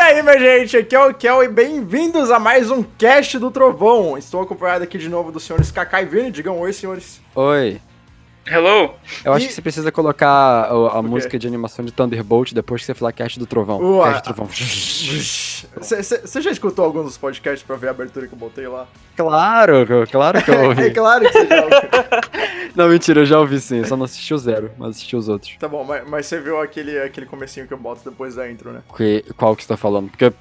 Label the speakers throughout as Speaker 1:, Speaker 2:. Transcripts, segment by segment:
Speaker 1: aí, minha gente? Aqui é o Kel e bem-vindos a mais um Cast do Trovão. Estou acompanhado aqui de novo dos senhores Kaká e Vini. Digam oi, senhores.
Speaker 2: Oi.
Speaker 3: Hello?
Speaker 2: Eu acho
Speaker 1: E-
Speaker 2: que você precisa colocar a, a
Speaker 1: quê?
Speaker 2: música de animação de Thunderbolt depois que você falar Cast do Trovão.
Speaker 1: Ué.
Speaker 2: Cast do Trovão.
Speaker 1: Você já escutou algum dos podcasts pra ver a abertura que eu botei lá?
Speaker 2: claro, que eu- claro que eu
Speaker 1: É
Speaker 2: ouvi.
Speaker 1: claro que você já...
Speaker 2: não, mentira, eu já ouvi sim. Eu só não assisti o zero, mas assisti os outros.
Speaker 1: Tá bom, mas, mas você viu aquele, aquele comecinho que eu boto depois da intro, né?
Speaker 2: Que- qual que você tá falando? Porque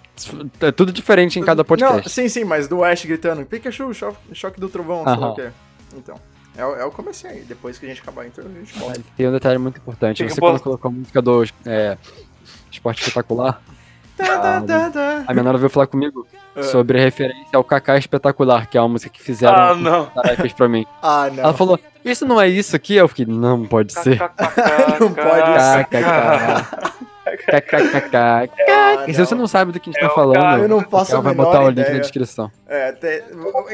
Speaker 2: é tudo diferente em cada
Speaker 1: Não,
Speaker 2: podcast.
Speaker 1: sim, sim, mas do Ash gritando Pikachu, cho- choque do trovão, sei lá o
Speaker 2: Aham.
Speaker 1: quê. Então, é, o- é o comecinho aí. Depois que a gente acabar a intro, a gente volta.
Speaker 2: Tem um detalhe muito importante.
Speaker 3: Fica
Speaker 2: Você
Speaker 3: bom.
Speaker 2: quando colocou a música do é, Esporte Espetacular,
Speaker 1: Tá, tá, tá, tá.
Speaker 2: a minha nora veio falar comigo
Speaker 1: É.
Speaker 2: sobre a referência ao Kaká Espetacular, que é uma música que
Speaker 3: Ah,
Speaker 2: fizeram
Speaker 3: não.
Speaker 2: tarefas pra mim.
Speaker 1: Ah, não.
Speaker 2: Ela falou, isso não é isso aqui? Eu fiquei, não pode ser.
Speaker 1: Não pode
Speaker 2: KKK.
Speaker 1: Ah,
Speaker 2: KKK. Se você não sabe do que a gente tá
Speaker 3: Eu,
Speaker 2: falando,
Speaker 3: É cara,
Speaker 1: eu não faço a
Speaker 2: ela vai
Speaker 1: menor
Speaker 2: botar o link
Speaker 1: ideia.
Speaker 2: na descrição.
Speaker 1: É, te-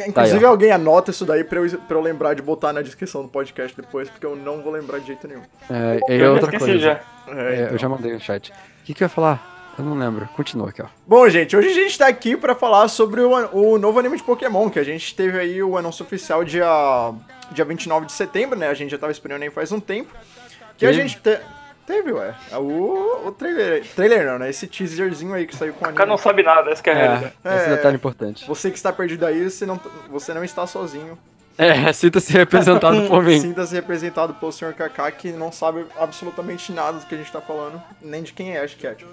Speaker 1: inclusive alguém anota isso daí pra eu, pra eu lembrar de botar na descrição do podcast depois, porque eu não vou lembrar de jeito nenhum.
Speaker 2: É, e
Speaker 3: Eu
Speaker 2: outra
Speaker 3: esqueci
Speaker 2: coisa.
Speaker 3: já.
Speaker 1: É,
Speaker 2: É,
Speaker 1: então.
Speaker 2: eu já mandei no chat. O que, que eu ia falar? Eu não lembro. Continua aqui, ó.
Speaker 1: Bom, gente, hoje a gente tá aqui pra falar sobre o, an- o novo anime de Pokémon, que a gente teve aí o anúncio oficial dia, dia 29 de setembro, né? A gente já tava esperando aí faz um tempo. Que a
Speaker 2: Teve?
Speaker 1: gente te- teve, ué. É O, o trailer. Trailer não, né? Esse teaserzinho aí que saiu com o
Speaker 3: O cara não
Speaker 1: anime.
Speaker 3: sabe nada, essa que é a
Speaker 2: É,
Speaker 3: realidade.
Speaker 2: esse
Speaker 1: É.
Speaker 2: detalhe importante.
Speaker 1: Você que está perdido aí, você não, você não está sozinho.
Speaker 2: É, sinta-se representado por mim.
Speaker 1: Sinta-se representado pelo Sr. Kaká, que não sabe absolutamente nada do que a gente tá falando, nem de quem é Ash Ketchum.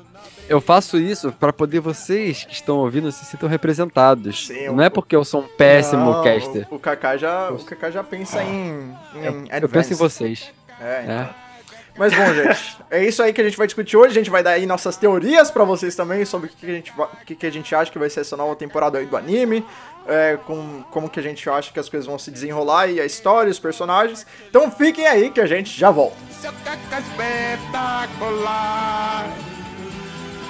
Speaker 2: Eu faço isso pra poder vocês que estão ouvindo se sintam representados.
Speaker 1: Sim, eu-
Speaker 2: não é porque eu sou um péssimo
Speaker 1: Não,
Speaker 2: caster.
Speaker 1: O, o Kaká já, o Kaká já pensa em, em
Speaker 2: Eu penso em
Speaker 1: advanced.
Speaker 2: vocês.
Speaker 1: É, então.
Speaker 2: É.
Speaker 1: Mas bom, gente, é isso aí que a gente vai discutir hoje. A gente vai dar aí nossas teorias pra vocês também sobre o que, que a gente, va- o que, que a gente acha que vai ser essa nova temporada aí do anime, é, com, como que a gente acha que as coisas vão se desenrolar e a história, os personagens. Então fiquem aí que a gente já volta.
Speaker 4: Seu caca espetacular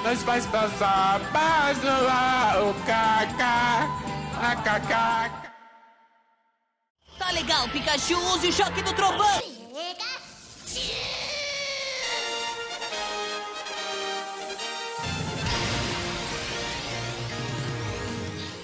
Speaker 4: Nós faz passar mais no ar O caca, a caca
Speaker 5: Tá legal, Pikachu, use o choque do trovão!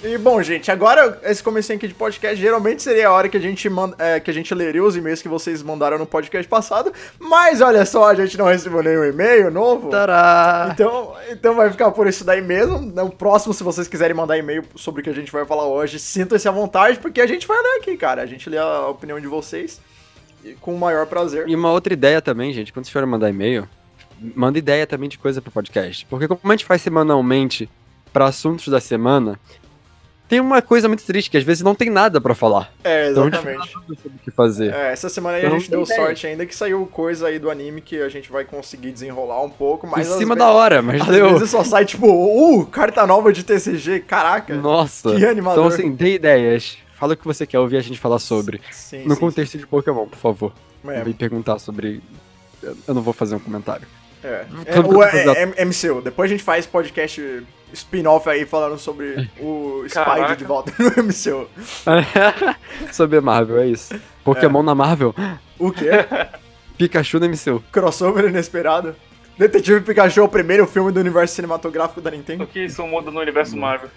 Speaker 1: E bom, gente, agora esse comecinho aqui de podcast geralmente seria a hora que a gente manda, é, que a gente leria os e-mails que vocês mandaram no podcast passado, mas olha só, a gente não recebeu nenhum e-mail novo.
Speaker 2: Tará!
Speaker 1: Então, então vai ficar por isso daí mesmo. No próximo, se vocês quiserem mandar e-mail sobre o que a gente vai falar hoje, sintam-se à vontade, porque a gente vai ler aqui, cara. A gente lê a opinião de vocês e com o maior prazer.
Speaker 2: E uma outra ideia também, gente, quando vocês forem mandar e-mail, manda ideia também de coisa pro podcast. Porque como a gente faz semanalmente pra assuntos da semana, tem uma coisa muito triste, que às vezes não tem nada pra falar.
Speaker 1: É,
Speaker 2: Então a gente fica
Speaker 1: exatamente.
Speaker 2: na dúvida sobre o que fazer.
Speaker 1: É, essa semana aí a
Speaker 2: Eu não
Speaker 1: gente deu
Speaker 2: tenho ideia.
Speaker 1: sorte ainda que saiu coisa aí do anime que a gente vai conseguir desenrolar um pouco,
Speaker 2: em
Speaker 1: mas. às
Speaker 2: cima
Speaker 1: ve-
Speaker 2: da hora, mas
Speaker 1: Às
Speaker 2: deu.
Speaker 1: vezes só sai tipo, uh, carta nova de TCG, caraca.
Speaker 2: Nossa.
Speaker 1: Que animador.
Speaker 2: Então assim, dê ideias. Fala o que você quer ouvir a gente falar sobre.
Speaker 1: Sim,
Speaker 2: No
Speaker 1: sim, É.
Speaker 2: contexto de Pokémon, por favor.
Speaker 1: sim.
Speaker 2: Não Vem perguntar sobre... Eu- Eu não vou fazer um comentário.
Speaker 1: É, é,
Speaker 2: Campo-
Speaker 1: o- é, é- é MCU. Depois a gente faz podcast spin-off aí falando
Speaker 2: É.
Speaker 1: sobre o Spidey
Speaker 3: Caraca.
Speaker 1: de volta no MCU.
Speaker 2: sobre a Marvel, é isso. Pokémon na Marvel,
Speaker 1: O quê?
Speaker 2: Pikachu no MCU.
Speaker 1: Crossover inesperado? Detetive Pikachu é o primeiro filme do universo cinematográfico da Nintendo?
Speaker 3: O que isso muda no universo Marvel?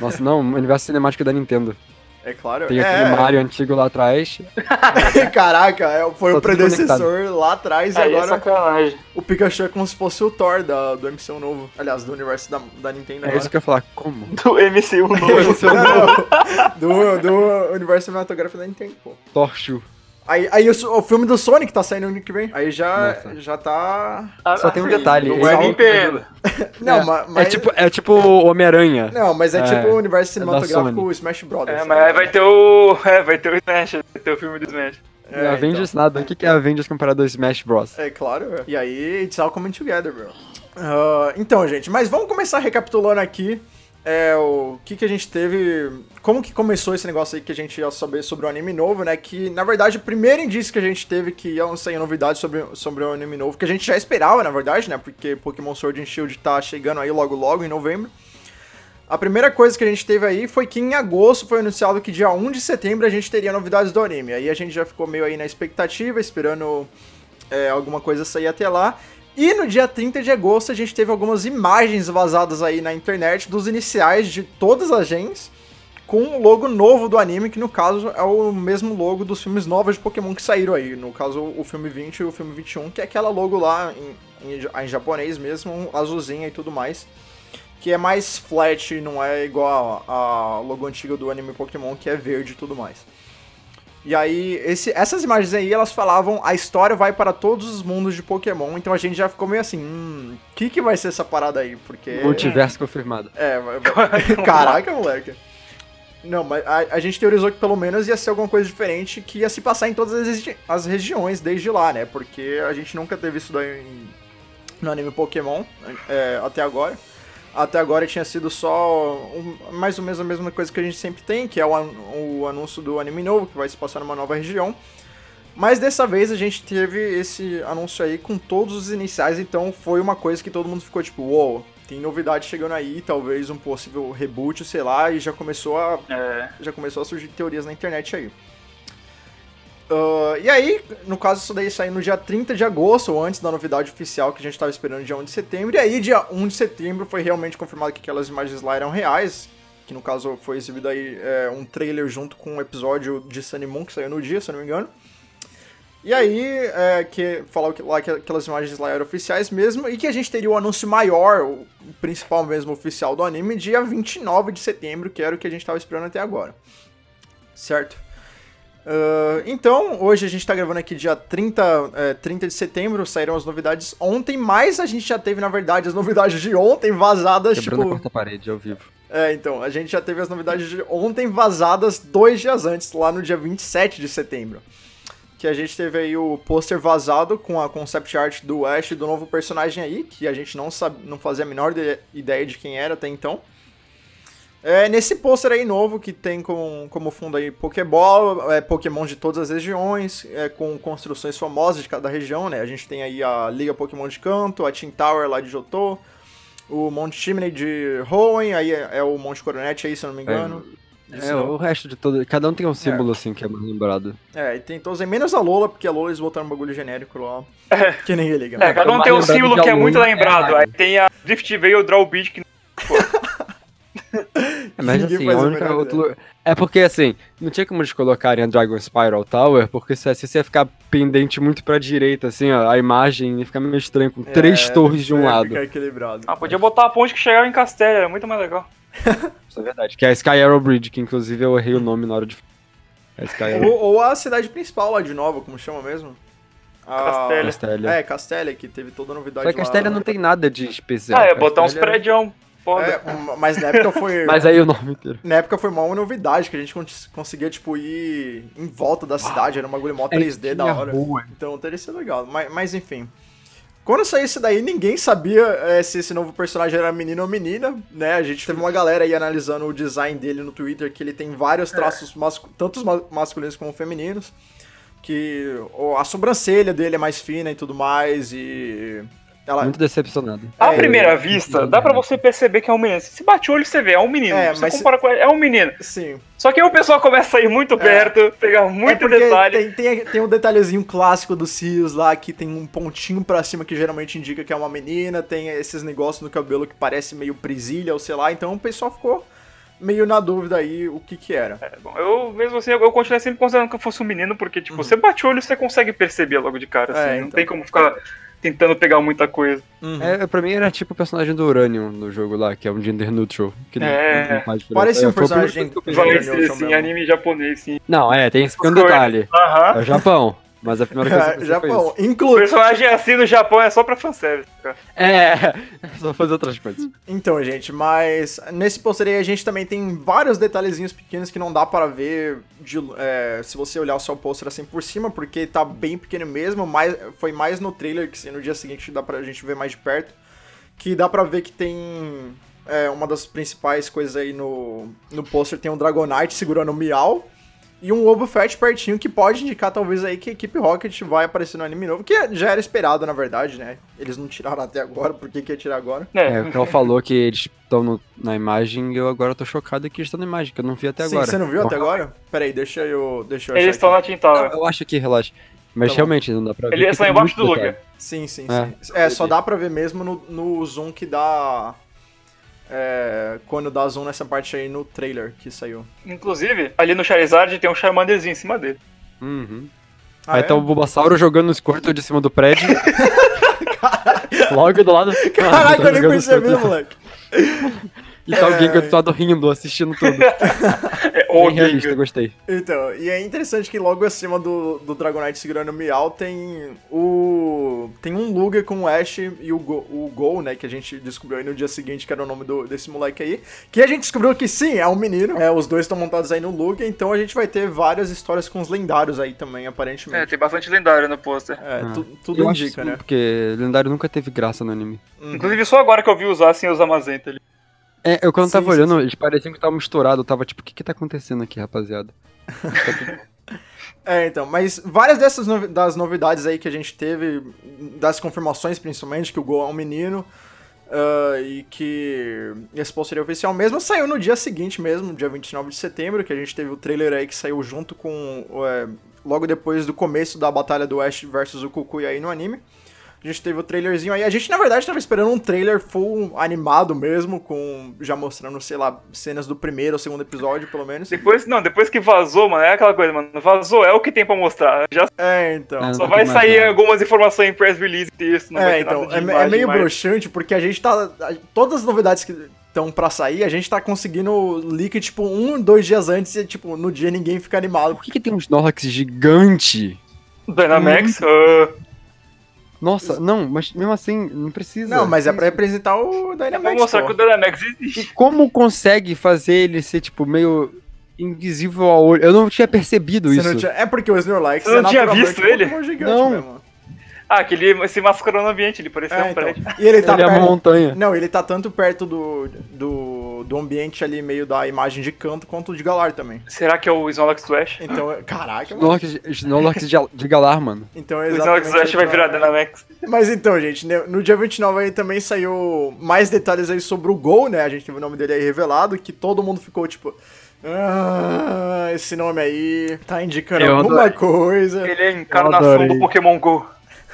Speaker 2: Nossa, não, o universo cinemático da Nintendo.
Speaker 1: É claro.
Speaker 2: Tem aquele
Speaker 1: é,
Speaker 2: Mario antigo lá atrás.
Speaker 1: Caraca, é, foi
Speaker 2: Tá
Speaker 1: o
Speaker 2: tudo
Speaker 1: predecessor lá atrás e
Speaker 3: Aí é
Speaker 1: agora
Speaker 3: sacanagem.
Speaker 1: o Pikachu é como se fosse o Thor da, do MCU novo. Aliás, do universo da, da Nintendo
Speaker 2: É
Speaker 1: agora.
Speaker 2: isso que eu ia falar. Como?
Speaker 3: Do MCU novo.
Speaker 2: Esse é o
Speaker 1: Não, do, do universo cinematográfico da Nintendo, pô.
Speaker 2: Torchu.
Speaker 1: Aí, aí o, so- o filme do Sonic tá saindo ano que vem. Aí já,
Speaker 2: Nossa.
Speaker 1: já tá.
Speaker 2: Só tem um detalhe,
Speaker 3: O
Speaker 2: esse é o-
Speaker 3: Nintendo.
Speaker 1: Não,
Speaker 2: é,
Speaker 1: ma-
Speaker 2: é
Speaker 1: mas.
Speaker 2: tipo, é tipo o Homem-Aranha.
Speaker 1: Não, mas é,
Speaker 2: É,
Speaker 1: tipo o universo
Speaker 2: é da
Speaker 1: cinematográfico
Speaker 2: Sony.
Speaker 1: Smash Brothers.
Speaker 3: É, mas aí vai ter o. É, vai ter o Smash, vai ter o filme do Smash.
Speaker 1: É, então.
Speaker 2: Avengers nada. O que que é Avengers comparado ao Smash Bros?
Speaker 1: É claro. é. E aí, it's all coming together, bro. Ah, então, gente, mas vamos começar recapitulando aqui é, o que, que a gente teve. Como que começou esse negócio aí que a gente ia saber sobre o anime novo, né? Que, na verdade, o primeiro indício que a gente teve que iam sair novidades sobre, sobre o anime novo, que a gente já esperava, na verdade, né? Porque Pokémon Sword and Shield tá chegando aí logo logo, em novembro. A primeira coisa que a gente teve aí foi que em agosto foi anunciado que dia 1 de setembro a gente teria novidades do anime. Aí a gente já ficou meio aí na expectativa, esperando é, alguma coisa sair até lá. E no dia 30 de agosto a gente teve algumas imagens vazadas aí na internet dos iniciais de todas as gens com o logo novo do anime, que no caso é o mesmo logo dos filmes novos de Pokémon que saíram aí. No caso, o filme 20 e o filme 21, que é aquela logo lá em, em, em japonês mesmo, um azulzinha e tudo mais. Que é mais flat, não é igual a, a logo antiga do anime Pokémon, que é verde e tudo mais. E aí, esse- essas imagens aí, elas falavam a história vai para todos os mundos de Pokémon, então a gente já ficou meio assim, hum, o que, que vai ser essa parada aí? Porque.
Speaker 2: Multiverso confirmado.
Speaker 1: É, vai- vai- caraca, moleque. Não, mas a, a gente teorizou que pelo menos ia ser alguma coisa diferente que ia se passar em todas as, regi- as regiões desde lá, né? Porque a gente nunca teve isso daí em- no anime Pokémon é, até agora. Até agora tinha sido só um- mais ou menos a mesma coisa que a gente sempre tem, que é o, an- o anúncio do anime novo, que vai se passar numa nova região. Mas dessa vez a gente teve esse anúncio aí com todos os iniciais, então foi uma coisa que todo mundo ficou tipo, uou, tem novidade chegando aí, talvez um possível reboot, sei lá, e já começou a
Speaker 3: É,
Speaker 1: já começou a surgir teorias na internet aí. Ah, e aí, no caso, isso daí saiu no dia 30 de agosto, ou antes da novidade oficial que a gente estava esperando dia 1 de setembro. E aí, dia 1 de setembro, foi realmente confirmado que aquelas imagens lá eram reais. Que no caso foi exibido aí é, um trailer junto com um episódio de Sunny Moon que saiu no dia, se eu não me engano. E aí, é, que falou que, lá que aquelas imagens lá eram oficiais mesmo, e que a gente teria o anúncio maior, o principal mesmo oficial do anime, dia 29 de setembro, que era o que a gente estava esperando até agora certo? Ah, então, hoje a gente tá gravando aqui dia 30, eh, 30 de setembro, saíram as novidades ontem, mas a gente já teve, na verdade, as novidades de ontem vazadas,
Speaker 2: Quebrando a
Speaker 1: tipo...
Speaker 2: quarta parede ao vivo.
Speaker 1: É, então, a gente já teve as novidades de ontem vazadas dois dias antes, lá no dia 27 de setembro. Que a gente teve aí o pôster vazado com a concept art do Ash do novo personagem aí, que a gente não, sabe, não fazia a menor de- ideia de quem era até então. É, nesse pôster aí novo, que tem com, como fundo aí Pokébola, é, Pokémon de todas as regiões, é, com construções famosas de cada região, né? A gente tem aí a Liga Pokémon de Canto, a Team Tower lá de Jotô, o Monte Chimney de Hoenn, aí é, é o Monte Coronet aí, se eu não me engano.
Speaker 2: É, o resto de todo. Cada um tem um símbolo assim que é mais lembrado.
Speaker 1: É, e tem todos aí, menos a Lola, porque a Lola eles botaram um bagulho genérico lá, que ninguém liga.
Speaker 3: é, cada um tem um
Speaker 2: Lembrando de
Speaker 3: símbolo que é
Speaker 2: algum,
Speaker 3: muito
Speaker 2: é
Speaker 3: lembrado.
Speaker 2: raro.
Speaker 3: Aí tem a Drift Veil, o Draw Beat, que
Speaker 2: É, mas
Speaker 1: Ninguém
Speaker 2: assim, a
Speaker 1: faz a
Speaker 2: única
Speaker 1: menor
Speaker 2: outro... lu- É porque assim, não tinha como eles colocarem a Dragon Spiral Tower, porque se assim você ia ficar pendente muito pra direita, assim, ó, a imagem ia ficar meio estranho com três
Speaker 1: É,
Speaker 2: torres de um
Speaker 1: é,
Speaker 2: lado.
Speaker 1: Fica equilibrado.
Speaker 3: Ah, podia botar a ponte que chegava em Castelo, era muito mais legal.
Speaker 2: Isso é verdade. Que é a Sky Arrow Bridge, que inclusive eu errei o nome na hora de. É Sky Arrow
Speaker 1: Ou, ou a cidade principal lá de Nova, como chama mesmo? A-
Speaker 3: Castelia.
Speaker 2: Castelia.
Speaker 1: É, Castelia, que teve toda a novidade
Speaker 2: Só que
Speaker 1: lá.
Speaker 2: Castelia não tem nada de especial.
Speaker 3: ah, é, botar uns
Speaker 1: Castelia-
Speaker 3: prédios, foda.
Speaker 1: É, um- mas na época foi.
Speaker 2: Mas aí o nome inteiro.
Speaker 1: Na época foi uma novidade que a gente cons- conseguia, tipo, ir em volta da cidade, era um bagulho mó 3D da
Speaker 2: É, tinha
Speaker 1: hora.
Speaker 2: rua.
Speaker 1: Então teria sido legal. Mas, mas, enfim. Quando saiu isso daí, ninguém sabia eh, se esse novo personagem era menino ou menina, né? A gente teve uma galera aí analisando o design dele no Twitter, que ele tem vários traços, mascu- tanto ma- masculinos como femininos. Que o- a sobrancelha dele é mais fina e tudo mais, e. Ela,
Speaker 2: Muito decepcionado.
Speaker 3: À
Speaker 1: é,
Speaker 3: primeira vista, dá pra você perceber que é um menino. Se bate o olho, você vê, é um menino.
Speaker 1: É,
Speaker 3: você
Speaker 1: mas se-
Speaker 3: compara com ele, é um menino.
Speaker 1: Sim.
Speaker 3: Só que aí o pessoal começa a ir muito perto, pegar muito
Speaker 1: É porque Tem,
Speaker 3: detalhe.
Speaker 1: tem, tem um detalhezinho clássico do Sirius lá, que tem um pontinho pra cima que geralmente indica que é uma menina, tem esses negócios no cabelo que parece meio presilha ou sei lá, então o pessoal ficou meio na dúvida aí o que que era.
Speaker 2: É,
Speaker 3: Bom, eu, mesmo assim, eu, eu continuei sempre considerando que eu fosse um menino, porque, tipo, você bate o olho, você consegue perceber logo de cara, assim.
Speaker 1: Uhum. É,
Speaker 3: Não
Speaker 1: então.
Speaker 3: tem como ficar tentando pegar muita coisa.
Speaker 1: Uhum.
Speaker 2: É, pra mim era tipo o personagem do Uranium no jogo lá, que é um gender neutral. Que não-
Speaker 3: É.
Speaker 2: não faz diferença.
Speaker 1: Parecia um
Speaker 2: É, foi o primeiro-
Speaker 1: personagem
Speaker 3: Vai
Speaker 1: Daniel
Speaker 3: ser,
Speaker 1: Chão
Speaker 3: assim,
Speaker 1: mesmo.
Speaker 3: anime japonês, sim.
Speaker 2: Não, é, tem esse pequeno
Speaker 3: Coisas.
Speaker 2: detalhe. É
Speaker 3: Aham.
Speaker 2: o Japão. Mas a primeira coisa que eu
Speaker 1: É,
Speaker 2: pensei
Speaker 1: Japão,
Speaker 2: foi
Speaker 3: O
Speaker 1: inclu...
Speaker 3: personagem assim no Japão é só pra fanservice, cara.
Speaker 2: isso. É, só fazer outras coisas.
Speaker 1: Então, gente, mas nesse poster aí a gente também tem vários detalhezinhos pequenos que não dá pra ver de- é, se você olhar só o pôster assim por cima, porque tá bem pequeno mesmo, mas foi mais no trailer que se no dia seguinte dá pra gente ver mais de perto, que dá pra ver que tem é, uma das principais coisas aí no, no pôster, tem um Dragonite segurando o Miau e um Obofet pertinho que pode indicar talvez aí que a equipe Rocket vai aparecer no anime novo, que já era esperado na verdade, né? Eles não tiraram até agora, por que que ia tirar agora?
Speaker 3: Né,
Speaker 2: É, o Cal falou que eles estão no- na imagem e eu agora tô chocado que eles estão na imagem, que eu não vi até
Speaker 1: Sim,
Speaker 2: agora.
Speaker 1: você não viu até agora? Peraí, deixa eu, deixa eu
Speaker 3: Eles
Speaker 1: achar
Speaker 3: estão
Speaker 1: aqui.
Speaker 3: na Tintal.
Speaker 2: Eu Ah, acho que, relaxa. Mas
Speaker 1: Tá bom.
Speaker 2: realmente não dá pra ver.
Speaker 3: É. Ele é
Speaker 2: porque
Speaker 3: só
Speaker 2: tem
Speaker 3: embaixo do
Speaker 2: muito
Speaker 3: Luger.
Speaker 2: detalhe.
Speaker 1: Sim, sim,
Speaker 2: É.
Speaker 1: sim. É, só dá pra ver mesmo no, no zoom que dá. É, quando dá zoom nessa parte aí no trailer que saiu.
Speaker 3: Inclusive, ali no Charizard tem um Charmanderzinho em cima dele.
Speaker 2: Uhum.
Speaker 1: Ah,
Speaker 2: Aí
Speaker 1: é?
Speaker 2: tá o Bulbasauro jogando o Squirtle de cima do prédio. Logo do lado.
Speaker 1: Caraca, eu nem
Speaker 2: jogando
Speaker 1: percebi,
Speaker 2: Squirtle.
Speaker 1: moleque.
Speaker 2: E tá alguém
Speaker 1: É.
Speaker 2: que eu tô rindo, assistindo tudo.
Speaker 3: É
Speaker 2: Bem
Speaker 3: o
Speaker 2: realista,
Speaker 3: Giga.
Speaker 2: gostei.
Speaker 1: Então, e é interessante que logo acima do, do Dragonite segurando o Miau tem o. Tem um Luger com o Ash e o Go, o Gol, né? Que a gente descobriu aí no dia seguinte, que era o nome do- desse moleque aí. Que a gente descobriu que sim, é um menino. É, os dois estão montados aí no Luger, então a gente vai ter várias histórias com os lendários aí também,
Speaker 3: É,
Speaker 1: aparentemente.
Speaker 3: tem bastante lendário no pôster.
Speaker 1: É, tu- tudo
Speaker 2: Ah. Eu acho
Speaker 1: indica,
Speaker 2: isso
Speaker 1: né?
Speaker 2: Porque lendário nunca teve graça no anime.
Speaker 3: Inclusive, só agora que eu vi usar sem usar Mazenta ali.
Speaker 2: É, eu quando
Speaker 1: Sim,
Speaker 2: tava
Speaker 1: sim,
Speaker 2: olhando, eles pareciam que tava misturado. Eu tava tipo, o que que tá acontecendo aqui, rapaziada?
Speaker 1: É, então, mas várias dessas novi- das novidades aí que a gente teve, das confirmações principalmente, que o Gol é um menino, ah, e que esse post seria oficial mesmo, saiu no dia seguinte mesmo, dia 29 de setembro, que a gente teve o trailer aí que saiu junto com. é, logo depois do começo da batalha do Ash versus o Kukui aí no anime. A gente teve o trailerzinho aí. A gente, na verdade, tava esperando um trailer full animado mesmo, com já mostrando, sei lá, cenas do primeiro ou segundo episódio, pelo menos.
Speaker 3: Depois, não, depois que vazou, mano, é aquela coisa, mano. Vazou é o que tem pra mostrar. Já
Speaker 1: É, então.
Speaker 2: Ah,
Speaker 3: só
Speaker 2: não
Speaker 3: vai
Speaker 2: tem mais
Speaker 3: sair
Speaker 2: nada.
Speaker 3: algumas informações em press release e texto. Não vai
Speaker 1: É,
Speaker 3: ter
Speaker 1: então,
Speaker 3: nada de
Speaker 1: é, me- é
Speaker 3: imagem,
Speaker 1: meio
Speaker 3: mas-
Speaker 1: broxante, porque a gente tá. a- todas as novidades que estão pra sair, a gente tá conseguindo leak, tipo, um, dois dias antes, e, tipo, no dia ninguém fica animado.
Speaker 2: Por que que tem um Snorlax gigante?
Speaker 3: Dynamax,
Speaker 1: Uhum. É
Speaker 3: ah,
Speaker 2: Nossa, não, mas mesmo assim, não precisa.
Speaker 1: Não, mas é pra representar o
Speaker 3: vou
Speaker 1: Dynamax.
Speaker 3: mostrar
Speaker 1: pô.
Speaker 3: que o Dynamax existe.
Speaker 2: E como consegue fazer ele ser, tipo, meio invisível ao olho? Eu não tinha percebido
Speaker 1: Você
Speaker 2: isso.
Speaker 1: não tinha- É porque o Snorlax
Speaker 3: Eu não
Speaker 1: é
Speaker 3: tinha
Speaker 1: naturalmente
Speaker 3: visto
Speaker 1: um
Speaker 3: ele.
Speaker 1: Pokémon gigante
Speaker 2: Não.
Speaker 1: mesmo.
Speaker 3: Ah, que ele se mascarou no ambiente, ele parecia
Speaker 1: É,
Speaker 3: um
Speaker 1: então.
Speaker 3: prédio.
Speaker 1: E ele tá
Speaker 2: Ele é uma
Speaker 1: perto-
Speaker 2: montanha.
Speaker 1: Não, ele tá tanto perto do, do, do ambiente ali, meio da imagem de canto, quanto de Galar também.
Speaker 3: Será que é o Snorlax Flash?
Speaker 1: Então, é- caraca, mano.
Speaker 2: Snorlax, Snorlax de, de Galar, mano.
Speaker 1: Então,
Speaker 3: O Snorlax Flash vai virar Dynamax.
Speaker 1: Mas então, gente, né, no dia 29 aí também saiu mais detalhes aí sobre o Gol, né? A gente teve o nome dele aí revelado, que todo mundo ficou tipo. "Ah, esse nome aí tá indicando
Speaker 2: Eu
Speaker 1: alguma
Speaker 2: adorei.
Speaker 1: coisa.
Speaker 3: Ele é a encarnação
Speaker 2: adorei.
Speaker 3: do Pokémon GO.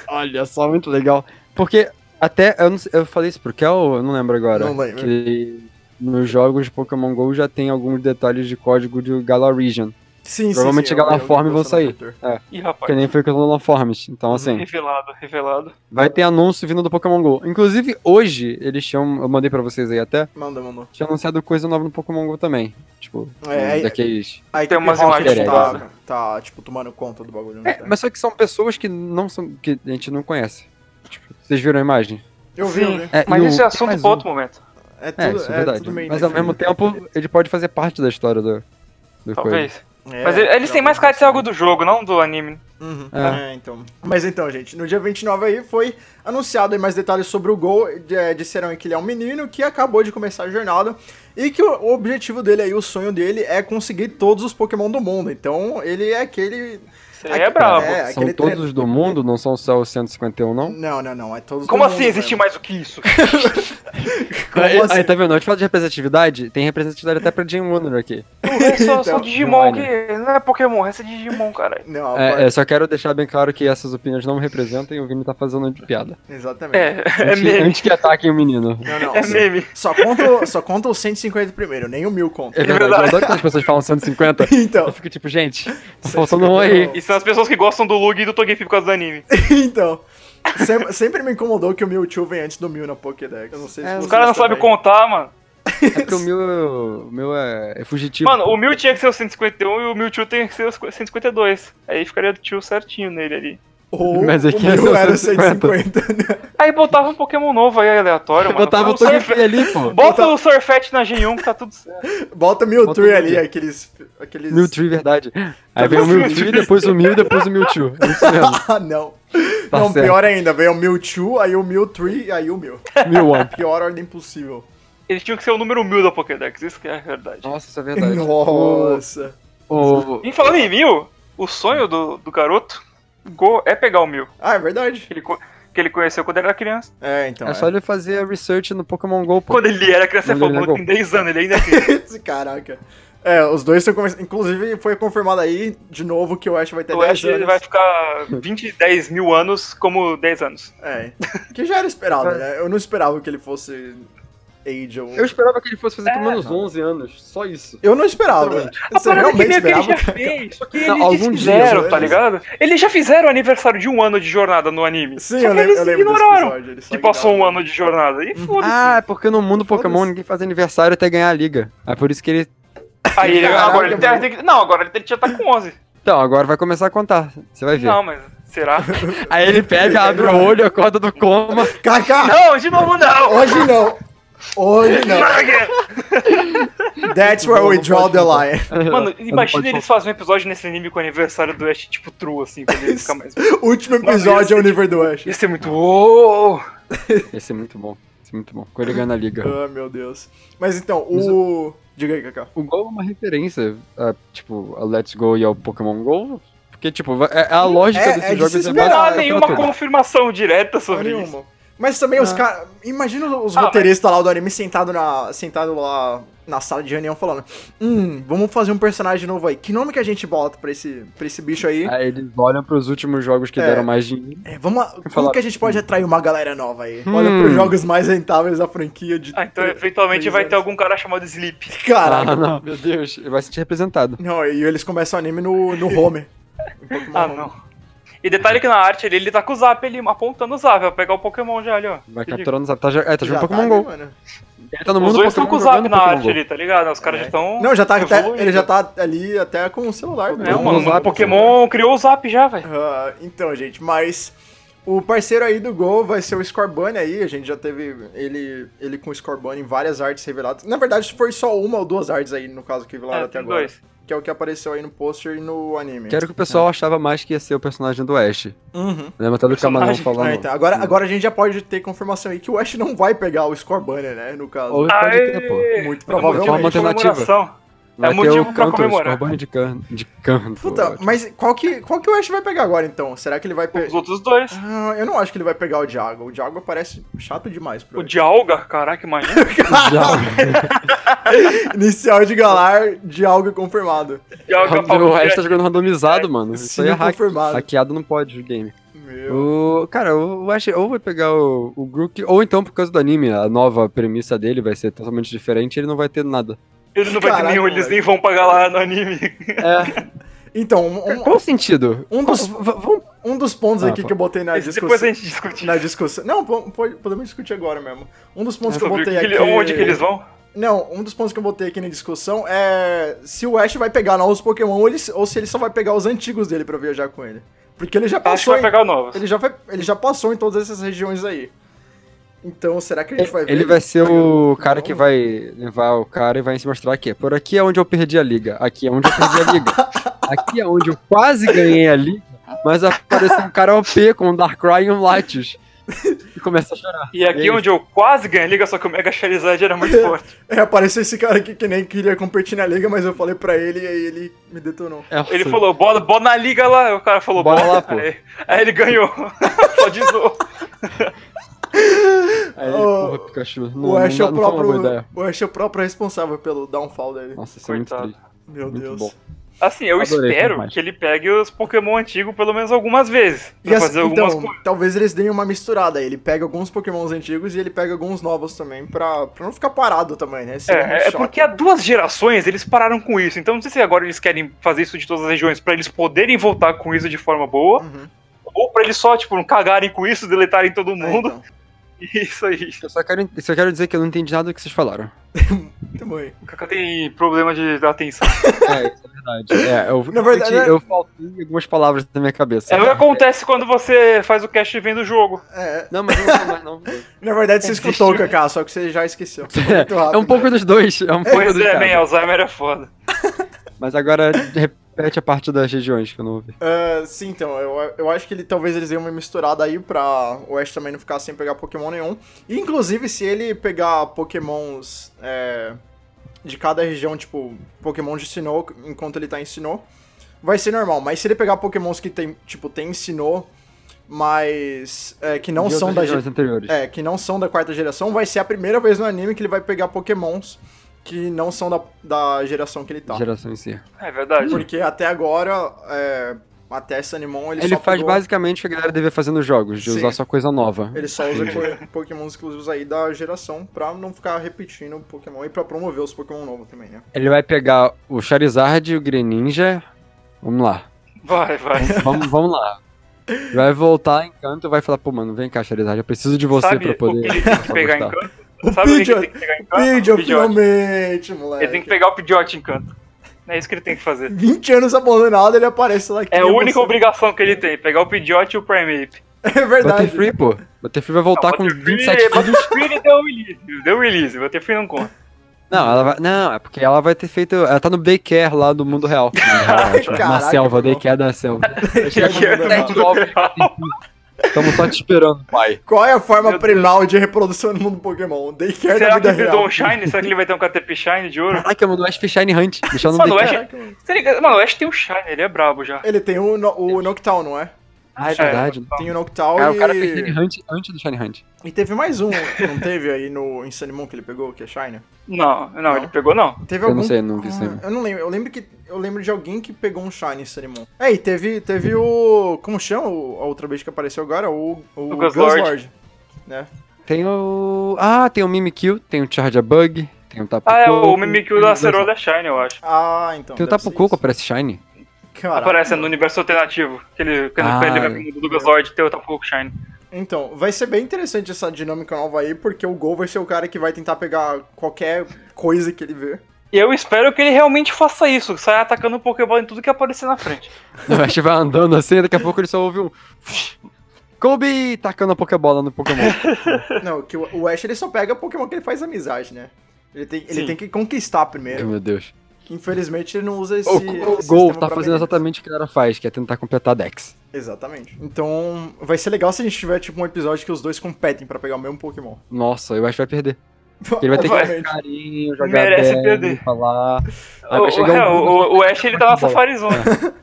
Speaker 2: Olha só, muito legal. Porque até, eu, não sei- eu falei isso pro Kel, eu não lembro agora.
Speaker 1: Não lembro.
Speaker 2: Que nos jogos de Pokémon GO já tem alguns detalhes de código de Galar Region.
Speaker 1: Sim, sim.
Speaker 2: Provavelmente
Speaker 1: sim, eu-
Speaker 2: Galaform
Speaker 1: eu- eu-
Speaker 2: vão sair.
Speaker 1: Twitter.
Speaker 3: Ih,
Speaker 2: Que
Speaker 3: rapaz.
Speaker 2: nem foi com o Lanoformes. Então, assim,
Speaker 3: Revelado, revelado.
Speaker 2: vai ter anúncio vindo do Pokémon GO. Inclusive, hoje, eles tinham. Eu mandei pra vocês aí até.
Speaker 1: Manda, manda.
Speaker 2: Tinha anunciado coisa nova no Pokémon GO também. Tipo,
Speaker 1: É, é-
Speaker 2: daqueles.
Speaker 1: Aí
Speaker 3: Tem umas né?
Speaker 2: imagens
Speaker 1: tá, tá, tipo, tomando conta do bagulho. não
Speaker 2: É,
Speaker 1: tá?
Speaker 2: mas só que são pessoas que não são. que a gente não conhece. Tipo, vocês viram a imagem?
Speaker 1: Eu vi, eu vi.
Speaker 2: É,
Speaker 3: Mas
Speaker 2: e
Speaker 3: esse
Speaker 2: o-
Speaker 3: é
Speaker 2: tem
Speaker 3: assunto
Speaker 2: mais
Speaker 3: pra
Speaker 2: um.
Speaker 3: outro momento.
Speaker 1: É tudo,
Speaker 2: É, isso é verdade.
Speaker 1: tudo meio né?
Speaker 2: mas ao mesmo
Speaker 1: indefinido.
Speaker 2: tempo, ele pode fazer parte da história do. do coisa.
Speaker 3: Talvez.
Speaker 1: É, assim.
Speaker 3: Mas ele- eles têm mais cara de ser
Speaker 1: realmente.
Speaker 3: algo do jogo, não do anime.
Speaker 1: Uhum.
Speaker 2: É.
Speaker 1: É, então. Mas então, gente, no dia 29 aí foi anunciado aí mais detalhes sobre o gol. É, disseram aí que ele é um menino que acabou de começar a jornada e que o o objetivo dele aí, o sonho dele, é conseguir todos os Pokémon do mundo. Então, ele é aquele.
Speaker 3: Você é brabo.
Speaker 1: É,
Speaker 2: São
Speaker 1: aquele
Speaker 2: todos
Speaker 1: tre-
Speaker 2: do mundo, não são só os 151, não?
Speaker 1: Não, não, não. É todos
Speaker 3: Como
Speaker 1: do mundo,
Speaker 3: assim existe
Speaker 1: velho.
Speaker 3: mais do que isso?
Speaker 1: Como
Speaker 2: aí,
Speaker 1: assim?
Speaker 2: aí, tá vendo? A gente fala de representatividade, tem representatividade até pra Jane Wonder aqui.
Speaker 3: É só, só
Speaker 1: Então,
Speaker 3: Digimon
Speaker 2: não
Speaker 3: que.
Speaker 2: é,
Speaker 3: Não é Pokémon, essa é Digimon, caralho.
Speaker 1: Não,
Speaker 2: É,
Speaker 1: pode-
Speaker 2: é, só quero deixar bem claro que essas opiniões não me representam e o Vini tá fazendo de piada.
Speaker 1: exatamente.
Speaker 3: É, é
Speaker 2: Antes,
Speaker 3: meme.
Speaker 2: antes que ataquem o menino.
Speaker 1: Não, não.
Speaker 3: É
Speaker 1: só-
Speaker 3: meme.
Speaker 1: Só conta, o- só conta os 150 primeiro, nem o mil conta.
Speaker 2: É verdade,
Speaker 3: verdade.
Speaker 2: eu adoro quando as pessoas falam 150. Eu
Speaker 1: Então,
Speaker 2: fico tipo, gente, tá faltando um aí.
Speaker 3: E são as pessoas que gostam do Lug e do Togepi por causa do anime.
Speaker 1: então. sem- Sempre, me incomodou que o Mewtwo vem antes do Mil na Pokédex. Eu não sei se
Speaker 2: É,
Speaker 1: vocês
Speaker 3: O cara não sabe
Speaker 1: também.
Speaker 3: contar, mano.
Speaker 1: um.
Speaker 2: É porque o meu, o meu é, é fugitivo.
Speaker 3: Mano, o Mew tinha que ser o 151 e o Mewtwo tem que ser o 152. Aí ficaria o tio certinho nele ali.
Speaker 1: Ou
Speaker 2: Mas aqui
Speaker 1: o
Speaker 2: é
Speaker 1: meu
Speaker 2: só
Speaker 1: era o
Speaker 2: 150.
Speaker 1: 150, né?
Speaker 3: Aí botava um Pokémon novo aí, aleatório,
Speaker 2: eu
Speaker 3: mano.
Speaker 2: botava o
Speaker 3: Bota Surf-
Speaker 2: Togepi ali, pô.
Speaker 3: Bota o Surfet na G1 que tá tudo certo.
Speaker 1: Bota o Mewtwo
Speaker 2: Bota o
Speaker 1: ali,
Speaker 2: Mewtwo.
Speaker 1: aqueles... aqueles...
Speaker 2: Mewtwo, verdade. Aí veio o Mewtwo, depois o Mew, depois o Mewtwo. É Isso mesmo.
Speaker 1: Ah, não.
Speaker 2: Tá
Speaker 1: não,
Speaker 2: certo.
Speaker 1: pior ainda, veio o Mewtwo, aí o Mewtree, aí o Mew.
Speaker 2: Mew One.
Speaker 1: Pior ordem possível.
Speaker 3: Eles tinham que ser o número mil da Pokédex, isso que é a verdade.
Speaker 2: Nossa, isso é verdade. É
Speaker 1: Nossa.
Speaker 2: O, o-
Speaker 3: E falando em mil, o sonho do, do garoto Go é pegar o mil
Speaker 1: Ah, é verdade.
Speaker 3: que ele, co- que ele conheceu quando ele era criança.
Speaker 1: É, então.
Speaker 2: é só ele fazer a research no Pokémon GO, pô.
Speaker 3: Quando ele era criança, ele
Speaker 2: Quando ele
Speaker 3: falou
Speaker 2: era
Speaker 3: que tem 10 anos, ele ainda é criança.
Speaker 1: Caraca. É, os dois estão começando. Inclusive, foi confirmado aí de novo que o Ash vai ter
Speaker 3: O
Speaker 1: 10
Speaker 3: Ash ele
Speaker 1: anos.
Speaker 3: vai ficar 20, 10 mil anos como 10 anos.
Speaker 1: É. Que já era
Speaker 3: É.
Speaker 1: esperado, né? Eu não esperava que ele fosse Age ou.
Speaker 2: Eu esperava que ele fosse fazer pelo
Speaker 3: É,
Speaker 2: menos 11 anos, só isso.
Speaker 1: Eu não esperava.
Speaker 2: Realmente.
Speaker 3: A
Speaker 1: Você
Speaker 3: parada é que
Speaker 1: realmente
Speaker 3: meio que ele
Speaker 1: esperava?
Speaker 3: já fez. Porque
Speaker 2: Não,
Speaker 3: eles
Speaker 2: algum dia,
Speaker 3: fizeram,
Speaker 1: né?
Speaker 3: tá ligado? Eles já fizeram o aniversário de um ano de jornada no anime.
Speaker 1: Sim, eu
Speaker 3: só que
Speaker 1: lembro,
Speaker 3: eles
Speaker 1: eu lembro desse
Speaker 3: ignoraram
Speaker 1: episódio. Uhum. eles só
Speaker 3: que passou um
Speaker 1: ignoraram.
Speaker 3: ano de jornada. E foda-se.
Speaker 2: Ah, é porque no mundo Pokémon
Speaker 1: Foda-se.
Speaker 2: ninguém faz aniversário até ganhar a liga. É por isso que ele.
Speaker 3: Aí ele,
Speaker 1: Caraca,
Speaker 3: agora ele tem,
Speaker 1: mano.
Speaker 3: tem que- Não, agora ele já tá com 11.
Speaker 2: Então, agora vai começar a contar. Você vai ver.
Speaker 3: Não, mas será?
Speaker 2: Aí ele pega, abre o olho, acorda do coma.
Speaker 1: Kaká!
Speaker 3: Não, de novo não!
Speaker 1: Hoje não! Hoje não! That's where we draw the line.
Speaker 3: Mano,
Speaker 2: Mas não
Speaker 3: imagina
Speaker 2: pode
Speaker 3: eles fazem um episódio nesse anime com o aniversário do Ash, tipo, true, assim, quando ele fica mais...
Speaker 1: Último
Speaker 3: Mano,
Speaker 1: episódio é o
Speaker 3: esse-
Speaker 1: nível do Ash.
Speaker 3: Ia ser muito... Uou!
Speaker 2: falar. Esse é muito bom. Esse é muito bom. Quando ele ganha a liga.
Speaker 1: Ah, meu Deus. Mas então, o. Diga aí, Kaká.
Speaker 2: O Gol é uma referência, a, tipo, a Let's Go e ao Pokémon Go. Porque, tipo, vai- é, é a lógica
Speaker 1: É-
Speaker 2: desses
Speaker 1: é de
Speaker 2: jogos
Speaker 1: se
Speaker 2: é
Speaker 3: Não
Speaker 1: esperar,
Speaker 2: baseada
Speaker 3: há
Speaker 2: pra
Speaker 3: nenhuma
Speaker 2: tudo.
Speaker 3: confirmação direta sobre isso.
Speaker 1: Nenhuma. Mas também os caras. Imagina os
Speaker 3: Ah,
Speaker 1: roteiristas lá do anime sentado, na, sentado lá na sala de reunião falando: Hum, vamos fazer um personagem novo aí. Que nome que a gente bota pra esse, pra esse bicho aí?
Speaker 2: Aí eles olham pros últimos jogos que
Speaker 1: É.
Speaker 2: deram mais dinheiro.
Speaker 1: É, vamos. a- Como
Speaker 2: falar-
Speaker 1: que a gente pode atrair uma galera nova aí?
Speaker 2: Hum.
Speaker 1: Olha pros jogos mais rentáveis da franquia de.
Speaker 3: Ah, então
Speaker 1: tre-
Speaker 3: eventualmente
Speaker 1: três
Speaker 3: vai
Speaker 1: anos.
Speaker 3: ter algum cara chamado Sleep.
Speaker 1: Caraca.
Speaker 2: Ah, não, meu Deus. Ele vai se sentir representado.
Speaker 1: Não, e eles começam o anime no, no Homer. Em Pokémon
Speaker 3: Ah,
Speaker 1: Home.
Speaker 3: não. E detalhe que na arte ele, ele tá com o Zap ali, apontando o Zap, vai pegar o Pokémon já ali, ó.
Speaker 2: Vai
Speaker 3: Se liga.
Speaker 2: capturando os Zap. Tá, jo- é, tá
Speaker 1: Já
Speaker 2: jogando Pokémon
Speaker 1: tá,
Speaker 2: Go.
Speaker 1: né, mano?
Speaker 2: Ele tá no
Speaker 3: Os
Speaker 2: mundo
Speaker 3: dois estão
Speaker 2: Pokémon
Speaker 3: com o
Speaker 2: jogando
Speaker 3: Zap na arte
Speaker 2: Pokémon Go.
Speaker 3: ali, tá ligado? Os caras já estão.
Speaker 1: Não, já tá, até-
Speaker 3: evoluindo.
Speaker 1: ele já tá ali até com o celular. né?
Speaker 3: É, mano,
Speaker 2: Zap,
Speaker 3: o Pokémon criou o Zap já, velho.
Speaker 1: Ah, então, gente, mas o parceiro aí do Gol vai ser o Scorbunny aí. A gente já teve ele, ele com o Scorbunny em várias artes reveladas. Na verdade, foi só uma ou duas artes aí, no caso, que revelaram
Speaker 3: É,
Speaker 1: até
Speaker 3: tem
Speaker 1: agora.
Speaker 3: dois.
Speaker 1: Que é o que apareceu aí no pôster e no anime.
Speaker 2: Que era o que o pessoal achava mais que ia ser o personagem do Ash.
Speaker 1: Uhum.
Speaker 2: Lembra até do camarão
Speaker 3: Personagem.
Speaker 2: falando.
Speaker 1: Ah, então, agora, agora a gente já pode ter confirmação aí que o Ash não vai pegar o Scorbunny, né? No caso.
Speaker 2: Ou pode ter, pô.
Speaker 1: Muito
Speaker 2: provavelmente. Forma
Speaker 1: provavelmente.
Speaker 2: alternativa.
Speaker 3: Comemoração.
Speaker 2: Vai ter
Speaker 3: é motivo
Speaker 2: o
Speaker 3: pra
Speaker 2: canto,
Speaker 3: comemorar.
Speaker 2: o Scorbunny de canto. De canto.
Speaker 1: Puta, mas qual que, qual que o Ash vai pegar agora, então? Será que ele vai
Speaker 3: Os
Speaker 1: pegar...
Speaker 3: outros dois.
Speaker 1: Ah, eu não acho que ele vai pegar o Diago. O Diago parece chato demais pro
Speaker 3: O
Speaker 1: Ash.
Speaker 3: Dialga, caraca, imagina.
Speaker 2: Já,
Speaker 1: Inicial de Galar, Dialga confirmado.
Speaker 3: O Dialga
Speaker 2: o
Speaker 3: Palpatine.
Speaker 2: Ash tá jogando randomizado, mano. Isso aí é
Speaker 1: Sim,
Speaker 2: hack,
Speaker 1: confirmado.
Speaker 2: hackeado, não pode o game.
Speaker 1: Meu.
Speaker 2: O, cara, o Ash ou vai pegar o, o Grook, ou então, por causa do anime, a nova premissa dele vai ser totalmente diferente e ele não vai ter nada.
Speaker 3: Ele não vai
Speaker 1: Caraca,
Speaker 3: ter nenhum, eles
Speaker 1: moleque.
Speaker 3: nem vão pagar lá no anime.
Speaker 2: É,
Speaker 1: Então, um, um-
Speaker 2: qual o sentido?
Speaker 1: Um dos-
Speaker 2: Qual- v- vamos-
Speaker 1: um dos pontos
Speaker 2: Ah,
Speaker 1: aqui
Speaker 2: pô.
Speaker 1: que eu botei na
Speaker 3: Depois a
Speaker 1: discussão.
Speaker 3: gente discute.
Speaker 1: Na discussão. Não, po- po- podemos discutir agora mesmo. Um dos pontos que eu
Speaker 3: Sobre o que
Speaker 1: botei
Speaker 3: que
Speaker 1: aqui.
Speaker 3: ele- onde que eles vão.
Speaker 1: Não, um dos pontos que eu botei aqui na discussão é se o Ash vai pegar novos Pokémon ou, ele- ou se ele só vai pegar os antigos dele pra viajar com ele. Porque ele já
Speaker 3: Acho que
Speaker 1: passou.
Speaker 3: vai
Speaker 1: Em,
Speaker 3: pegar o novos.
Speaker 1: ele, já foi- ele já passou em todas essas regiões aí. Então, será que a gente vai ver?
Speaker 2: Ele vai ser o cara que
Speaker 1: Não.
Speaker 2: vai levar o cara e vai se mostrar aqui. Por aqui é onde eu perdi a liga. Aqui é onde eu perdi a liga. Aqui é onde eu quase ganhei a liga, mas apareceu um cara OP com um Darkrai e um Latios. E começa a chorar.
Speaker 3: E aqui
Speaker 2: E aí?
Speaker 3: onde eu quase ganhei a liga, só que o Mega Charizard era muito forte.
Speaker 1: É, apareceu esse cara aqui que nem queria competir na liga, mas eu falei pra ele e aí ele me detonou.
Speaker 2: Elsa.
Speaker 3: Ele falou, bola, bola na liga lá. O cara falou,
Speaker 2: Bora
Speaker 3: bola,
Speaker 2: lá, pô.
Speaker 3: Aí, aí ele ganhou. Só desou.
Speaker 2: Aí, ele,
Speaker 1: "Ô,
Speaker 2: É, porra, Pikachu. Não,
Speaker 1: "Oh, o,
Speaker 2: não,
Speaker 1: Ash é
Speaker 2: dá-
Speaker 1: o
Speaker 2: não foi uma boa ideia.
Speaker 1: próprio, o Ash é o próprio responsável pelo downfall dele.
Speaker 2: Nossa, isso é muito
Speaker 3: Coitado.
Speaker 2: triste.
Speaker 1: Meu
Speaker 2: Muito
Speaker 1: Deus.
Speaker 2: bom.
Speaker 3: Assim, eu
Speaker 2: Adorei,
Speaker 3: espero
Speaker 2: demais.
Speaker 3: que ele pegue os Pokémon antigos pelo menos algumas vezes. Pra
Speaker 1: E assim,
Speaker 3: fazer algumas
Speaker 1: então,
Speaker 3: coisas.
Speaker 1: talvez eles deem uma misturada. Ele pega alguns pokémons antigos e ele pega alguns novos também, pra, pra não ficar parado também, né? Senão
Speaker 3: É, é
Speaker 1: choca.
Speaker 3: porque há duas gerações eles pararam com isso. Então não sei se agora eles querem fazer isso de todas as regiões pra eles poderem voltar com isso de forma boa.
Speaker 1: Uhum.
Speaker 3: Ou pra eles só, tipo, não cagarem com isso, deletarem todo
Speaker 1: É,
Speaker 3: mundo.
Speaker 1: então.
Speaker 3: Isso aí.
Speaker 2: Eu só quero, eu só quero dizer que eu não entendi nada do que vocês falaram.
Speaker 1: Muito bem.
Speaker 3: O Kaká tem problema de atenção.
Speaker 2: É, isso é verdade. É, eu,
Speaker 1: Na verdade, né?
Speaker 2: eu faltei algumas palavras na minha cabeça.
Speaker 3: É o que acontece quando você faz o cast vendo o jogo.
Speaker 1: É,
Speaker 2: Não, mas eu não sou mais, não.
Speaker 1: na verdade, você
Speaker 3: É
Speaker 1: escutou, Kaká, só que você já esqueceu. Foi Muito rápido.
Speaker 2: É um pouco dos dois. É um pouco
Speaker 3: Pois
Speaker 2: dos
Speaker 3: é, man,
Speaker 2: dois.
Speaker 3: Alzheimer é foda.
Speaker 2: Mas agora repete a parte das regiões que eu não ouvi.
Speaker 1: Ah, sim, então, eu, eu acho que ele talvez eles deem uma misturada aí pra o Ash também não ficar sem pegar Pokémon nenhum. E, inclusive, se ele pegar Pokémons é, de cada região, tipo, Pokémon de Sinnoh, enquanto ele tá em Sinnoh, vai ser normal. Mas se ele pegar Pokémons que tem, tipo, tem em Sinnoh, mas é, que não
Speaker 2: De
Speaker 1: são
Speaker 2: outras
Speaker 1: da é,
Speaker 2: regiões
Speaker 1: ge-
Speaker 2: anteriores.
Speaker 1: é, que não são da quarta geração, vai ser a primeira vez no anime que ele vai pegar Pokémons que não são da, da geração que ele tá.
Speaker 2: Geração em si.
Speaker 3: É verdade.
Speaker 1: Porque até agora, é, até esse Animon, ele,
Speaker 2: Ele,
Speaker 1: só
Speaker 2: faz
Speaker 1: pegou-
Speaker 2: basicamente o que a galera devia fazer nos jogos, de
Speaker 1: Sim.
Speaker 2: usar só coisa nova.
Speaker 1: Ele só usa po- Pokémon exclusivos aí da geração pra não ficar repetindo o Pokémon e pra promover os Pokémon novos também, né?
Speaker 2: Ele vai pegar o Charizard, o Greninja. Vamos lá.
Speaker 3: Vai, vai.
Speaker 2: Vamos, vamos lá. Vai voltar em canto e vai falar, pô, mano, vem cá, Charizard, eu preciso de você
Speaker 3: Sabe
Speaker 2: pra
Speaker 3: o que
Speaker 2: poder.
Speaker 3: ele tem que
Speaker 2: pra
Speaker 3: pegar em
Speaker 2: gostar."
Speaker 3: canto? Sabe o que ele
Speaker 1: Pidgeot.
Speaker 3: tem que pegar em canto?
Speaker 1: Pidgeot, é
Speaker 3: Pidgeot.
Speaker 1: finalmente,
Speaker 3: Ele tem
Speaker 1: moleque.
Speaker 3: que pegar o Pidgeot em canto. É isso que ele tem que fazer.
Speaker 1: 20 anos abandonado, ele aparece lá. que
Speaker 3: É a
Speaker 1: nem
Speaker 3: única
Speaker 1: você.
Speaker 3: obrigação que ele tem, pegar o Pidgeot e o Ah, Primeape.
Speaker 1: É verdade.
Speaker 2: Butterfree, pô. Butterfree vai voltar com
Speaker 3: Butterfree- é
Speaker 2: 27 filhos.
Speaker 3: Butterfree ele deu o release, deu o release, Butterfree não conta.
Speaker 2: Não, ela vai, não, é porque ela vai ter feito. Ela tá no daycare lá do mundo real. na
Speaker 1: caraca,
Speaker 2: selva,
Speaker 1: mano.
Speaker 2: daycare da selva.
Speaker 3: Que é
Speaker 1: um
Speaker 3: do mundo real.
Speaker 2: Estamos só te esperando, pai.
Speaker 1: Qual é a forma
Speaker 3: Meu Deus.
Speaker 1: primal de reprodução no mundo Pokémon? Daycare da
Speaker 3: Será que
Speaker 1: vida
Speaker 3: ele vai ter
Speaker 1: real.
Speaker 3: um Shine? Será que ele vai ter um Caterpie Shine de ouro?
Speaker 2: Caraca, mano, o Ash Shine Hunt. Deixar no
Speaker 3: Mano, o
Speaker 2: daycare.
Speaker 3: Ash, se liga- mano, o Ash tem um Shine, ele é brabo já.
Speaker 1: Ele tem o, no- o Noctowl, não é?
Speaker 2: Ah, é
Speaker 3: Shine,
Speaker 2: verdade.
Speaker 3: total.
Speaker 1: Tem É, o Noctowl
Speaker 2: Cara,
Speaker 1: e...
Speaker 2: o cara fez Shine Hunt antes do Shine Hunt.
Speaker 1: e teve mais um, não teve aí no Insanimon que ele pegou, que é Shiner?
Speaker 3: Não, não, ele pegou não.
Speaker 1: Teve
Speaker 2: Eu
Speaker 1: algum...
Speaker 2: não sei, não vi
Speaker 1: Ah,
Speaker 2: isso aí.
Speaker 1: Eu não lembro, eu lembro que eu lembro de alguém que pegou um Shine em Cerimon. É, e teve, teve o. Como chama o- a outra vez que apareceu agora? O, o,
Speaker 3: O Guslord.
Speaker 1: Guslord, Né?
Speaker 2: Tem o. Ah, tem o Mimikyu, tem o Charger Bug, tem o Tapu
Speaker 3: Ah, é,
Speaker 2: Koko,
Speaker 3: o Mimikyu da
Speaker 2: tem o
Speaker 3: Acerola é Shine, eu acho.
Speaker 1: Ah, então.
Speaker 2: Tem o
Speaker 1: deve
Speaker 2: Tapu
Speaker 1: ser
Speaker 2: Koko,
Speaker 1: isso.
Speaker 2: parece Shine.
Speaker 1: Caraca.
Speaker 3: Aparece no universo alternativo, que ele, que
Speaker 2: Ah,
Speaker 3: ele vai pro mundo do Gazord e tem o Tapu Shine.
Speaker 1: Então, vai ser bem interessante essa dinâmica nova aí, porque o Gol vai ser o cara que vai tentar pegar qualquer coisa que ele vê.
Speaker 3: E eu espero que ele realmente faça isso, que saia atacando o Pokébola em tudo que aparecer na frente.
Speaker 2: O Ash vai andando assim, daqui a pouco ele só ouve um. Kobe tacando a Pokébola no Pokémon.
Speaker 1: Não, que o o Ash ele só pega Pokémon que ele faz amizade, né? Ele tem, ele
Speaker 3: Sim.
Speaker 1: tem que conquistar
Speaker 2: Ai,
Speaker 1: primeiro.
Speaker 2: Meu Deus.
Speaker 1: Infelizmente ele não usa esse.
Speaker 2: O, o
Speaker 1: esse
Speaker 2: Gol
Speaker 1: sistema
Speaker 2: tá
Speaker 1: pra
Speaker 2: fazendo
Speaker 1: vender.
Speaker 2: exatamente o que o cara faz, que é tentar completar a Dex.
Speaker 1: Exatamente. Então, vai ser legal se a gente tiver, tipo, um episódio que os dois competem pra pegar o mesmo Pokémon.
Speaker 2: Nossa, eu acho que vai perder. Porque ele vai ter que
Speaker 3: Vai.
Speaker 2: fazer carinho, jogar
Speaker 3: Merece
Speaker 2: bem,
Speaker 3: perder.
Speaker 2: falar. Aí
Speaker 3: O,
Speaker 2: vai
Speaker 3: o,
Speaker 2: chegar
Speaker 3: é,
Speaker 2: um
Speaker 3: o,
Speaker 2: mundo-
Speaker 3: o Ash ele tá na safarizona.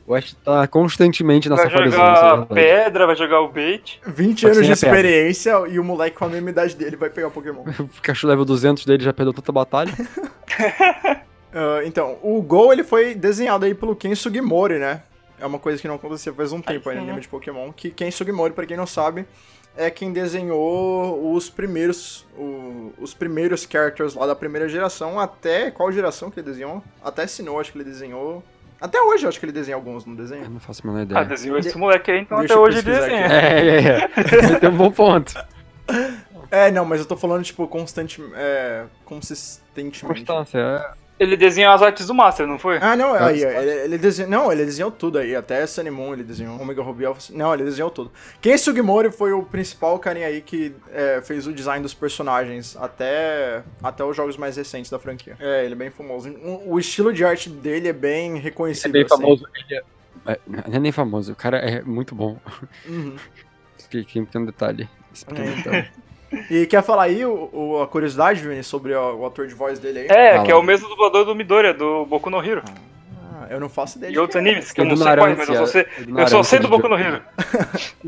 Speaker 2: o Ash tá constantemente na
Speaker 3: Vai
Speaker 2: safarizona. isso é
Speaker 3: jogar
Speaker 2: verdade.
Speaker 3: pedra, vai jogar o bait.
Speaker 1: 20
Speaker 2: Pode
Speaker 1: anos de
Speaker 2: ser minha pedra.
Speaker 1: experiência e o moleque com a mesma idade dele vai pegar o Pokémon.
Speaker 2: O Pikachu level 200 dele já perdeu tanta batalha.
Speaker 1: Ah, então, o Gol ele foi desenhado aí pelo Ken Sugimori, né? É uma coisa que não acontecia faz um tempo aí no
Speaker 3: sim,
Speaker 1: anime de Pokémon. Que Ken Sugimori, pra quem não sabe, é quem desenhou os primeiros. o- os primeiros characters lá da primeira geração. Até. Qual geração que ele desenhou? Até Sinnoh, acho que ele desenhou. Até hoje eu acho que ele desenha alguns, não desenha?
Speaker 2: Eu não faço a menor
Speaker 3: Ah,
Speaker 2: ideia.
Speaker 3: desenhou esse moleque aí, então
Speaker 1: Deixa
Speaker 3: até
Speaker 1: eu
Speaker 3: hoje ele
Speaker 1: pesquisar
Speaker 3: desenha.
Speaker 2: É, é, é. Tem um bom ponto.
Speaker 1: É, não, mas eu tô falando, tipo, constante, é, consistentemente.
Speaker 2: Constância. é.
Speaker 3: Ele desenha as artes do Master, não foi?
Speaker 1: Ah, não, aí, ele, ele desenhou, não, ele desenhou tudo aí, até Sunimon ele desenhou, Omega Ruby Alpha, não, ele desenhou tudo. Ken Sugimori foi o principal carinha aí que é, fez o design dos personagens, até, até os jogos mais recentes da franquia. É, ele é bem famoso, O- o estilo de arte dele é bem
Speaker 2: É
Speaker 1: reconhecido.
Speaker 2: bem
Speaker 1: assim.
Speaker 2: famoso. ele é- é, Não é nem famoso, o cara é muito bom.
Speaker 1: Uhum.
Speaker 2: Que, que tem um detalhe. então. Esse pequeno
Speaker 1: É.
Speaker 2: detalhe.
Speaker 1: E quer falar aí o, o- a curiosidade, Vini, sobre o, o ator de voz dele aí?
Speaker 3: É,
Speaker 2: Ah,
Speaker 3: que é
Speaker 2: lá.
Speaker 3: o mesmo dublador do Midoriya, do Boku no Hero.
Speaker 1: Ah, eu não faço ideia.
Speaker 3: E
Speaker 1: de
Speaker 3: outros
Speaker 1: quem é.
Speaker 3: animes, que eu
Speaker 2: É
Speaker 3: não
Speaker 2: do
Speaker 3: sei quais, mas
Speaker 2: Naranja,
Speaker 3: eu só sei,
Speaker 2: é do
Speaker 3: eu só sei do
Speaker 2: Naranja,
Speaker 3: Boku no Hero.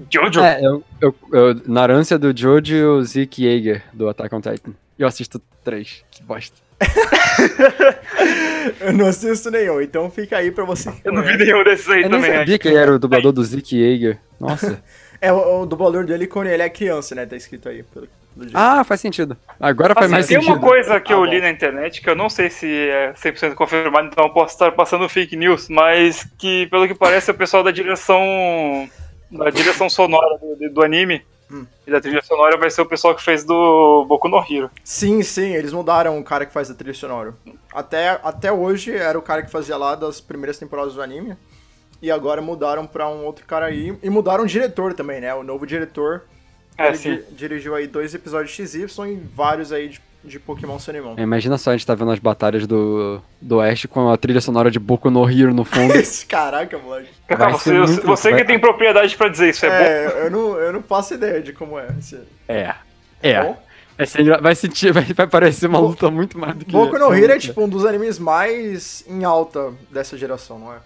Speaker 3: Jojo.
Speaker 2: É, eu, eu, eu, Narância do Jojo e o Zeke Yeager do Attack on Titan. Eu assisto três, que bosta.
Speaker 1: Eu não assisto nenhum, então fica aí pra você. que
Speaker 3: Eu não vi
Speaker 1: conhece.
Speaker 3: nenhum desses aí
Speaker 2: Eu nem
Speaker 3: também. né?
Speaker 2: sabia
Speaker 3: acho.
Speaker 2: que ele era o dublador do Zeke Yeager. Nossa.
Speaker 1: É, o, o dublador dele, quando ele é criança, né? Tá escrito aí. Pelo, pelo jeito.
Speaker 2: Ah, faz sentido. Agora faz
Speaker 3: Assim,
Speaker 2: mais
Speaker 3: tem
Speaker 2: sentido.
Speaker 3: uma coisa que
Speaker 1: Ah,
Speaker 3: eu
Speaker 1: bom.
Speaker 3: li na internet, que eu não sei se é 100% confirmado, então eu posso estar passando fake news, mas que, pelo que parece, o pessoal da direção da direção sonora do, do anime
Speaker 1: Hum.
Speaker 3: e da trilha sonora vai ser o pessoal que fez do Boku no Hero.
Speaker 1: Sim, sim, eles mudaram o cara que faz a trilha sonora. Até, até hoje era o cara que fazia lá das primeiras temporadas do anime. E agora mudaram pra um outro cara aí. E mudaram o diretor também, né? O novo diretor.
Speaker 3: É,
Speaker 1: ele
Speaker 3: sim.
Speaker 1: di- dirigiu aí dois episódios XY e vários aí de, de Pokémon Sunimon.
Speaker 2: É, Imagina só, a gente tá vendo as batalhas do, do Oeste com a trilha sonora de Boku no Hero no fundo.
Speaker 1: Esse Caraca, moleque.
Speaker 3: Cacá,
Speaker 2: Vai ser
Speaker 3: você,
Speaker 2: muito-
Speaker 3: você
Speaker 2: vai-
Speaker 3: que tem propriedade pra dizer isso, é, bom?
Speaker 1: É, eu não, eu não faço ideia de como é. esse-
Speaker 2: É. É.
Speaker 1: Bom,
Speaker 2: Vai, ser engra- vai sentir, vai, vai parecer uma luta muito mais do que.
Speaker 1: Boku no Hero é tipo um dos animes mais em alta dessa geração, não é?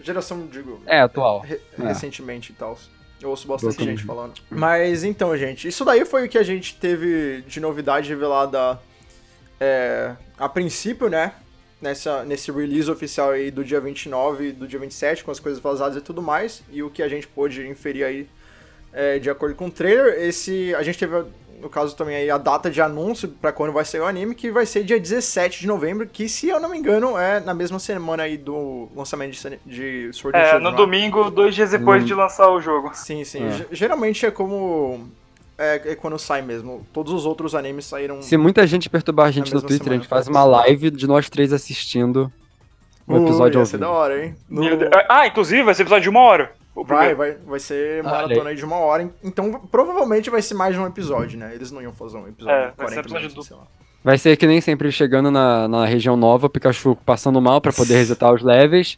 Speaker 1: Geração, digo,
Speaker 2: É, atual.
Speaker 1: re-
Speaker 2: É.
Speaker 1: recentemente e tal. Eu ouço bastante
Speaker 2: Boku no
Speaker 1: gente
Speaker 2: Hero.
Speaker 1: falando. Mas então, gente, isso daí foi o que a gente teve de novidade revelada é, a princípio, né? Nessa, nesse release oficial aí do dia 29 e do dia 27, com as coisas vazadas e tudo mais, e o que a gente pôde inferir aí é, de acordo com o trailer, esse, a gente teve, no caso também, aí, a data de anúncio pra quando vai sair o anime, que vai ser dia 17 de novembro, que se eu não me engano é na mesma semana aí do lançamento de, Sun- de Sword and
Speaker 3: É,
Speaker 1: Shield.
Speaker 3: no
Speaker 1: não
Speaker 3: domingo, dois dias depois
Speaker 2: Hum.
Speaker 3: de lançar o jogo.
Speaker 1: Sim, sim.
Speaker 2: É.
Speaker 1: Ge- Geralmente é como. É, é quando sai mesmo. Todos os outros animes saíram.
Speaker 2: Se muita gente perturbar a gente
Speaker 1: Na
Speaker 2: no
Speaker 1: mesma
Speaker 2: Twitter, a
Speaker 1: semana.
Speaker 2: gente faz uma live de nós três assistindo o
Speaker 1: Ui,
Speaker 2: um episódio
Speaker 1: Ia
Speaker 2: ao
Speaker 1: ser
Speaker 2: vivo.
Speaker 1: da hora, hein? No-
Speaker 3: Meu Deus. Ah, inclusive vai ser episódio de uma hora. O
Speaker 1: Vai,
Speaker 3: primeiro.
Speaker 1: vai, vai ser
Speaker 2: Ah,
Speaker 1: maratona aí de uma hora. hein? Então provavelmente vai ser mais de um episódio, né? Eles não iam fazer um episódio
Speaker 3: É,
Speaker 1: de
Speaker 3: vai ser
Speaker 1: 40
Speaker 3: episódio
Speaker 1: minutos,
Speaker 3: do-
Speaker 1: sei lá.
Speaker 2: Vai ser que nem sempre ele chegando na, na região nova, o Pikachu passando mal pra poder resetar os levels.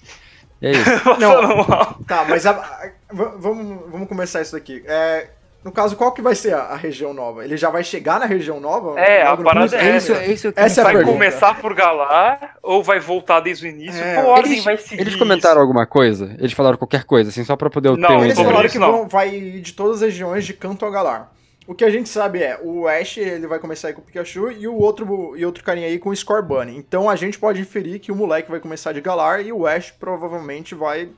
Speaker 2: E é isso.
Speaker 3: Passando mal.
Speaker 1: Tá, mas a- a- v- vamos, vamos começar isso daqui. É, no caso, qual que vai ser a, a região nova? Ele já vai chegar na região nova?
Speaker 3: É, a
Speaker 1: Logo no
Speaker 3: parada
Speaker 1: começo?
Speaker 3: é essa.
Speaker 2: isso
Speaker 1: que Essa é a
Speaker 3: Vai
Speaker 1: pergunta.
Speaker 3: começar por Galar ou vai voltar desde o início?
Speaker 1: É,
Speaker 3: Qual ordem
Speaker 2: eles,
Speaker 3: vai seguir?
Speaker 2: eles comentaram
Speaker 3: isso?
Speaker 2: alguma coisa? Eles falaram qualquer coisa, assim, só pra poder eu
Speaker 3: Não,
Speaker 2: ter um
Speaker 1: Eles
Speaker 3: sobre
Speaker 1: falaram
Speaker 2: interesse.
Speaker 3: isso
Speaker 1: que
Speaker 3: não.
Speaker 1: vão, vai ir de todas as regiões de canto a Galar. O que a gente sabe é, o Ash ele vai começar aí com o Pikachu e o outro, e outro carinha aí com o Scorbunny. Então a gente pode inferir que o moleque vai começar de Galar e o Ash provavelmente vai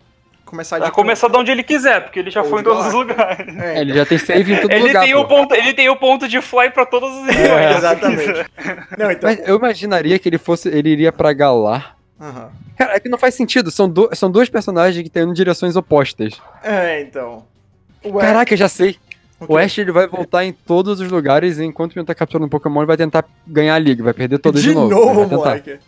Speaker 1: começar de...
Speaker 3: Vai começar de onde ele quiser, porque ele já
Speaker 1: Ou
Speaker 3: foi em
Speaker 1: de
Speaker 3: todos
Speaker 1: Galar.
Speaker 3: os lugares.
Speaker 1: É,
Speaker 2: É, ele já tem save em todo
Speaker 3: Ele
Speaker 2: lugar.
Speaker 3: tem,
Speaker 2: pô.
Speaker 3: o ponto, ele tem o ponto de fly pra todos os
Speaker 1: é,
Speaker 3: idiomas.
Speaker 1: exatamente. Não, então...
Speaker 2: Mas eu imaginaria que ele fosse. Ele iria pra Galar.
Speaker 1: Aham.
Speaker 2: Cara, é que não faz sentido. São, do, são dois personagens que estão indo em direções opostas.
Speaker 1: É, então... O Ash-
Speaker 2: Caraca, eu já sei.
Speaker 1: o que-
Speaker 2: O Ash é ele vai voltar em todos os lugares, e enquanto ele tá capturando Pokémon, ele vai tentar ganhar a liga, vai perder todas de, novo. vai tentar.
Speaker 1: moleque.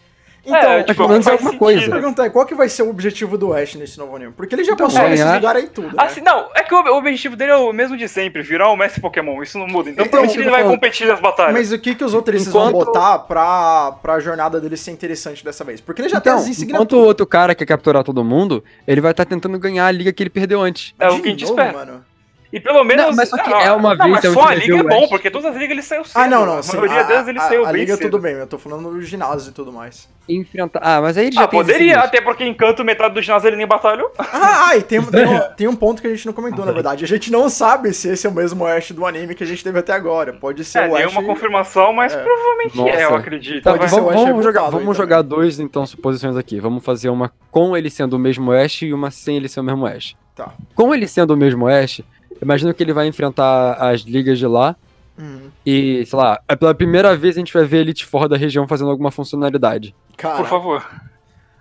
Speaker 1: Então,
Speaker 3: É,
Speaker 2: mas pelo menos
Speaker 3: faz
Speaker 2: alguma
Speaker 1: eu
Speaker 3: sentido.
Speaker 2: coisa.
Speaker 1: perguntar, qual que vai ser o objetivo do Ash nesse novo anime? Porque ele já
Speaker 2: Então,
Speaker 1: passou
Speaker 2: ganhar-
Speaker 1: nesses lugares aí tudo, né?
Speaker 3: Assim, não, é que o o objetivo dele é o mesmo de sempre, virar o mestre Pokémon, isso não muda. Então,
Speaker 2: Então,
Speaker 3: provavelmente
Speaker 2: eu
Speaker 3: ele
Speaker 2: tô
Speaker 3: vai
Speaker 2: falando-
Speaker 3: competir nas batalhas.
Speaker 1: Mas o que, que os roteiristas vão
Speaker 2: Enquanto-
Speaker 1: botar pra, pra jornada dele ser interessante dessa vez? Porque ele já tá assim,
Speaker 2: Então,
Speaker 1: tem as
Speaker 2: enquanto o
Speaker 1: insignificantes.
Speaker 2: outro cara quer capturar todo mundo, ele vai estar tentando ganhar a liga que ele perdeu antes.
Speaker 3: É o que a gente espera.
Speaker 1: Mano.
Speaker 3: E pelo menos.
Speaker 2: Não, mas só que
Speaker 3: ah,
Speaker 2: é uma
Speaker 3: não,
Speaker 2: vez,
Speaker 3: mas
Speaker 2: é o
Speaker 3: só a
Speaker 2: último
Speaker 3: liga é
Speaker 2: jogo, eu
Speaker 3: bom,
Speaker 2: acho.
Speaker 3: porque todas as ligas ele saiu cedo.
Speaker 1: Ah, não, não.
Speaker 3: A
Speaker 1: Sim,
Speaker 3: maioria
Speaker 1: a,
Speaker 3: delas ele
Speaker 1: a-
Speaker 3: saiu
Speaker 1: a
Speaker 3: bem
Speaker 2: é
Speaker 1: liga é
Speaker 3: cedo.
Speaker 1: tudo bem, eu tô falando dos ginásios e tudo mais.
Speaker 2: Enfrentar. Ah, mas aí ele já
Speaker 3: Ah,
Speaker 2: tem.
Speaker 3: poderia,
Speaker 2: esse-
Speaker 3: até porque encanto metade do ginásio ele nem batalhou.
Speaker 1: Ah, ah, e tem, tem, um, tem um ponto que a gente não comentou, na verdade. A gente não sabe se esse é o mesmo Ash do anime que a gente teve até agora. Pode ser
Speaker 3: É,
Speaker 1: o Ash.
Speaker 3: nenhuma confirmação, mas
Speaker 1: É.
Speaker 3: provavelmente é, eu
Speaker 2: Nossa.
Speaker 3: acredito.
Speaker 2: Tá,
Speaker 1: Pode
Speaker 3: vai.
Speaker 1: ser o Ash
Speaker 2: vamos vamos jogar,
Speaker 1: revoltado aí
Speaker 2: vamos
Speaker 1: também.
Speaker 2: jogar dois, então, suposições aqui. Vamos fazer uma com ele sendo o mesmo Ash e uma sem ele ser o mesmo Ash.
Speaker 1: Tá.
Speaker 2: Com ele sendo o mesmo Ash, imagino que ele vai enfrentar as ligas de lá.
Speaker 1: Uhum.
Speaker 2: E, sei lá, é pela primeira vez a gente vai ver a Elite Four da região fazendo alguma funcionalidade.
Speaker 1: Cara.
Speaker 3: Por favor.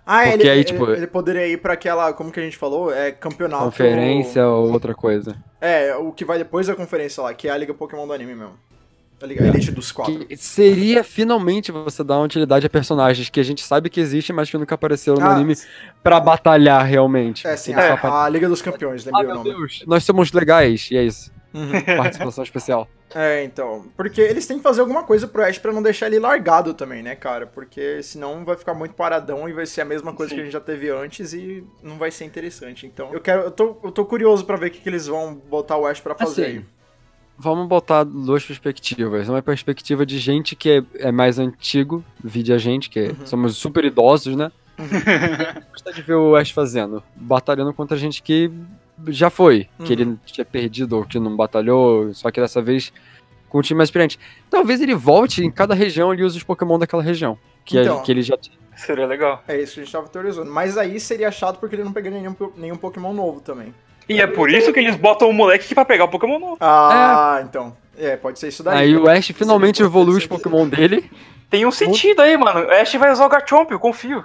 Speaker 1: Ah,
Speaker 2: Porque
Speaker 1: ele,
Speaker 2: aí,
Speaker 1: ele-
Speaker 2: tipo-
Speaker 1: ele poderia ir pra aquela, como que a gente falou? É campeonato.
Speaker 2: Conferência ou outra coisa.
Speaker 1: É, o que vai depois da conferência lá, que é a Liga Pokémon do anime mesmo. A Liga a Elite dos Quatro.
Speaker 2: É. Que seria finalmente você dar uma utilidade a personagens que a gente sabe que existem, mas que nunca apareceram no
Speaker 1: Ah,
Speaker 2: anime pra batalhar realmente.
Speaker 1: É, sim,
Speaker 2: Eles só
Speaker 1: a,
Speaker 2: aparecem,
Speaker 1: a Liga dos Campeões,
Speaker 2: "Ah,
Speaker 1: lembrei o
Speaker 2: meu
Speaker 1: nome.
Speaker 2: Deus, nós somos legais. E é isso.
Speaker 1: Uhum.
Speaker 2: Participação especial.
Speaker 1: É, então. Porque eles têm que fazer alguma coisa pro Ash pra não deixar ele largado também, né, cara? Porque senão vai ficar muito paradão e vai ser a mesma coisa
Speaker 3: Sim.
Speaker 1: que a gente já teve antes e não vai ser interessante. Então, eu quero. Eu tô, eu tô curioso pra ver o que, que eles vão botar o Ash pra fazer
Speaker 2: Assim,
Speaker 1: aí.
Speaker 2: Vamos botar duas perspectivas. Uma é a perspectiva de gente que é, é mais antigo, vide a gente, que é,
Speaker 1: Uhum.
Speaker 2: somos super idosos, né? Gosta de ver o Ash fazendo, batalhando contra gente que já foi, que
Speaker 1: Uhum.
Speaker 2: ele tinha perdido ou que não batalhou, só que dessa vez com um time mais experiente. Talvez ele volte em cada região e use os Pokémon daquela região, que, é-
Speaker 1: Então.
Speaker 2: que ele já tinha.
Speaker 3: Seria legal.
Speaker 1: É isso que a gente tava teorizando. Mas aí seria chato porque ele não pegaria nenhum, po- nenhum Pokémon novo também.
Speaker 3: E é por isso que eles botam o moleque aqui pra pegar o Pokémon novo.
Speaker 1: Ah, então. É, pode ser isso daí.
Speaker 2: Aí o Ash finalmente
Speaker 1: Seria
Speaker 2: evolui os
Speaker 1: interessante.
Speaker 2: Pokémon dele.
Speaker 3: Tem um sentido aí, mano. Ash vai usar o Garchomp, eu confio.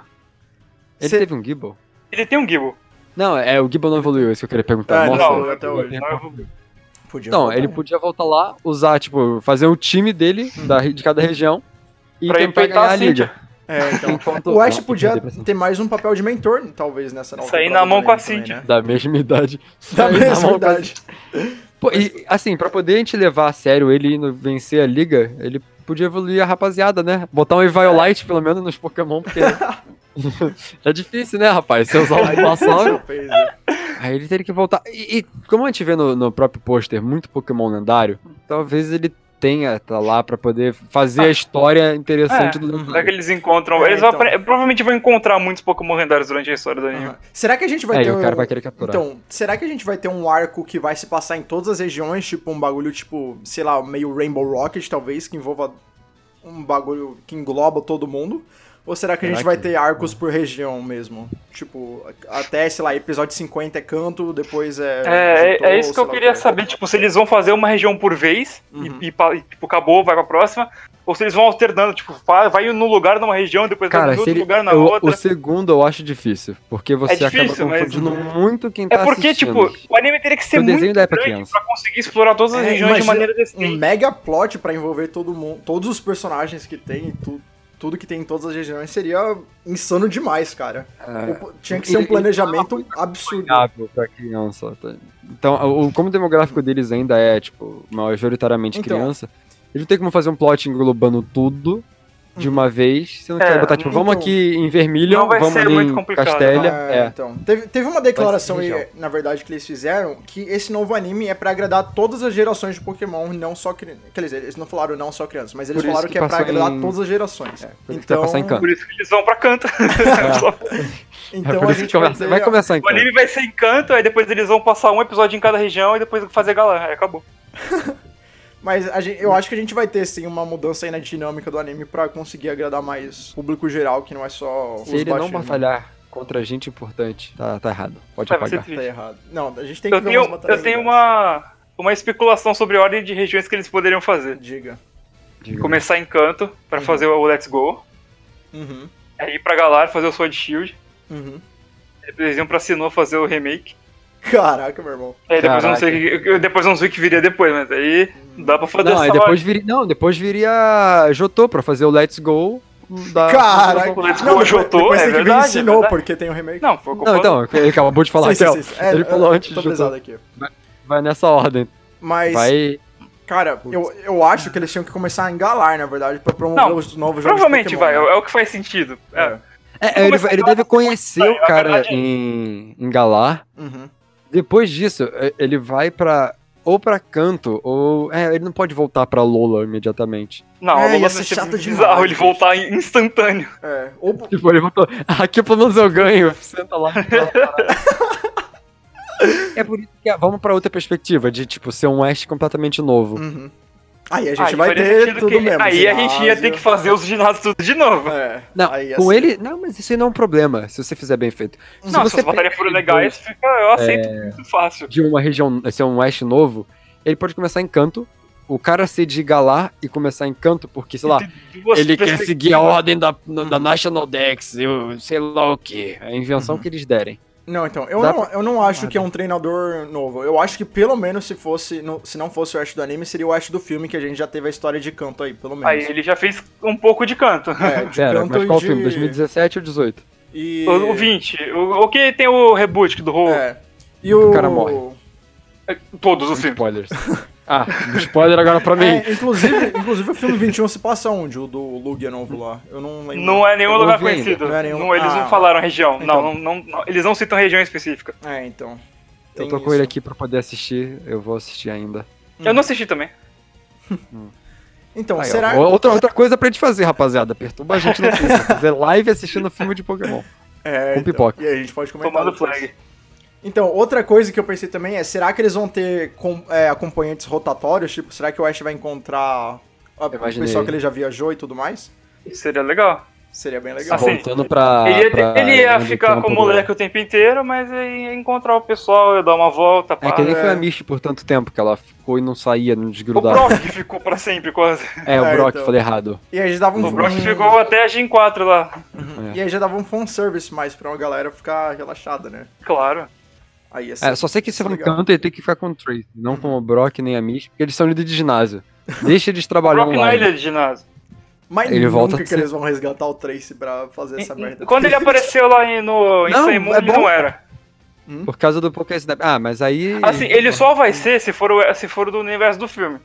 Speaker 2: Ele
Speaker 1: Cê-
Speaker 2: teve um Gibble?
Speaker 3: Ele tem um Gibble.
Speaker 2: Não, é, o Gibble não evoluiu, é isso que eu queria perguntar.
Speaker 1: Ah,
Speaker 2: Nossa,
Speaker 1: não,
Speaker 2: eu-
Speaker 1: até
Speaker 2: eu-
Speaker 1: hoje.
Speaker 3: Não, eu-
Speaker 1: Podia
Speaker 2: Então,
Speaker 1: voltar,
Speaker 2: ele
Speaker 1: né?
Speaker 2: podia voltar lá, usar, tipo, fazer o time dele,
Speaker 1: Hum.
Speaker 2: da, re- de cada região, e
Speaker 3: Pra
Speaker 2: tentar
Speaker 3: enfrentar
Speaker 2: ganhar
Speaker 3: a
Speaker 2: a liga.
Speaker 3: Cynthia.
Speaker 1: É, então.
Speaker 2: Enquanto-
Speaker 1: O Ash
Speaker 2: Não,
Speaker 1: podia
Speaker 2: perdi pra Cynthia.
Speaker 1: ter mais um papel de mentor, talvez, nessa nova.
Speaker 3: Sair
Speaker 1: temporada
Speaker 3: na mão
Speaker 1: do
Speaker 3: com a
Speaker 1: anime também,
Speaker 3: Cynthia.
Speaker 1: né?
Speaker 2: Da mesma idade.
Speaker 1: Da
Speaker 2: Sair
Speaker 1: mesma
Speaker 2: mão com a
Speaker 1: idade.
Speaker 2: Pô, e, assim, pra poder a gente levar a sério ele indo vencer a liga, ele podia evoluir a rapaziada, né? Botar um
Speaker 1: É.
Speaker 2: Eviolite, pelo menos, nos Pokémon, porque... é difícil, né, rapaz? Você usar um Bulbasaur...
Speaker 1: Fez,
Speaker 2: Aí ele teria que voltar. E, e como a gente vê no, no próprio pôster, muito Pokémon lendário, talvez ele tenha tá lá pra poder fazer a história interessante
Speaker 3: Ah, É,
Speaker 2: do
Speaker 3: Será que eles encontram?
Speaker 1: É,
Speaker 3: eles vão
Speaker 1: então.
Speaker 3: apare- provavelmente vão encontrar muitos Pokémon lendários durante a história do anime.
Speaker 1: Aham. Será que a gente vai
Speaker 2: Aí
Speaker 1: ter
Speaker 3: um-
Speaker 2: o cara vai querer capturar.
Speaker 1: Então, será que a gente vai ter um arco que vai se passar em todas as regiões, tipo um bagulho tipo, sei lá, meio Rainbow Rocket talvez, que envolva um bagulho que engloba todo mundo? Ou será que a
Speaker 2: Será
Speaker 1: gente vai
Speaker 2: que-
Speaker 1: ter arcos por região mesmo? Tipo, até, sei lá, episódio 50 é canto, depois é.
Speaker 3: É,
Speaker 1: Jotô,
Speaker 3: é, é isso que
Speaker 1: sei
Speaker 3: eu
Speaker 1: lá o
Speaker 3: queria
Speaker 1: quê.
Speaker 3: saber, tipo, se eles vão fazer uma região por vez e-
Speaker 1: Uhum.
Speaker 3: e, pa- e, tipo, acabou, vai pra próxima, ou se eles vão alternando, tipo, fa- vai num lugar numa região, depois vai
Speaker 2: Cara,
Speaker 3: em
Speaker 2: se
Speaker 3: outro
Speaker 2: ele,
Speaker 3: lugar na
Speaker 2: eu-
Speaker 3: outra. É
Speaker 2: o segundo eu acho difícil, porque você acaba
Speaker 3: difícil, mas-
Speaker 2: confundindo muito quem tá
Speaker 3: É porque,
Speaker 2: assistindo.
Speaker 3: tipo, o anime teria que ser
Speaker 2: O desenho
Speaker 3: muito
Speaker 2: da época
Speaker 3: grande
Speaker 2: criança. Hum.
Speaker 3: pra conseguir explorar todas as
Speaker 1: É,
Speaker 3: regiões de
Speaker 1: imagina
Speaker 3: maneira
Speaker 1: um
Speaker 3: decente.
Speaker 1: mega plot pra envolver todo mundo, todos os personagens que tem, tu- tudo que tem em todas as regiões seria insano demais, cara.
Speaker 2: É.
Speaker 1: O- Tinha que ser um
Speaker 2: Ele-
Speaker 1: planejamento absurdo.
Speaker 2: viável pra criança. tá? Então, o, como o demográfico deles ainda é, tipo, majoritariamente
Speaker 1: Então.
Speaker 2: criança, eles não tem como fazer um plot englobando tudo de uma vez, sendo que
Speaker 3: É,
Speaker 2: vai botar, tipo,
Speaker 1: então-
Speaker 2: vamos aqui em Vermilion,
Speaker 3: Não vai
Speaker 2: vamos
Speaker 3: ser
Speaker 2: ali
Speaker 3: muito
Speaker 2: em
Speaker 3: complicado,
Speaker 2: Castélia.
Speaker 1: É,
Speaker 2: É.
Speaker 1: então. Teve, teve uma declaração,
Speaker 2: Vai ser
Speaker 1: e,
Speaker 2: legal.
Speaker 1: na verdade, que eles fizeram que esse novo anime é pra agradar todas as gerações de Pokémon, não só crianças. Quer dizer, eles não falaram não só crianças, mas eles
Speaker 2: Por isso
Speaker 1: falaram que,
Speaker 2: que
Speaker 1: é pra
Speaker 2: passou
Speaker 1: agradar
Speaker 2: em- É,
Speaker 1: todas as gerações.
Speaker 2: por isso que vai
Speaker 1: então,
Speaker 2: passar em canto.
Speaker 3: Por isso que eles vão pra canto.
Speaker 2: é
Speaker 1: então
Speaker 2: por
Speaker 1: a
Speaker 2: isso que
Speaker 1: gente vai,
Speaker 2: começa-
Speaker 1: ter-
Speaker 2: vai começar
Speaker 3: o
Speaker 2: então.
Speaker 3: anime vai ser encanto, aí depois eles vão passar um episódio em cada região e depois fazer galã. Aí acabou.
Speaker 1: Mas a gente- eu acho que a gente vai ter, sim, uma mudança aí na dinâmica do anime pra conseguir agradar mais público geral, que não é só os
Speaker 2: Se ele não
Speaker 1: baixinhos.
Speaker 2: batalhar contra gente importante, tá, tá errado. Pode
Speaker 3: Vai, vai ser
Speaker 2: apagar.
Speaker 1: Tá
Speaker 3: triste.
Speaker 1: errado. Não, a gente tem que
Speaker 3: Eu
Speaker 1: ver
Speaker 3: tenho,
Speaker 1: umas batalhas
Speaker 3: eu tenho
Speaker 1: legais.
Speaker 3: uma, uma especulação sobre a ordem de regiões que eles poderiam fazer.
Speaker 1: Diga.
Speaker 2: Diga.
Speaker 3: Começar em canto pra fazer o Let's Go.
Speaker 1: Uhum,
Speaker 3: Aí ir pra Galar fazer o Sword Shield.
Speaker 1: uhum.
Speaker 3: Depois iam pra Sinnoh fazer o remake.
Speaker 1: Caraca, meu irmão.
Speaker 3: Aí depois eu não
Speaker 2: Caraca.
Speaker 3: sei o que- eu- depois eu não sei o que viria depois, mas aí dá pra fazer
Speaker 2: Não, aí
Speaker 3: essa
Speaker 2: depois viria, não, depois viria Jotô pra fazer o Let's Go da...
Speaker 1: Caraca.
Speaker 3: Let's Go, Let's
Speaker 1: Não,
Speaker 3: Go,
Speaker 1: depois-
Speaker 3: Jotô,
Speaker 1: depois
Speaker 3: é
Speaker 1: tem que vir
Speaker 3: verdade, é
Speaker 1: ensinou,
Speaker 3: verdade.
Speaker 1: porque tem o remake.
Speaker 3: Não, foi o que eu
Speaker 2: Não,
Speaker 3: falando.
Speaker 2: então, ele acabou de falar,
Speaker 1: Sim, sim,
Speaker 2: Théo.
Speaker 1: sim, sim. É,
Speaker 2: Ele
Speaker 1: eu-
Speaker 2: falou antes
Speaker 1: eu Tô
Speaker 2: de Jotô.
Speaker 1: brisado aqui.
Speaker 2: Vai nessa ordem.
Speaker 1: Mas,
Speaker 2: Vai.
Speaker 1: cara, eu, eu acho que eles tinham que começar a engalar, na verdade, pra promover
Speaker 3: Não,
Speaker 1: os novos jogos. de
Speaker 3: Provavelmente
Speaker 1: Pokémon,
Speaker 3: vai, é
Speaker 1: né?
Speaker 3: o- é o que faz sentido. É.
Speaker 1: É.
Speaker 2: É, é, ele,
Speaker 3: Começar
Speaker 2: ele deve
Speaker 3: a falar muito
Speaker 2: conhecer
Speaker 3: bem,
Speaker 2: o
Speaker 3: a
Speaker 2: cara
Speaker 3: verdade é
Speaker 2: em, em Galar.
Speaker 1: Uhum.
Speaker 2: Depois disso, é, ele vai pra. Ou pra canto, ou. É, ele não pode voltar pra Lola imediatamente.
Speaker 3: Não,
Speaker 1: É,
Speaker 3: o
Speaker 1: ia
Speaker 3: Lula
Speaker 1: ser
Speaker 3: vai ser
Speaker 1: chato
Speaker 3: bizarro
Speaker 1: demais,
Speaker 3: ele voltar em- instantâneo.
Speaker 1: É. Ou,
Speaker 2: Tipo, ele voltou. Aqui pelo menos eu ganho. Senta lá. é por isso que. ah, Vamos pra outra perspectiva, de tipo, ser um West completamente novo.
Speaker 1: uhum. Aí a gente
Speaker 3: Aí
Speaker 1: vai
Speaker 3: Ah, faria
Speaker 1: ter
Speaker 3: sentido
Speaker 1: tudo
Speaker 3: que-
Speaker 1: mesmo.
Speaker 3: Aí a gente ia ter que
Speaker 1: ginásio.
Speaker 3: fazer os ginásios tudo de novo.
Speaker 1: É.
Speaker 2: Não,
Speaker 1: aí ia
Speaker 2: com
Speaker 1: ser-
Speaker 2: ele. Não, mas isso aí não é um problema, se você fizer bem feito. Se
Speaker 3: Não, se
Speaker 2: você
Speaker 3: as batalhas
Speaker 2: pega
Speaker 3: forem
Speaker 2: ele
Speaker 3: legais, fica, eu aceito
Speaker 2: É.
Speaker 3: muito fácil.
Speaker 2: de uma região, ser um West novo, ele pode começar em canto, o cara ser de Galar e começar em canto, porque, sei lá,
Speaker 3: Duas
Speaker 2: ele quer
Speaker 3: perspectivas.
Speaker 2: seguir a ordem da, da National Dex, eu sei lá o que, a invenção que eles derem.
Speaker 1: Não, então, eu
Speaker 2: Dá Ah,
Speaker 1: não, eu não acho
Speaker 2: nada.
Speaker 1: que é um treinador novo. Eu acho que pelo menos se fosse, no- se não fosse o Ash do anime, seria o Ash do filme, que a gente já teve a história de canto aí, pelo menos.
Speaker 3: Aí ele já fez um pouco de canto.
Speaker 1: É, de
Speaker 2: Pera,
Speaker 1: canto
Speaker 2: mas qual
Speaker 1: e de...
Speaker 2: filme? 2017 ou 18?
Speaker 1: E...
Speaker 3: O, o 20. O, o que tem o reboot do Hulk?
Speaker 1: É. E o... É,
Speaker 2: O cara morre.
Speaker 3: Todos os filmes.
Speaker 2: Spoilers. ah, spoiler agora pra mim.
Speaker 1: É, inclusive, inclusive o filme 21 se passa onde? O do Lugia novo lá. Eu não lembro.
Speaker 3: Não é nenhum
Speaker 2: Eu
Speaker 3: lugar
Speaker 2: ouvi ainda.
Speaker 3: conhecido.
Speaker 1: Não é nenhum-
Speaker 3: Não, eles
Speaker 1: Ah.
Speaker 3: não falaram região.
Speaker 1: Então.
Speaker 3: Não, não, não- eles não citam região específica.
Speaker 1: É, então.
Speaker 2: Eu
Speaker 1: Tem
Speaker 2: tô com
Speaker 1: isso.
Speaker 2: ele aqui pra poder assistir, eu vou assistir ainda.
Speaker 1: Hum.
Speaker 3: Eu não assisti também.
Speaker 1: Então,
Speaker 2: Aí, ó,
Speaker 1: será
Speaker 2: outra, outra coisa pra gente fazer, rapaziada, perturba a gente no filme, fazer live assistindo filme de Pokémon.
Speaker 1: é,
Speaker 2: com
Speaker 1: então,
Speaker 2: pipoca.
Speaker 1: E aí a gente pode comentar.
Speaker 3: Tomando
Speaker 1: depois.
Speaker 3: flag.
Speaker 1: Então, outra coisa que eu pensei também é, será que eles vão ter com- é, acompanhantes rotatórios? Tipo, será que o Ash vai encontrar a- o
Speaker 2: imaginei.
Speaker 1: pessoal que ele já viajou e tudo mais?
Speaker 3: Seria legal.
Speaker 1: Seria bem legal.
Speaker 3: Assim,
Speaker 2: Voltando pra.
Speaker 3: ele ia,
Speaker 2: Ah, pra um
Speaker 3: ele ia
Speaker 2: grande
Speaker 3: ficar
Speaker 2: campo
Speaker 3: com o
Speaker 2: do-
Speaker 3: moleque o tempo inteiro, mas aí ia encontrar o pessoal, ia dar uma volta.
Speaker 2: É
Speaker 3: pá.
Speaker 2: que nem foi
Speaker 1: é.
Speaker 2: a Misty por tanto tempo que ela ficou e não saía, não
Speaker 3: né? O
Speaker 2: desgrudava.
Speaker 3: Brock que ficou pra sempre quase.
Speaker 2: É,
Speaker 1: É,
Speaker 2: o Brock,
Speaker 1: então.
Speaker 2: falei errado.
Speaker 1: E aí já dava um,
Speaker 3: O Brock
Speaker 1: um-
Speaker 3: ficou até a Gen 4 lá.
Speaker 1: E aí já dava um fanservice mais pra uma galera ficar relaxada, né?
Speaker 3: Claro.
Speaker 1: Aí assim.
Speaker 2: É, só sei que se for um
Speaker 1: Legal.
Speaker 2: canto, ele tem que ficar com o Trace, não com o Brock nem a Mish, porque eles são líderes de ginásio. Deixa eles
Speaker 3: O
Speaker 2: trabalhar
Speaker 3: Brock é na
Speaker 2: online.
Speaker 3: ilha de ginásio.
Speaker 1: Mas
Speaker 2: Ele
Speaker 1: nunca
Speaker 2: volta a
Speaker 1: que
Speaker 2: ser-
Speaker 1: eles vão resgatar o Trace pra fazer essa merda.
Speaker 3: Quando ele apareceu lá em- no, em
Speaker 2: Não,
Speaker 3: Saimon,
Speaker 2: é
Speaker 3: ele
Speaker 2: bom.
Speaker 3: não era.
Speaker 2: Por causa do Poké Snap. Ah, mas aí.
Speaker 3: Assim, ele só vai ser se for, o- se for do universo do filme.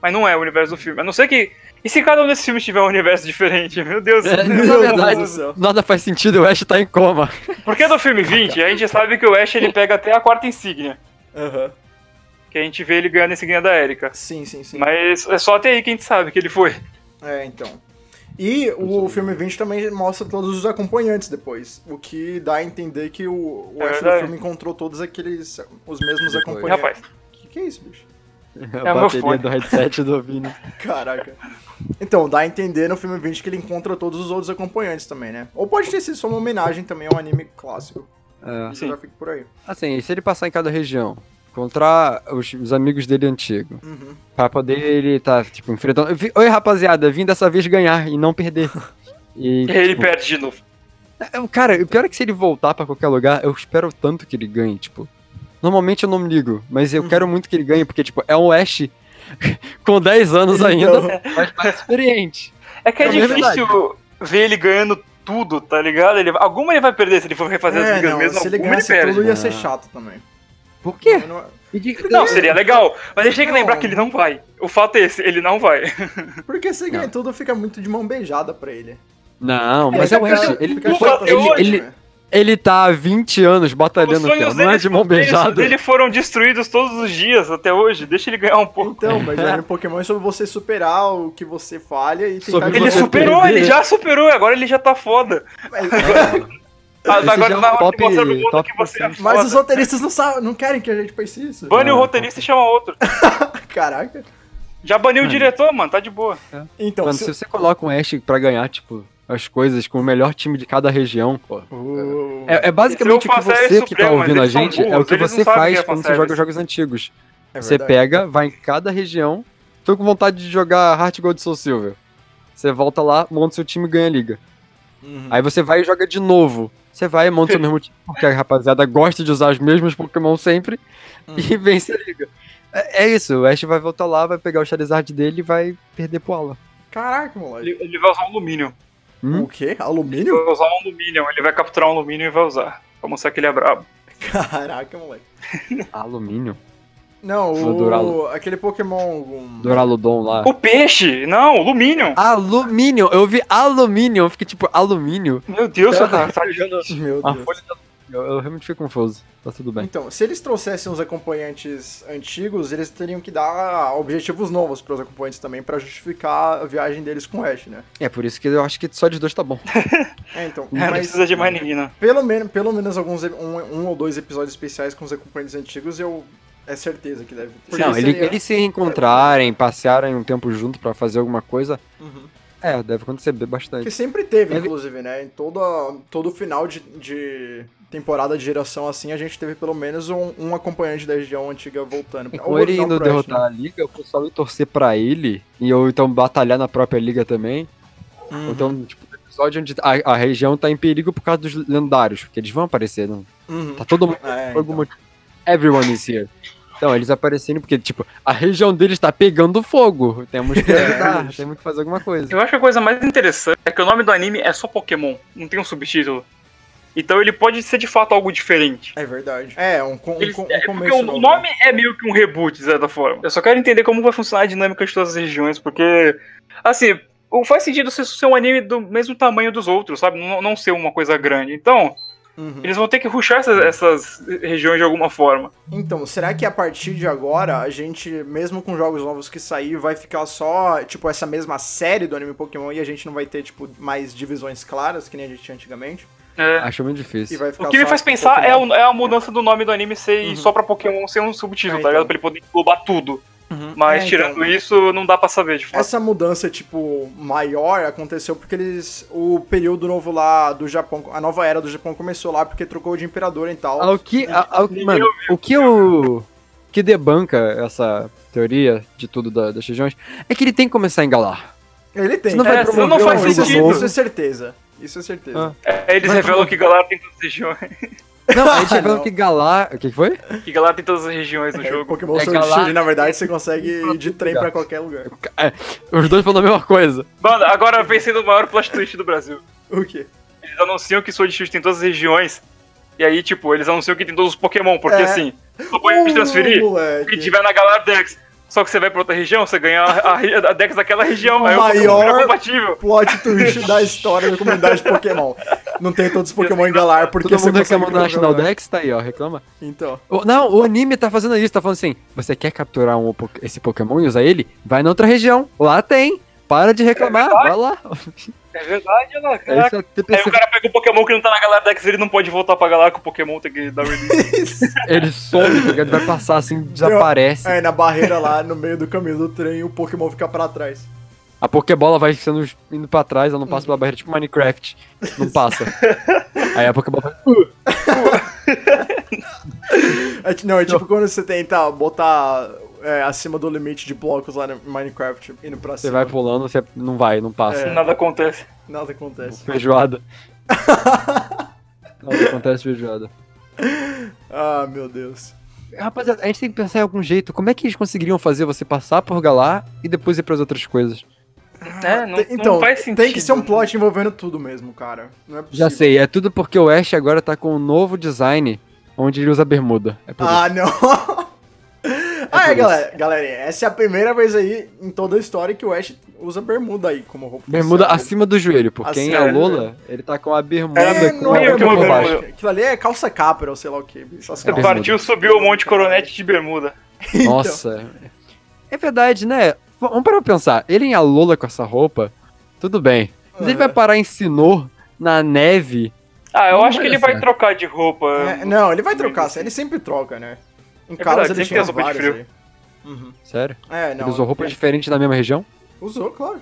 Speaker 3: Mas não é o universo do filme. A não ser que. E se cada um desses filmes tiver um universo diferente? Meu Deus.
Speaker 2: É,
Speaker 3: Meu
Speaker 2: na
Speaker 3: Deus.
Speaker 2: verdade,
Speaker 1: do céu.
Speaker 2: nada faz sentido, o Ash tá em coma.
Speaker 3: Porque do filme 20, a gente sabe que o Ash ele pega até a quarta insígnia.
Speaker 1: Aham.
Speaker 3: Que a gente vê ele ganhando a insígnia da Erika.
Speaker 1: Sim, sim, sim.
Speaker 3: Mas é só até aí que a gente sabe que ele foi.
Speaker 1: É, então. E o filme 20 também mostra todos os acompanhantes depois. O que dá a entender que o, o
Speaker 3: É
Speaker 1: Ash do
Speaker 3: verdade.
Speaker 1: filme encontrou todos aqueles. os mesmos
Speaker 2: Depois.
Speaker 1: acompanhantes.
Speaker 3: Rapaz,
Speaker 1: Que que é isso, bicho?
Speaker 2: A
Speaker 3: É meu
Speaker 2: bateria
Speaker 3: fone.
Speaker 2: do headset do Vini.
Speaker 1: Caraca. Então, dá a entender no filme 20 que ele encontra todos os outros acompanhantes também, né? Ou pode ter sido só uma homenagem também a um anime clássico.
Speaker 2: É.
Speaker 1: Isso já fica por aí.
Speaker 2: Assim, e se ele passar em cada região, encontrar os, os amigos dele antigo,
Speaker 1: Uhum.
Speaker 2: pra poder ele tá, tipo, enfrentando... Vi- Oi, rapaziada, vim dessa vez ganhar e não perder. E,
Speaker 3: E aí ele
Speaker 2: tipo,
Speaker 3: perde de novo.
Speaker 2: Eu- Cara, o pior é que se ele voltar pra qualquer lugar, eu espero tanto que ele ganhe, tipo. Normalmente eu não me ligo, mas
Speaker 3: Uhum.
Speaker 2: eu quero muito que ele ganhe, porque, tipo, é um Ash com 10 anos
Speaker 3: Então.
Speaker 2: ainda, mas mais experiente.
Speaker 3: É que é,
Speaker 2: É
Speaker 3: difícil ver ele ganhando tudo, tá ligado? Ele, alguma ele vai perder se ele for refazer as
Speaker 1: É,
Speaker 3: ligas
Speaker 1: não,
Speaker 3: mesmo,
Speaker 1: se ele
Speaker 3: alguma ele
Speaker 1: ganhasse
Speaker 3: perde.
Speaker 1: tudo ia
Speaker 2: Ah.
Speaker 1: ser chato também.
Speaker 2: Por quê?
Speaker 1: Eu não-
Speaker 2: E de-
Speaker 3: Não, seria legal, mas ele tem que
Speaker 1: Não.
Speaker 3: lembrar que ele não vai. O fato é esse, ele não vai.
Speaker 1: Porque se ele ganha tudo, fica muito de mão beijada pra ele.
Speaker 2: Não, mas é o
Speaker 1: Fica-
Speaker 2: Ash.
Speaker 1: fica-
Speaker 2: Ele,
Speaker 1: fica
Speaker 3: foi-
Speaker 1: chato
Speaker 3: ele-
Speaker 1: demais,
Speaker 2: ele-
Speaker 1: né?
Speaker 2: ele tá há 20 anos batalhando, cara. não é de mão
Speaker 3: os sonhos
Speaker 2: beijada.
Speaker 3: dele foram destruídos todos os dias até hoje. Deixa ele ganhar um pouco.
Speaker 1: Então, mas é, no Pokémon é sobre você superar o que você falha e tentar...
Speaker 2: Sobre
Speaker 1: que
Speaker 3: Ele
Speaker 2: você
Speaker 1: você-
Speaker 3: superou,
Speaker 2: perder.
Speaker 3: ele já superou, agora ele já tá foda.
Speaker 1: É,
Speaker 3: Ah,
Speaker 2: Esse já
Speaker 3: agora
Speaker 2: é um
Speaker 3: na hora de
Speaker 2: top-
Speaker 3: mostrar pro mundo
Speaker 2: top
Speaker 3: que você é
Speaker 2: percent.
Speaker 3: foda.
Speaker 1: Mas os roteiristas não, sabem, não querem que a gente pense isso.
Speaker 3: Bane
Speaker 2: Ah,
Speaker 3: o roteirista e chama outro.
Speaker 1: Caraca.
Speaker 3: Já baniu o diretor, mano, tá de boa.
Speaker 1: Então,
Speaker 2: Mano,
Speaker 1: se-
Speaker 2: se você coloca um Ash pra ganhar, tipo, as coisas com o melhor time de cada região, pô.
Speaker 1: Uh,
Speaker 2: É, é basicamente o que
Speaker 3: Eles vão fazer
Speaker 2: você
Speaker 3: isso
Speaker 2: que tá
Speaker 3: mesmo, mas
Speaker 2: ouvindo a
Speaker 3: eles são
Speaker 2: gente, é o
Speaker 3: burros,
Speaker 2: que
Speaker 3: eles não
Speaker 2: você
Speaker 3: sabem o que
Speaker 2: faz
Speaker 3: é
Speaker 2: quando você joga
Speaker 3: fanservice.
Speaker 2: jogos antigos.
Speaker 1: é
Speaker 2: Você
Speaker 1: verdade.
Speaker 2: pega, vai em cada região. Tô com vontade de jogar Heart Gold Soul Silver. Você volta lá, monta seu time e ganha a liga.
Speaker 1: Uhum.
Speaker 2: Aí você vai e joga de novo. Você vai e monta seu mesmo time, porque a rapaziada gosta de usar os mesmos Pokémon sempre
Speaker 1: Hum.
Speaker 2: e vence a liga. É, é isso, o Ash vai voltar lá, vai pegar o Charizard dele e vai perder pro Ala.
Speaker 1: Caraca, moleque.
Speaker 3: Ele, ele vai usar um alumínio.
Speaker 2: Hum?
Speaker 1: O quê?
Speaker 3: Ele
Speaker 1: Alumínio?
Speaker 3: vai usar um alumínio, ele vai capturar um alumínio e vai usar. Pra mostrar que ele é brabo.
Speaker 1: Caraca, moleque.
Speaker 2: Alumínio?
Speaker 1: Não,
Speaker 2: Vou
Speaker 1: o...
Speaker 2: durá-lo.
Speaker 1: aquele Pokémon... um-
Speaker 2: Duraludon lá.
Speaker 3: O peixe! Não, o alumínio!
Speaker 2: Alumínio! Eu vi alumínio, eu fiquei tipo, alumínio?
Speaker 3: Meu Deus, seu cara, tá
Speaker 1: Meu
Speaker 2: A
Speaker 1: Deus.
Speaker 2: folha de alumínio. Eu, eu realmente fiquei confuso. Tá tudo bem.
Speaker 1: Então, se eles trouxessem os acompanhantes antigos, eles teriam que dar objetivos novos para os acompanhantes também pra justificar a viagem deles com o Ash, né?
Speaker 2: É por isso que eu acho que só de dois tá bom.
Speaker 1: É, então,
Speaker 3: Não
Speaker 1: mas
Speaker 3: precisa de mais ninguém, né?
Speaker 1: pelo menos, pelo menos alguns um, um ou dois episódios especiais com os acompanhantes antigos, eu é certeza que deve ter.
Speaker 2: Não,
Speaker 1: Porque
Speaker 2: ele,
Speaker 1: seria-
Speaker 2: eles se reencontrarem, passearem um tempo junto pra fazer alguma coisa,
Speaker 1: Uhum.
Speaker 2: é, deve acontecer bem bastante.
Speaker 1: Que sempre teve,
Speaker 2: Deve-
Speaker 1: inclusive, né? Em toda, todo final de, de temporada de geração assim, a gente teve pelo menos um, um acompanhante da região antiga voltando.
Speaker 2: E
Speaker 1: pra-
Speaker 2: com
Speaker 1: ou
Speaker 2: ele
Speaker 1: não
Speaker 2: indo
Speaker 1: pro Ash,
Speaker 2: derrotar a liga, o pessoal ia torcer pra ele, e eu então batalhar na própria liga também.
Speaker 1: né?
Speaker 2: Ou então, tipo, no episódio onde a, a região tá em perigo por causa dos lendários, porque eles vão aparecer, não.
Speaker 1: Uhum.
Speaker 2: Tá todo mundo.
Speaker 1: É,
Speaker 2: por algum motivo. Everyone is here. Então, eles aparecendo porque, tipo, a região deles tá pegando fogo. Temos que
Speaker 1: É.
Speaker 2: ajudar, temos que fazer alguma coisa.
Speaker 3: Eu acho que a coisa mais interessante é que o nome do anime é só Pokémon, não tem um subtítulo. Então ele pode ser de fato algo diferente.
Speaker 1: É verdade. É, um, co- um,
Speaker 3: Eles-
Speaker 1: co- um
Speaker 3: é, porque
Speaker 1: começo.
Speaker 3: o
Speaker 1: novo.
Speaker 3: nome é meio que um reboot, de certa forma. Eu só quero entender como vai funcionar a dinâmica de todas as regiões, porque. Assim, o- faz sentido ser ser um anime do mesmo tamanho dos outros, sabe? Não, não ser uma coisa grande. Então,
Speaker 1: Uhum.
Speaker 3: eles vão ter que ruxar essas, essas regiões de alguma forma.
Speaker 1: Então, será que a partir de agora a gente, mesmo com jogos novos que sair, vai ficar só, tipo, essa mesma série do anime Pokémon e a gente não vai ter, tipo, mais divisões claras, que nem a gente tinha antigamente?
Speaker 3: É.
Speaker 2: Acho muito
Speaker 1: E
Speaker 2: difícil.
Speaker 1: vai ficar
Speaker 3: O que me
Speaker 1: só
Speaker 3: faz
Speaker 1: com
Speaker 3: pensar é,
Speaker 1: Pokémon?
Speaker 3: o- é a mudança do nome do anime ser
Speaker 1: Uhum.
Speaker 3: só pra Pokémon ser um subtítulo,
Speaker 1: É,
Speaker 3: tá ligado?
Speaker 1: então.
Speaker 3: Pra ele poder englobar tudo.
Speaker 1: Uhum.
Speaker 3: Mas
Speaker 1: É,
Speaker 3: tirando
Speaker 1: então,
Speaker 3: isso, não dá pra saber de fato.
Speaker 1: Essa mudança, tipo, maior aconteceu porque eles. O período novo lá do Japão, a nova era do Japão começou lá porque trocou de imperador e tal.
Speaker 2: Ao que, a- ao que- mano, o que eu. que debanca essa teoria de tudo da- das regiões é que ele tem que começar a engalar.
Speaker 1: Ele tem.
Speaker 2: Senão vai
Speaker 1: É,
Speaker 2: promover
Speaker 1: não faz
Speaker 3: um jogo
Speaker 1: sentido.
Speaker 2: novo.
Speaker 1: Isso é certeza. Isso é certeza.
Speaker 3: É, Eles
Speaker 2: Mas
Speaker 3: revelam
Speaker 2: como-
Speaker 3: que Galar tem todas as regiões.
Speaker 2: Não, a gente
Speaker 1: Ah,
Speaker 2: vai
Speaker 1: não.
Speaker 2: que engalar. O que que foi?
Speaker 3: Que Galar tem todas as regiões no
Speaker 1: É,
Speaker 3: jogo.
Speaker 1: Pokémon
Speaker 2: É
Speaker 1: Sun e
Speaker 2: galá-
Speaker 1: Shield, na verdade, você consegue ir de trem pra qualquer lugar.
Speaker 2: É, Os dois falam a mesma coisa.
Speaker 3: Mano, agora eu pensei no maior plot twist do Brasil.
Speaker 1: O quê?
Speaker 3: Eles anunciam que Sword Shield tem todas as regiões. E aí, tipo, eles anunciam que tem todos os Pokémon,
Speaker 1: É.
Speaker 3: porque
Speaker 1: Uh,
Speaker 3: assim, só pode
Speaker 1: Ô,
Speaker 3: transferir
Speaker 1: moleque.
Speaker 3: o que tiver na Galar Dex. Só que você vai pra outra região, você ganha a, a- a Dex daquela região. Aí o Pokémon
Speaker 1: Maior-
Speaker 3: vira compatível.
Speaker 1: Plot twist da história da comunidade Pokémon. Não tem todos os Pokémon em Galar, porque
Speaker 2: Todo
Speaker 1: você
Speaker 2: mundo
Speaker 1: consegue
Speaker 2: reclamando da National
Speaker 1: jogar.
Speaker 2: Dex, tá aí, ó, reclama.
Speaker 1: Então,
Speaker 2: O- não, o anime tá fazendo isso, tá falando assim: você quer capturar um po- esse Pokémon e usar ele? Vai na outra região, lá tem. Para de reclamar, vai lá.
Speaker 3: É verdade, ela.
Speaker 2: Esse
Speaker 3: Caraca.
Speaker 2: é o
Speaker 3: Aí o
Speaker 2: TPC.
Speaker 3: cara pega o Pokémon que não tá na Galadex, ele não pode voltar pra Galar com o Pokémon, tem que dar release.
Speaker 2: Ele some, tá ligado? vai passar assim, desaparece.
Speaker 1: É, na barreira lá, no meio do caminho do trem, o Pokémon fica pra trás.
Speaker 2: A Pokébola vai sendo indo pra trás, ela não
Speaker 1: Hum.
Speaker 2: passa pela barreira, tipo Minecraft. Não passa. Aí a Pokébola vai.
Speaker 1: É, ti- não, é tipo quando você tenta botar é, acima do limite de blocos lá no Minecraft, indo pra
Speaker 2: Você
Speaker 1: cima.
Speaker 2: vai pulando, você não vai, não
Speaker 1: É.
Speaker 2: passa.
Speaker 3: Nada acontece.
Speaker 1: Nada acontece.
Speaker 2: Feijoada. Não, acontece feijoada.
Speaker 1: Ah, meu Deus.
Speaker 2: Rapaziada, a gente tem que pensar em algum jeito. Como é que eles conseguiriam fazer você passar por Galar e depois ir pras outras coisas?
Speaker 3: É, não,
Speaker 1: Tem- então,
Speaker 3: não faz sentido. né?
Speaker 1: tem que ser um plot envolvendo tudo mesmo, cara. Não é possível.
Speaker 2: Já sei, é tudo porque o Ash agora tá com um novo design onde ele usa bermuda. É por
Speaker 1: Ah,
Speaker 2: isso.
Speaker 1: não. ah, é,
Speaker 2: isso.
Speaker 1: galera, galerinha, essa é a primeira vez aí em toda a história que o Ash usa bermuda aí como roupa.
Speaker 2: Bermuda
Speaker 1: oficial.
Speaker 2: acima do joelho, porque em
Speaker 1: é Acima
Speaker 3: do
Speaker 2: Alola ele tá com a bermuda
Speaker 1: É,
Speaker 2: com
Speaker 1: não
Speaker 2: a
Speaker 1: é
Speaker 3: eu
Speaker 1: bermuda.
Speaker 2: outra
Speaker 3: que
Speaker 2: por
Speaker 3: mando
Speaker 2: baixo.
Speaker 3: bermuda.
Speaker 1: Aquilo ali é calça capra, ou sei lá o que. Essas
Speaker 2: É
Speaker 1: calças.
Speaker 2: bermuda.
Speaker 3: Partiu, subiu o monte coronete de bermuda.
Speaker 2: Nossa. Então, É verdade, né? V- Vamos para pra pensar. Ele em Alola com essa roupa, tudo bem. Mas ele vai
Speaker 1: É.
Speaker 2: parar em Sinor, na neve.
Speaker 3: Ah, eu
Speaker 2: Não
Speaker 3: acho que
Speaker 2: vai
Speaker 3: ele
Speaker 2: dar
Speaker 3: vai
Speaker 2: certo.
Speaker 3: trocar de roupa.
Speaker 1: É, não, ele vai trocar, assim, ele sempre troca, né? Em
Speaker 3: É
Speaker 1: Carlos
Speaker 3: verdade,
Speaker 1: ele
Speaker 3: sempre tem
Speaker 1: tinha
Speaker 3: as roupas de
Speaker 1: vários aí. Uhum.
Speaker 2: Sério?
Speaker 1: É, não.
Speaker 2: ele usou roupa diferente na mesma região?
Speaker 1: Usou, claro.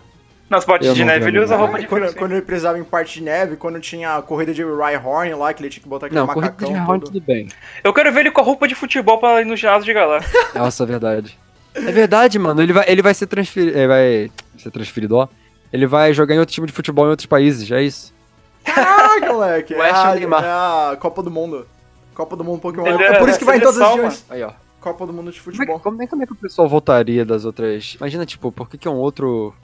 Speaker 3: Nas
Speaker 2: Eu
Speaker 3: partes de
Speaker 2: não
Speaker 3: neve
Speaker 2: vi,
Speaker 3: ele
Speaker 2: não.
Speaker 3: usa roupa
Speaker 1: É,
Speaker 3: de
Speaker 1: quando,
Speaker 3: frio,
Speaker 1: quando ele precisava em parte de neve, quando tinha a corrida de Rhyhorn lá, que ele tinha que botar aquele
Speaker 2: Não, corrida
Speaker 1: É um macacão
Speaker 2: de Horn
Speaker 1: todo.
Speaker 2: tudo bem.
Speaker 3: assim. Eu quero ver ele com a roupa de futebol pra ir no ginásio de galá.
Speaker 2: Nossa, é verdade. É verdade, mano. Ele vai, ele vai ser transferido. Ele vai ser transferido, ó. Ele vai jogar em outro time de futebol em outros países, é isso.
Speaker 1: Caraca, moleque.
Speaker 2: O Ash
Speaker 1: é
Speaker 2: é o
Speaker 1: a-
Speaker 2: Neymar.
Speaker 1: É a Copa do Mundo. Copa do Mundo Pokémon.
Speaker 3: Ele
Speaker 1: É,
Speaker 3: é
Speaker 1: por isso que vai em todas as
Speaker 3: seleção,
Speaker 1: regiões.
Speaker 2: Aí, ó.
Speaker 1: Copa do Mundo de
Speaker 2: Como é, que,
Speaker 1: futebol.
Speaker 2: como, é, como é que o pessoal voltaria das outras. Imagina, tipo, por que, que um outro.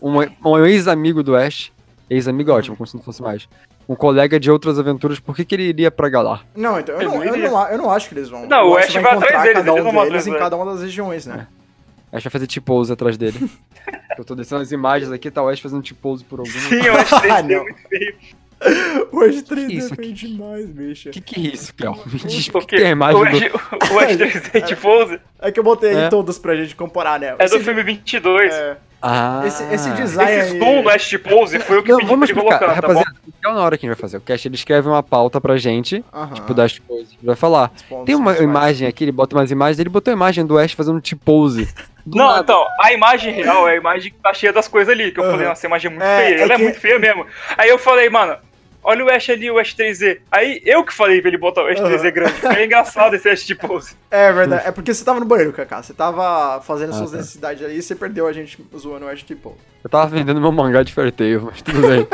Speaker 2: Um, um ex-amigo do Ash. Ex-amigo é ótimo, como se não fosse mais. Um colega de outras aventuras, por que, que ele iria pra Galar?
Speaker 1: Não, então, eu
Speaker 3: Ele
Speaker 1: não, eu,
Speaker 3: iria.
Speaker 1: não, eu não acho que eles vão.
Speaker 3: Não,
Speaker 1: Eu
Speaker 3: o
Speaker 1: acho
Speaker 3: Ash
Speaker 1: que
Speaker 3: vai atrás
Speaker 1: encontrar
Speaker 3: deles,
Speaker 1: cada
Speaker 3: eles
Speaker 1: um
Speaker 3: não vão
Speaker 1: deles
Speaker 3: atrás
Speaker 1: em
Speaker 3: dele.
Speaker 1: cada uma das regiões, né?
Speaker 2: Ash vai fazer tipo-pose atrás dele. Eu tô descendo as imagens aqui, tá o Ash fazendo tipo-pose por algum.
Speaker 3: Sim, eu acho que
Speaker 1: Ah,
Speaker 3: ele
Speaker 1: não.
Speaker 3: muito feio.
Speaker 1: Hoje
Speaker 2: isso
Speaker 1: 3D é
Speaker 2: aqui?
Speaker 1: feio demais, bicho.
Speaker 2: O que, que é isso, Kel? Me diz por que
Speaker 3: Porque
Speaker 2: tem a imagem
Speaker 3: o
Speaker 2: do-
Speaker 3: Ash, o Ash 3D de Pose
Speaker 1: É que eu botei aí
Speaker 2: É.
Speaker 1: todos pra gente comparar, né?
Speaker 3: é do
Speaker 1: Esse-
Speaker 3: filme 22.
Speaker 1: é,
Speaker 2: Ah.
Speaker 1: esse, esse design
Speaker 3: Esse né? zoom do
Speaker 1: aí...
Speaker 3: Ash de Pose foi o que
Speaker 2: Não,
Speaker 3: pedi pra
Speaker 2: vamos
Speaker 3: ele
Speaker 2: explicar,
Speaker 3: colocar, tá bom?
Speaker 2: rapaziada. Então, na hora que a gente vai fazer o cast, ele escreve uma pauta pra gente,
Speaker 1: Aham.
Speaker 2: tipo, das coisas que vai falar.
Speaker 1: Os pontos
Speaker 2: Tem uma
Speaker 1: principais.
Speaker 2: imagem aqui, ele bota umas imagens, ele botou a imagem do Ash fazendo tipo pose. Do
Speaker 3: Não,
Speaker 2: nada.
Speaker 3: então, a imagem real é a imagem que tá cheia das coisas ali. Que eu
Speaker 1: Aham.
Speaker 3: falei, nossa, essa imagem é muito
Speaker 1: É,
Speaker 3: feia.
Speaker 1: é
Speaker 3: Ela é
Speaker 1: que-
Speaker 3: muito feia mesmo. Aí eu falei, mano, olha o Ash ali, o Ash 3D. Aí eu que falei pra ele botar o Ash 3D grande. É engraçado esse Ash tipo, de pose.
Speaker 1: É verdade, é porque você tava no banheiro, Kaká. Você tava fazendo suas
Speaker 2: tá.
Speaker 1: necessidades ali e você perdeu a gente zoando o Ash Tipo.
Speaker 2: Eu tava vendendo meu mangá de Fairy Tail, mas tudo bem.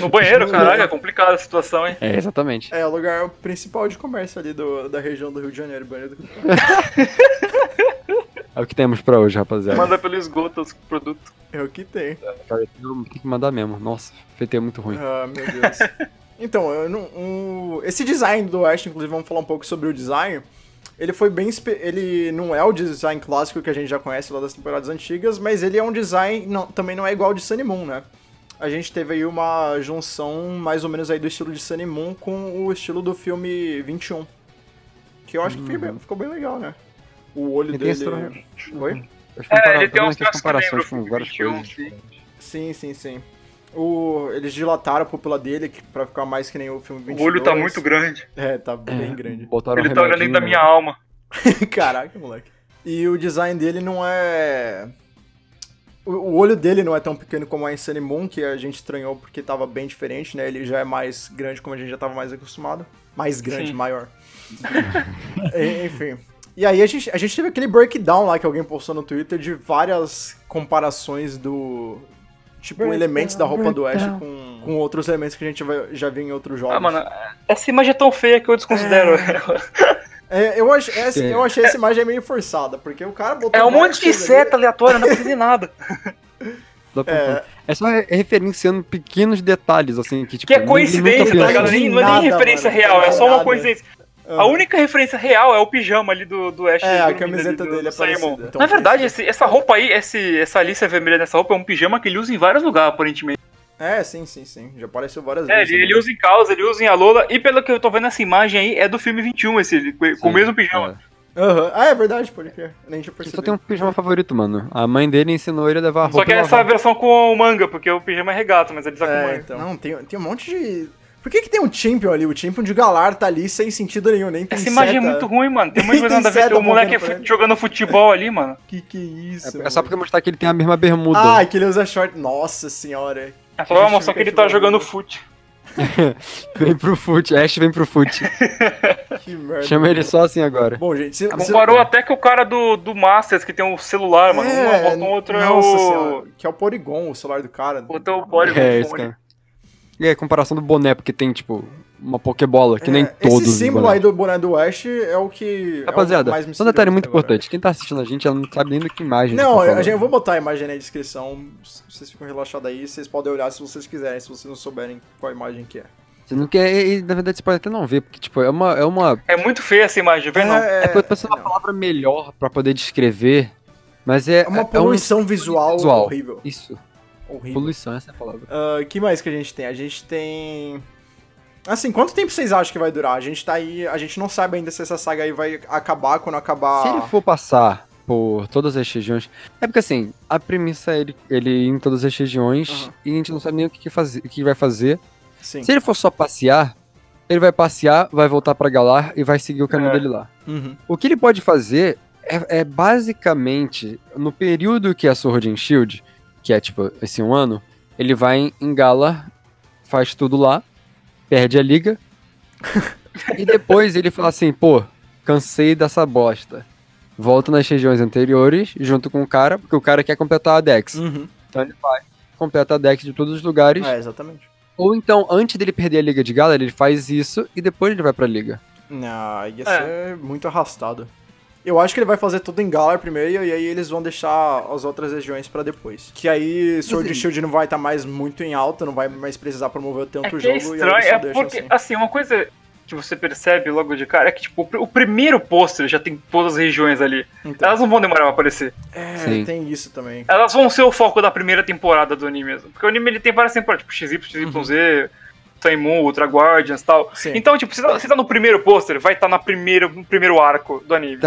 Speaker 3: No banheiro, caralho, é complicada a situação, hein?
Speaker 2: é, exatamente.
Speaker 1: É o lugar principal de comércio ali do, da região do Rio de Janeiro, banheiro do
Speaker 2: É o que temos pra hoje, rapaziada.
Speaker 3: Manda pelo esgoto os produtos.
Speaker 1: É o que tem.
Speaker 2: Fairy Tail tem que mandar mesmo. Nossa, Fairy Tail é muito ruim.
Speaker 1: Ah, meu Deus. então, eu não- o- esse design do Ash, inclusive, vamos falar um pouco sobre o design. Ele foi bem. espe- Ele não é o design clássico que a gente já conhece lá das temporadas antigas, mas ele é um design. Não, também não é igual ao de Sunny Moon, né? A gente teve aí uma junção mais ou menos aí do estilo de Sunny Moon com o estilo do filme 21. Que eu acho que fica bem- ficou bem legal, né? O olho
Speaker 2: Ele
Speaker 1: dele.
Speaker 2: tem esse traje.
Speaker 1: Oi?
Speaker 2: As
Speaker 3: É, ele
Speaker 2: compara-
Speaker 3: tem
Speaker 2: vendo aqui
Speaker 3: uns
Speaker 2: as
Speaker 3: traços que lembram
Speaker 2: comparações
Speaker 3: o
Speaker 2: com
Speaker 3: filme
Speaker 2: várias
Speaker 3: 21,
Speaker 2: coisas. tipo,
Speaker 1: Sim,
Speaker 3: sim.
Speaker 1: sim, sim. O, eles dilataram a pupila dele que- pra ficar mais que nem o filme 22.
Speaker 3: O olho tá muito grande.
Speaker 1: É, tá bem grande.
Speaker 2: Botaram
Speaker 3: Ele
Speaker 2: um
Speaker 3: tá olhando dentro da minha
Speaker 2: remedinho.
Speaker 3: alma.
Speaker 1: Caraca, moleque. E o design dele não é. O- O olho dele não é tão pequeno como a Insane Moon, que a gente estranhou porque tava bem diferente, né? Ele já é mais grande, como a gente já tava mais acostumado. Mais grande,
Speaker 3: Sim.
Speaker 1: maior. E- Enfim. E aí a gente, a gente teve aquele breakdown lá que alguém postou no Twitter de várias comparações do. Tipo, elementos da roupa do Ash com, com outros elementos que a gente vai- já viu em outros jogos.
Speaker 3: Ah, mano, essa imagem é tão feia que eu desconsidero.
Speaker 1: É, eu, ach- essa-
Speaker 2: Sim.
Speaker 1: eu achei essa imagem meio forçada, porque o cara botou.
Speaker 3: É um
Speaker 1: várias
Speaker 3: monte de
Speaker 1: coisas
Speaker 3: seta aleatória, não precisa de nada.
Speaker 2: Dá pra entender. É só re- referenciando pequenos detalhes, assim, que tipo.
Speaker 3: Que é
Speaker 2: ninguém nunca
Speaker 3: coincidência,
Speaker 2: pensou.
Speaker 3: tá ligado? Nem, não é nem
Speaker 1: Nada,
Speaker 3: referência
Speaker 1: mano,
Speaker 3: real, é só
Speaker 1: nada.
Speaker 3: uma coincidência.
Speaker 1: ali.
Speaker 3: A única referência real é o pijama ali do, do Ash.
Speaker 1: É, a
Speaker 3: dormindo
Speaker 1: camiseta
Speaker 3: ali do-
Speaker 1: dele
Speaker 3: do
Speaker 1: é parecida.
Speaker 3: Simon.
Speaker 1: Então,
Speaker 3: Na verdade, esse- essa roupa aí, esse, essa lista vermelha nessa roupa é um pijama que ele usa em vários lugares, aparentemente.
Speaker 1: É, sim, sim, sim. Já apareceu várias
Speaker 3: É,
Speaker 1: vezes.
Speaker 3: ele,
Speaker 1: né?
Speaker 3: ele usa em calça, ele usa em Alola, e pelo que eu tô vendo nessa imagem aí, é do filme 21, esse, ele- com
Speaker 2: Sim,
Speaker 3: o mesmo pijama.
Speaker 2: é.
Speaker 1: Aham. Ah, é verdade, pode crer. Nem tinha
Speaker 2: Ele
Speaker 1: percebido.
Speaker 2: só tem um pijama favorito, mano. A mãe dele ensinou ele a levar a Ah, roupa.
Speaker 3: Só que
Speaker 2: e
Speaker 3: essa é a
Speaker 2: lavar.
Speaker 3: versão com o manga, porque o pijama é regata, mas eles
Speaker 1: É,
Speaker 3: acompanham.
Speaker 1: então. Não, tem, tem um monte de... Por que que tem um Champion ali? O Champion de Galar tá ali sem sentido nenhum, nem tem
Speaker 3: Essa imagem é
Speaker 1: seta.
Speaker 3: muito ruim, mano. Tem muita coisa
Speaker 1: Tem
Speaker 3: nada a ver.
Speaker 1: seta
Speaker 3: O moleque é
Speaker 1: apontando pra
Speaker 3: fu-
Speaker 1: ele.
Speaker 3: jogando futebol ali, mano.
Speaker 1: Que que é isso,
Speaker 2: É, é só
Speaker 1: mano?
Speaker 2: pra mostrar que ele tem a mesma bermuda.
Speaker 1: Ah, que ele usa short. Nossa senhora.
Speaker 3: É só pra
Speaker 1: Gente,
Speaker 3: mostrar que ele
Speaker 1: que
Speaker 3: tá
Speaker 1: jogador.
Speaker 3: jogando fute.
Speaker 2: Vem pro fute. Ash vem pro fute.
Speaker 1: Que merda.
Speaker 2: Chama ele só assim agora.
Speaker 1: Bom, gente, se, se-
Speaker 3: Comparou até que o cara do, do Masters, que tem um celular, mano. Um
Speaker 1: É,
Speaker 3: aponta o outro é
Speaker 1: nossa
Speaker 3: o...
Speaker 1: senhora, que é o Porygon, o celular do cara.
Speaker 3: Botou o pódio com
Speaker 2: É,
Speaker 3: o
Speaker 2: isso,
Speaker 3: fone.
Speaker 2: cara. E aí, comparação do boné, porque tem, tipo, uma pokebola, que
Speaker 1: É,
Speaker 2: nem todos
Speaker 1: Esse
Speaker 2: os
Speaker 1: símbolo
Speaker 2: bonés.
Speaker 1: aí do boné do Ash é o que. é o
Speaker 2: Rapaziada,
Speaker 1: mais
Speaker 2: só um detalhe
Speaker 1: misterioso
Speaker 2: muito
Speaker 1: até agora.
Speaker 2: importante. Quem tá assistindo a gente, ela não sabe nem do que imagem.
Speaker 1: Não,
Speaker 2: a gente tá
Speaker 1: eu, gente, eu
Speaker 2: falando.
Speaker 1: vou botar a imagem aí na descrição. s- Vocês ficam relaxados aí. Vocês podem olhar se vocês quiserem, se vocês não souberem qual imagem que é.
Speaker 2: Você não quer... E, e, na verdade, você pode até não ver, porque, tipo, é uma... É, uma,
Speaker 3: É muito feia essa imagem, vê não?
Speaker 2: é, porque eu tô pensando uma
Speaker 1: não.
Speaker 2: palavra melhor pra poder descrever, mas é...
Speaker 1: É uma
Speaker 2: é um-
Speaker 1: poluição visual,
Speaker 2: visual.
Speaker 1: horrível.
Speaker 2: Isso,
Speaker 1: Horrível.
Speaker 2: poluição, essa é a palavra.
Speaker 1: Ah, que mais que a gente tem? A gente tem. Assim, quanto tempo vocês acham que vai durar? A gente tá aí. A gente não sabe ainda se essa saga aí vai acabar quando acabar.
Speaker 2: Se ele for passar por todas as regiões. É porque assim, a premissa é ele, ele ir em todas as regiões
Speaker 1: Aham.
Speaker 2: e a gente não sabe nem o que, que fazer, o que vai fazer.
Speaker 1: Sim.
Speaker 2: Se ele for só passear, ele vai passear, vai voltar pra Galar e vai seguir o caminho
Speaker 3: É.
Speaker 2: dele lá.
Speaker 1: Uhum.
Speaker 2: O que ele pode fazer é, é basicamente, no período que é Sword and Shield, que é tipo esse um ano, ele vai em, em Galar, faz tudo lá, perde a liga. e depois ele fala assim, pô, cansei dessa bosta. Volto nas regiões anteriores, junto com o cara, porque o cara quer completar a Dex.
Speaker 1: Uhum.
Speaker 2: Então ele vai, completa a Dex de todos os lugares.
Speaker 1: É, exatamente.
Speaker 2: Ou então, antes dele perder a liga de Galar, ele faz isso e depois ele vai pra liga.
Speaker 1: Não, Ah, ia
Speaker 3: É.
Speaker 1: ser muito arrastado. Eu acho que ele vai fazer tudo em Galar primeiro e aí eles vão deixar as outras regiões pra depois. Que aí Sword e
Speaker 2: assim-
Speaker 1: Shield não vai estar mais muito em alta, não vai mais precisar promover tanto
Speaker 3: É
Speaker 1: o
Speaker 3: que
Speaker 1: jogo
Speaker 3: é
Speaker 1: e
Speaker 3: estranho,
Speaker 1: aí
Speaker 3: é
Speaker 1: eles só
Speaker 3: porque,
Speaker 1: deixam assim.
Speaker 3: assim, uma coisa que você percebe logo de cara é que, tipo, o pr- o primeiro pôster já tem todas as regiões ali.
Speaker 1: Então,
Speaker 3: Elas não vão demorar pra aparecer.
Speaker 1: é,
Speaker 2: Sim.
Speaker 1: tem isso também.
Speaker 3: Elas vão ser o foco da primeira temporada do anime mesmo. Porque o anime ele tem várias temporadas, tipo XY,
Speaker 2: Uhum.
Speaker 3: XYZ, Sun Moon, Ultra Guardians e tal.
Speaker 1: Sim.
Speaker 3: Então, tipo, se tá, se tá no primeiro pôster, vai estar tá na primeira, no primeiro arco do anime.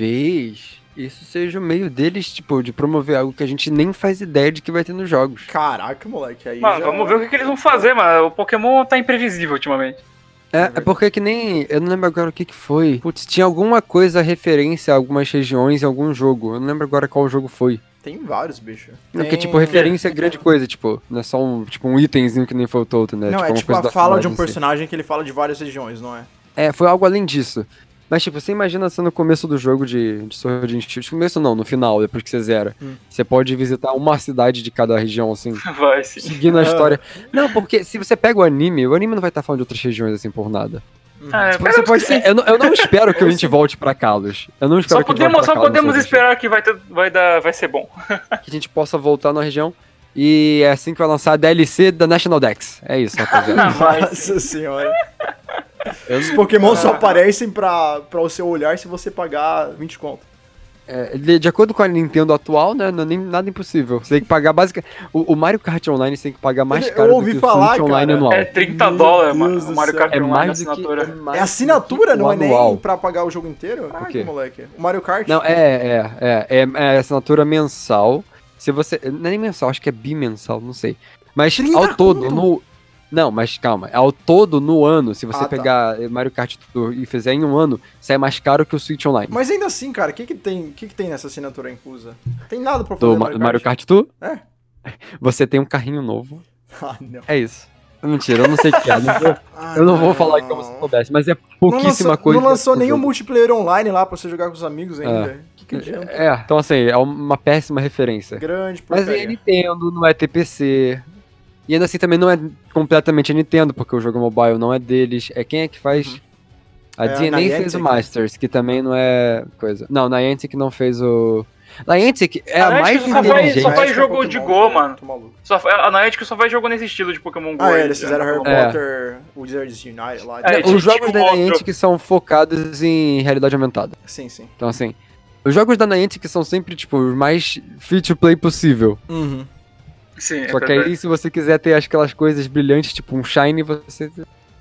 Speaker 2: Talvez isso seja o meio deles, tipo, de promover algo que a gente nem faz ideia de que vai ter nos jogos.
Speaker 1: Caraca, moleque, aí
Speaker 3: Mano,
Speaker 1: já-
Speaker 3: vamos ver o que, que eles vão fazer, mano. O Pokémon tá imprevisível ultimamente.
Speaker 2: É, é
Speaker 1: verdade.
Speaker 2: porque que nem. Eu não lembro agora o que, que foi. Putz, tinha alguma coisa referência a algumas regiões em algum jogo. Eu não lembro agora qual jogo foi.
Speaker 1: Tem vários, bicho.
Speaker 2: Não, Porque,
Speaker 1: Tem-
Speaker 2: tipo, referência é grande coisa, tipo, não é só um, tipo, um itemzinho que nem faltou, né?
Speaker 1: Não, é
Speaker 2: uma
Speaker 1: tipo
Speaker 2: coisa
Speaker 1: a
Speaker 2: da assim.
Speaker 1: fala
Speaker 2: cidade
Speaker 1: de um
Speaker 2: em si.
Speaker 1: personagem que ele fala de várias regiões, não é?
Speaker 2: É, foi algo além disso. Mas, tipo, você imagina sendo no começo do jogo de, de Sword and Shield. Começo não, no final, depois que você zera.
Speaker 1: Hum.
Speaker 2: Você pode visitar uma cidade de cada região, assim.
Speaker 3: Vai, sim.
Speaker 2: seguindo a história. Não, porque se você pega o anime, o anime não vai estar falando de outras regiões assim por nada.
Speaker 3: Ah,
Speaker 2: Tipo,
Speaker 3: mas
Speaker 2: você pode- eu, não, eu não espero que a gente volte pra Kalos. Eu não espero
Speaker 3: Só
Speaker 2: que a gente volte
Speaker 3: podemos,
Speaker 2: pra
Speaker 3: só
Speaker 2: Kalos,
Speaker 3: podemos
Speaker 2: sabe?
Speaker 3: esperar que vai, ter, vai, dar, vai ser bom.
Speaker 2: Que a gente possa voltar na região. E é assim que vai lançar a DLC da National Dex. É isso, rapaziada.
Speaker 1: Nossa senhora. Os Pokémon só aparecem pra, pra o seu olhar se você pagar 20 conto.
Speaker 2: É, de, de acordo com a Nintendo atual, né? Não, é nem, nada impossível. Você tem que pagar básica. O, o Mario Kart Online você tem que pagar mais
Speaker 1: Eu
Speaker 2: caro
Speaker 1: ouvi
Speaker 2: do que
Speaker 1: falar,
Speaker 2: o Switch Online
Speaker 1: cara.
Speaker 2: anual.
Speaker 3: É
Speaker 2: É,
Speaker 3: 30
Speaker 1: Meu
Speaker 3: dólares,
Speaker 1: Deus
Speaker 3: mano.
Speaker 1: do
Speaker 3: O Mario
Speaker 1: céu.
Speaker 3: Kart Online,
Speaker 2: mais do que.
Speaker 3: assinatura.
Speaker 2: mais
Speaker 1: É
Speaker 2: do
Speaker 1: assinatura,
Speaker 2: que o
Speaker 1: não é nem
Speaker 2: anual.
Speaker 1: pra pagar o jogo inteiro? Ai,
Speaker 2: quê?
Speaker 1: que moleque. O Mario Kart?
Speaker 2: Não, é, é, é, é, é assinatura mensal. Se você. Não é nem mensal, acho que é bimensal, não sei. Mas
Speaker 1: 30
Speaker 2: ao todo,
Speaker 1: conto?
Speaker 2: no. Não, mas calma. Ao todo, no ano, se você
Speaker 1: Ah, tá.
Speaker 2: pegar eh, Mario Kart Tour e fizer em um ano, sai mais caro que o Switch Online.
Speaker 1: Mas ainda assim, cara, o que que tem, que que tem nessa assinatura inclusa? Tem nada pra fazer
Speaker 2: Do
Speaker 1: no
Speaker 2: Ma- Mario Kart Tour?
Speaker 1: É.
Speaker 2: Você tem um carrinho novo.
Speaker 1: Ah, não.
Speaker 2: É isso. Mentira, eu não sei o que é. não vou-
Speaker 1: Ah,
Speaker 2: eu não vou falar como se eu soubesse, mas é
Speaker 1: Não
Speaker 2: pouquíssima
Speaker 1: lançou,
Speaker 2: coisa.
Speaker 1: Não lançou
Speaker 2: pro
Speaker 1: nenhum
Speaker 2: jogo.
Speaker 1: multiplayer online lá pra você jogar com os amigos ainda. Que que adianta?
Speaker 2: É, então assim, é uma péssima referência.
Speaker 1: Grande
Speaker 2: Mas
Speaker 1: porcaria.
Speaker 2: aí é Nintendo, não é TPC. E ainda assim também não é completamente a Nintendo, porque o jogo mobile não é deles. É quem é que faz? A
Speaker 1: Uhum. É a
Speaker 2: DNA fez o
Speaker 1: Niantic.
Speaker 2: Masters, que também não é coisa. Não, Niantic não fez o. Niantic é a
Speaker 3: Niantic
Speaker 2: mais
Speaker 3: só faz-
Speaker 2: inteligente.
Speaker 3: só faz
Speaker 1: Mas
Speaker 3: jogo
Speaker 1: Pokémon,
Speaker 3: de Go, mano.
Speaker 1: Tô maluco.
Speaker 3: Só, é, a Niantic só vai jogando nesse estilo de Pokémon GO.
Speaker 1: Ah,
Speaker 3: aí, né?
Speaker 1: é, eles
Speaker 3: já.
Speaker 1: fizeram Harry
Speaker 2: É.
Speaker 1: Potter, Wizards Unite lá.
Speaker 3: É,
Speaker 1: Não,
Speaker 3: tinha-
Speaker 2: Os jogos
Speaker 3: tinha um
Speaker 2: da
Speaker 3: outro.
Speaker 2: Niantic são focados em realidade aumentada.
Speaker 1: Sim, sim.
Speaker 2: Então assim, os jogos da Niantic são sempre tipo os mais free to play possível.
Speaker 1: Uhum.
Speaker 3: Sim, é
Speaker 2: Só que
Speaker 3: verdade.
Speaker 2: aí se você quiser ter aquelas coisas brilhantes, tipo um shine, você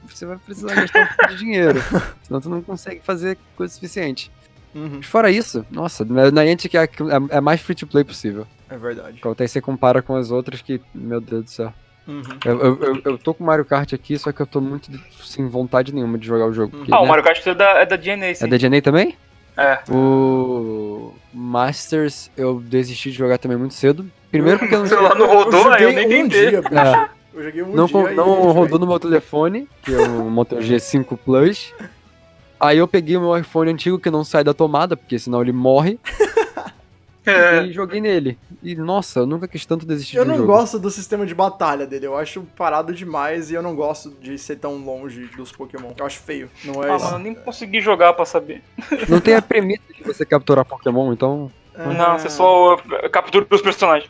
Speaker 2: você vai precisar gastar um pouco de dinheiro. Senão tu não consegue fazer coisa suficiente.
Speaker 1: Uhum,
Speaker 2: Mas fora isso, nossa, na Niantic é a é a mais free to play possível.
Speaker 1: é verdade.
Speaker 2: Quando aí você compara com as outras que, meu Deus do céu.
Speaker 1: Uhum.
Speaker 2: Eu, eu, eu- eu tô com o Mario Kart aqui, só que eu tô muito de- sem vontade nenhuma de jogar o jogo. porque,
Speaker 3: Ah, o
Speaker 2: né,
Speaker 3: Mario Kart é da, é da DNA, sim.
Speaker 2: É da DNA também?
Speaker 3: É.
Speaker 2: O Masters eu desisti de jogar também muito cedo. Primeiro porque eu não
Speaker 3: Sei lá, não
Speaker 1: Eu
Speaker 3: rodou, aí eu
Speaker 1: joguei
Speaker 3: nem
Speaker 1: um
Speaker 3: tentei.
Speaker 1: dia, bicho.
Speaker 2: É.
Speaker 1: Eu joguei um
Speaker 2: não,
Speaker 1: dia
Speaker 2: con-
Speaker 1: e
Speaker 2: não
Speaker 1: eu joguei.
Speaker 2: rodou no meu telefone, que é um Moto G5 Plus. Aí eu peguei o meu iPhone antigo que não sai da tomada, porque senão ele morre,
Speaker 3: É.
Speaker 2: e joguei nele. E nossa, eu nunca quis tanto desistir
Speaker 1: Eu
Speaker 2: de um
Speaker 1: não
Speaker 2: jogo.
Speaker 1: gosto do sistema de batalha dele, eu acho parado demais e eu não gosto de ser tão longe dos Pokémon. Eu acho feio, não é
Speaker 3: Ah,
Speaker 1: isso?
Speaker 3: mano, eu nem consegui jogar pra saber.
Speaker 2: Não tem a premissa de você capturar Pokémon, então
Speaker 1: Ah,
Speaker 3: Não, você só uh, captura os personagens.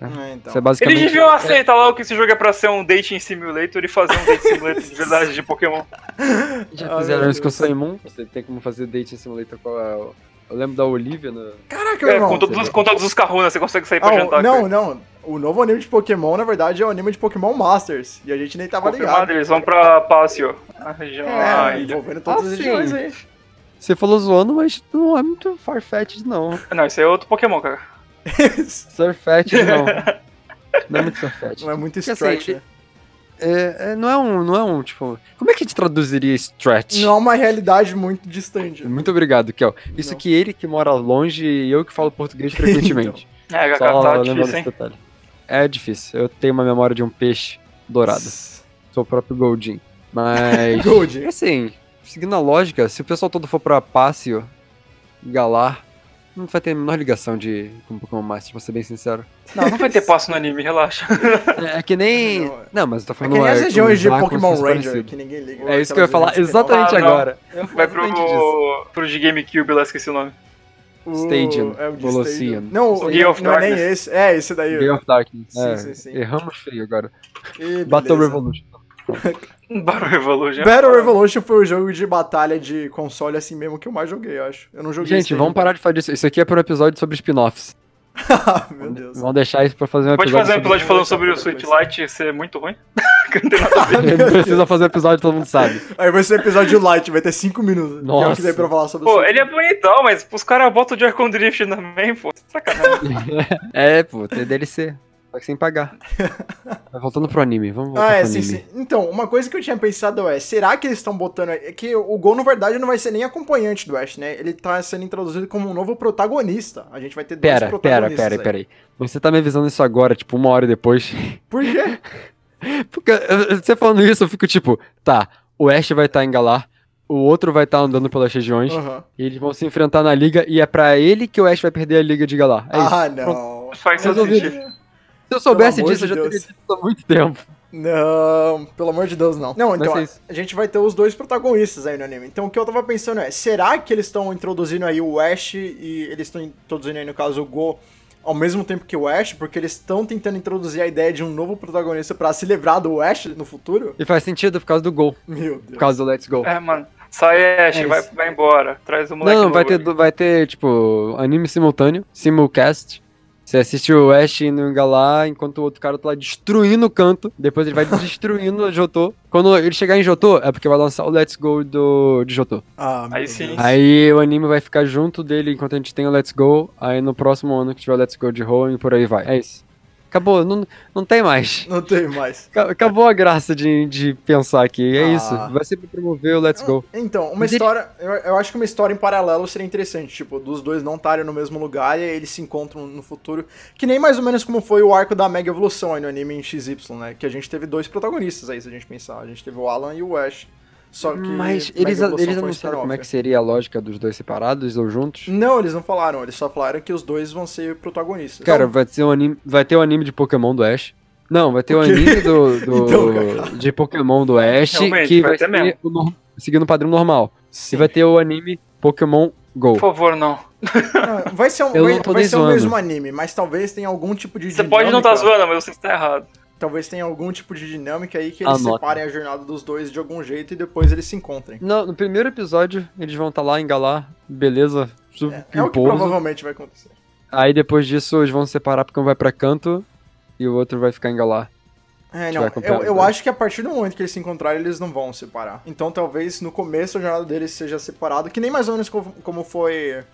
Speaker 1: Ah, então.
Speaker 2: você é basicamente.
Speaker 3: Eles deviam aceitar lá o que esse jogo é pra ser um dating simulator e fazer um dating simulator de verdade de Pokémon.
Speaker 2: Já
Speaker 1: Ah,
Speaker 2: fizeram
Speaker 1: meu
Speaker 2: isso com o Saimon, você tem como fazer date em simulator com a. Eu lembro da Olivia no.
Speaker 1: Caraca, meu
Speaker 3: É,
Speaker 1: irmão.
Speaker 3: com, todos, os- com todos os carrunas, né? você consegue sair pra
Speaker 1: Ah, o-
Speaker 3: jantar.
Speaker 1: não, não. O novo anime de Pokémon, na verdade, é o anime de Pokémon Masters. E a gente nem tava
Speaker 3: Confirmado,
Speaker 1: ligado.
Speaker 3: eles vão pra Ah, Pácio. A região.
Speaker 1: É,
Speaker 3: a ilha.
Speaker 1: envolvendo todas as
Speaker 2: Assim.
Speaker 1: regiões aí.
Speaker 2: Você falou zoando, mas não é muito farfetched, não.
Speaker 3: Não, isso aí é outro Pokémon, cara.
Speaker 2: Surfetched, não. Não é muito surfetched.
Speaker 1: Não é muito
Speaker 2: Porque,
Speaker 1: stretch,
Speaker 2: assim,
Speaker 1: né?
Speaker 2: É, é, não é um, não é um, tipo, como é que a gente traduziria stretch?
Speaker 1: Não é uma realidade muito distante.
Speaker 2: Muito obrigado, Kel. Isso
Speaker 1: Não.
Speaker 2: que ele que mora longe e eu que falo português frequentemente.
Speaker 3: É,
Speaker 2: Só
Speaker 3: Gagá tá
Speaker 2: lembrando
Speaker 3: difícil,
Speaker 2: desse
Speaker 3: hein?
Speaker 2: detalhe. É difícil. Eu tenho uma memória de um peixe dourado. Sou o próprio Goldin. Mas,
Speaker 1: Gold.
Speaker 2: assim, seguindo a lógica, se o pessoal todo for pra Pácio, Galar, não vai ter a menor ligação de com Pokémon Masters, pra ser bem sincero.
Speaker 3: Não, não vai ter passo no anime, relaxa.
Speaker 2: É, é que nem...
Speaker 1: Não, é-
Speaker 2: Não, mas eu tô
Speaker 1: É que
Speaker 2: falando...
Speaker 1: nem as
Speaker 2: é,
Speaker 1: regiões de
Speaker 2: um vácuo,
Speaker 1: Pokémon
Speaker 2: isso é
Speaker 1: Ranger,
Speaker 2: parecido.
Speaker 1: que ninguém liga.
Speaker 2: É isso que eu ia falar
Speaker 1: Aquelas regiões
Speaker 2: exatamente
Speaker 3: Ah, não.
Speaker 2: agora. Eu
Speaker 3: Vai
Speaker 2: exatamente disso.
Speaker 3: pro, pro de GameCube lá, esqueci o nome.
Speaker 1: O-
Speaker 2: Stadium,
Speaker 1: É o de
Speaker 2: Colosseum.
Speaker 1: Stadium. Não,
Speaker 3: O
Speaker 1: o
Speaker 3: Game of
Speaker 1: não é nem
Speaker 3: Darkness.
Speaker 1: esse. É, esse daí.
Speaker 2: Day of Darkness.
Speaker 1: Sim,
Speaker 2: é,
Speaker 1: sim, sim.
Speaker 2: Erramos feio agora.
Speaker 1: Ih,
Speaker 2: Battle
Speaker 1: beleza.
Speaker 2: Revolution.
Speaker 3: Battle Evolution.
Speaker 1: Battle Revolution foi o jogo de batalha de console assim mesmo que eu mais joguei, eu acho. Eu não joguei
Speaker 2: Gente, vamos parar de falar disso. Isso aqui é para um episódio sobre spin-offs.
Speaker 1: parar. Ah, Meu Deus.
Speaker 2: Vamos deixar isso pra fazer um
Speaker 3: Pode
Speaker 2: episódio.
Speaker 3: fazer um episódio falando sobre o
Speaker 1: outra
Speaker 3: Switch
Speaker 1: coisa.
Speaker 3: Lite ser muito ruim? Que não tem nada a ver.
Speaker 1: Ah, meu
Speaker 2: Não
Speaker 1: Deus.
Speaker 2: precisa fazer episódio, todo mundo sabe.
Speaker 1: Aí vai ser um episódio light, vai ter 5 minutos. Que é o que
Speaker 2: Nossa.
Speaker 1: tem pra falar sobre
Speaker 3: Pô,
Speaker 1: isso.
Speaker 3: ele é bonitão, mas os caras botam o Joy-Con Drift também, pô. Sacanagem.
Speaker 2: é, pô, tem DLC. Só que Tá sem pagar. Mas Voltando pro anime, vamos voltar
Speaker 1: Ah, é,
Speaker 2: pro
Speaker 1: sim,
Speaker 2: anime.
Speaker 1: sim. Então, uma coisa que eu tinha pensado é, será que eles estão botando... É que o Gol, na verdade, não vai ser nem acompanhante do Ash, né? Ele tá sendo introduzido como um novo protagonista. A gente vai ter dois
Speaker 2: Pera, pera,
Speaker 1: protagonistas
Speaker 2: pera,
Speaker 1: aí.
Speaker 2: pera aí. Você tá me avisando isso agora, tipo, uma hora depois.
Speaker 1: Por quê?
Speaker 2: Porque eh, você falando isso, eu fico tipo, tá, o Ash vai estar em Galar, o outro vai estar andando pelas regiões,
Speaker 1: Aham.
Speaker 2: e eles vão se enfrentar na liga, e é pra ele que o Ash vai perder a liga de Galar. É isso.
Speaker 1: ah,
Speaker 2: Pronto.
Speaker 1: não.
Speaker 3: Faz todo
Speaker 2: Resolvido.
Speaker 3: sentido.
Speaker 2: Se eu soubesse
Speaker 1: Pelo amor
Speaker 2: disso, eu
Speaker 1: de
Speaker 2: já teria
Speaker 1: Deus.
Speaker 2: dito isso há muito tempo.
Speaker 1: Não, pelo amor de Deus, não. Não, então,
Speaker 2: é
Speaker 1: a,
Speaker 2: isso.
Speaker 1: a gente vai ter os dois protagonistas aí no anime. Então, o que eu tava pensando é, será que eles estão introduzindo aí o Ash e eles estão introduzindo aí, no caso, o Go ao mesmo tempo que o Ash? Porque eles estão tentando introduzir a ideia de um novo protagonista pra se livrar do Ash no futuro?
Speaker 2: E faz sentido por causa do gol,
Speaker 1: Meu
Speaker 2: por
Speaker 1: Deus.
Speaker 2: causa do Let's Go.
Speaker 3: É, mano. Sai, Ash,
Speaker 2: É
Speaker 3: vai,
Speaker 2: isso.
Speaker 3: vai embora. Traz o moleque
Speaker 2: não, vai
Speaker 3: novo.
Speaker 2: ter, vai ter, tipo, anime simultâneo, simulcast. Você assiste o Ash indo em Galar, enquanto o outro cara tá lá destruindo o canto. Depois ele vai destruindo o Jotô. Quando ele chegar em Jotô, é porque vai lançar o Let's Go do, de Jotô.
Speaker 1: Ah, meu
Speaker 3: Aí sim.
Speaker 1: Deus.
Speaker 2: Aí o anime vai ficar junto dele enquanto a gente tem o Let's Go. Aí no próximo ano que tiver o Let's Go de Hoenn e por aí vai. É isso. Acabou, não, não tem mais.
Speaker 1: Não tem mais.
Speaker 2: Ca- Acabou a graça de, de pensar aqui. É
Speaker 1: Ah.
Speaker 2: isso. Vai sempre promover o Let's Go.
Speaker 1: Então, uma
Speaker 2: Mas ele-
Speaker 1: história. Eu, eu acho que uma história em paralelo seria interessante. Tipo, dos dois não estarem no mesmo lugar e aí eles se encontram no futuro. Que nem mais ou menos como foi o arco da Mega Evolução aí no anime em XY, né? Que a gente teve dois protagonistas aí, se a gente pensar. A gente teve o Alan e o Ash. Só que.
Speaker 2: Hum, Mas
Speaker 1: Mega
Speaker 2: eles,
Speaker 1: Evolução foi
Speaker 2: eles
Speaker 1: um
Speaker 2: anunciaram como é que
Speaker 1: spin-off.
Speaker 2: seria a lógica dos dois separados ou juntos?
Speaker 1: Não, eles não falaram. Eles só falaram que os dois vão ser protagonistas.
Speaker 2: Cara, vai, ser um anime, vai ter o anime de Pokémon do Ash. Não, vai ter o
Speaker 1: O quê?
Speaker 2: anime do, do-
Speaker 1: Então, cara.
Speaker 2: de Pokémon do Ash
Speaker 3: Realmente,
Speaker 2: que
Speaker 3: vai
Speaker 2: vai
Speaker 3: ter
Speaker 2: ser
Speaker 3: mesmo.
Speaker 2: o nor- seguindo o padrão normal.
Speaker 1: Então, Sim.
Speaker 2: E vai ter o anime Pokémon Go.
Speaker 3: Por favor, não.
Speaker 1: Ah, vai ser, um,
Speaker 2: Eu
Speaker 1: vai,
Speaker 2: não tô
Speaker 1: vai
Speaker 2: nem
Speaker 1: ser o
Speaker 2: zoando.
Speaker 1: mesmo anime, mas talvez tenha algum tipo de.
Speaker 3: Você pode não estar
Speaker 1: dinâmica.
Speaker 3: zoando, mas você está errado.
Speaker 1: Talvez tenha algum tipo de dinâmica aí que eles
Speaker 2: Anota.
Speaker 1: separem a jornada dos dois de algum jeito e depois eles se encontrem.
Speaker 2: No, no primeiro episódio, eles vão estar lá em Galar, beleza, super
Speaker 1: É o que provavelmente vai acontecer.
Speaker 2: Aí depois disso, eles vão se separar porque um vai pra canto e o outro vai ficar em Galar.
Speaker 1: É,
Speaker 2: gente
Speaker 1: não.
Speaker 2: vai acompanhar
Speaker 1: Eu,
Speaker 2: os
Speaker 1: eu
Speaker 2: dois.
Speaker 1: acho que a partir do momento que eles se encontrarem, eles não vão separar. Então talvez no começo a jornada deles seja separada, que nem mais ou menos como, como foi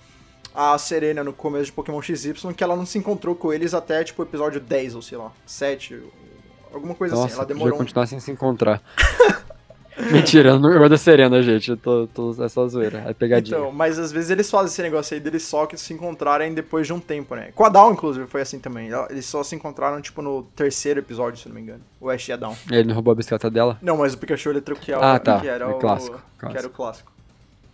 Speaker 1: a Serena no começo de Pokémon XY, que ela não se encontrou com eles até tipo o episódio 10, ou sei lá, 7, ou- alguma coisa
Speaker 2: Nossa,
Speaker 1: assim. Ela
Speaker 2: podia
Speaker 1: demorou um
Speaker 2: continuar sem se encontrar. Mentira, eu não eu da Serena, gente. Eu tô, tô- é só zoeira. É pegadinha.
Speaker 1: Então, mas às vezes eles fazem esse negócio aí deles só que se encontrarem depois de um tempo, né? Com a Down, inclusive, foi assim também. Ela- Eles só se encontraram, tipo, no terceiro episódio, se eu não me engano. O Ash e a Down.
Speaker 2: Ele não roubou a bicicleta dela?
Speaker 1: Não, mas o Pikachu ele que era,
Speaker 2: Ah, tá.
Speaker 1: que era
Speaker 2: É
Speaker 1: o
Speaker 2: clássico,
Speaker 1: Que era o clássico.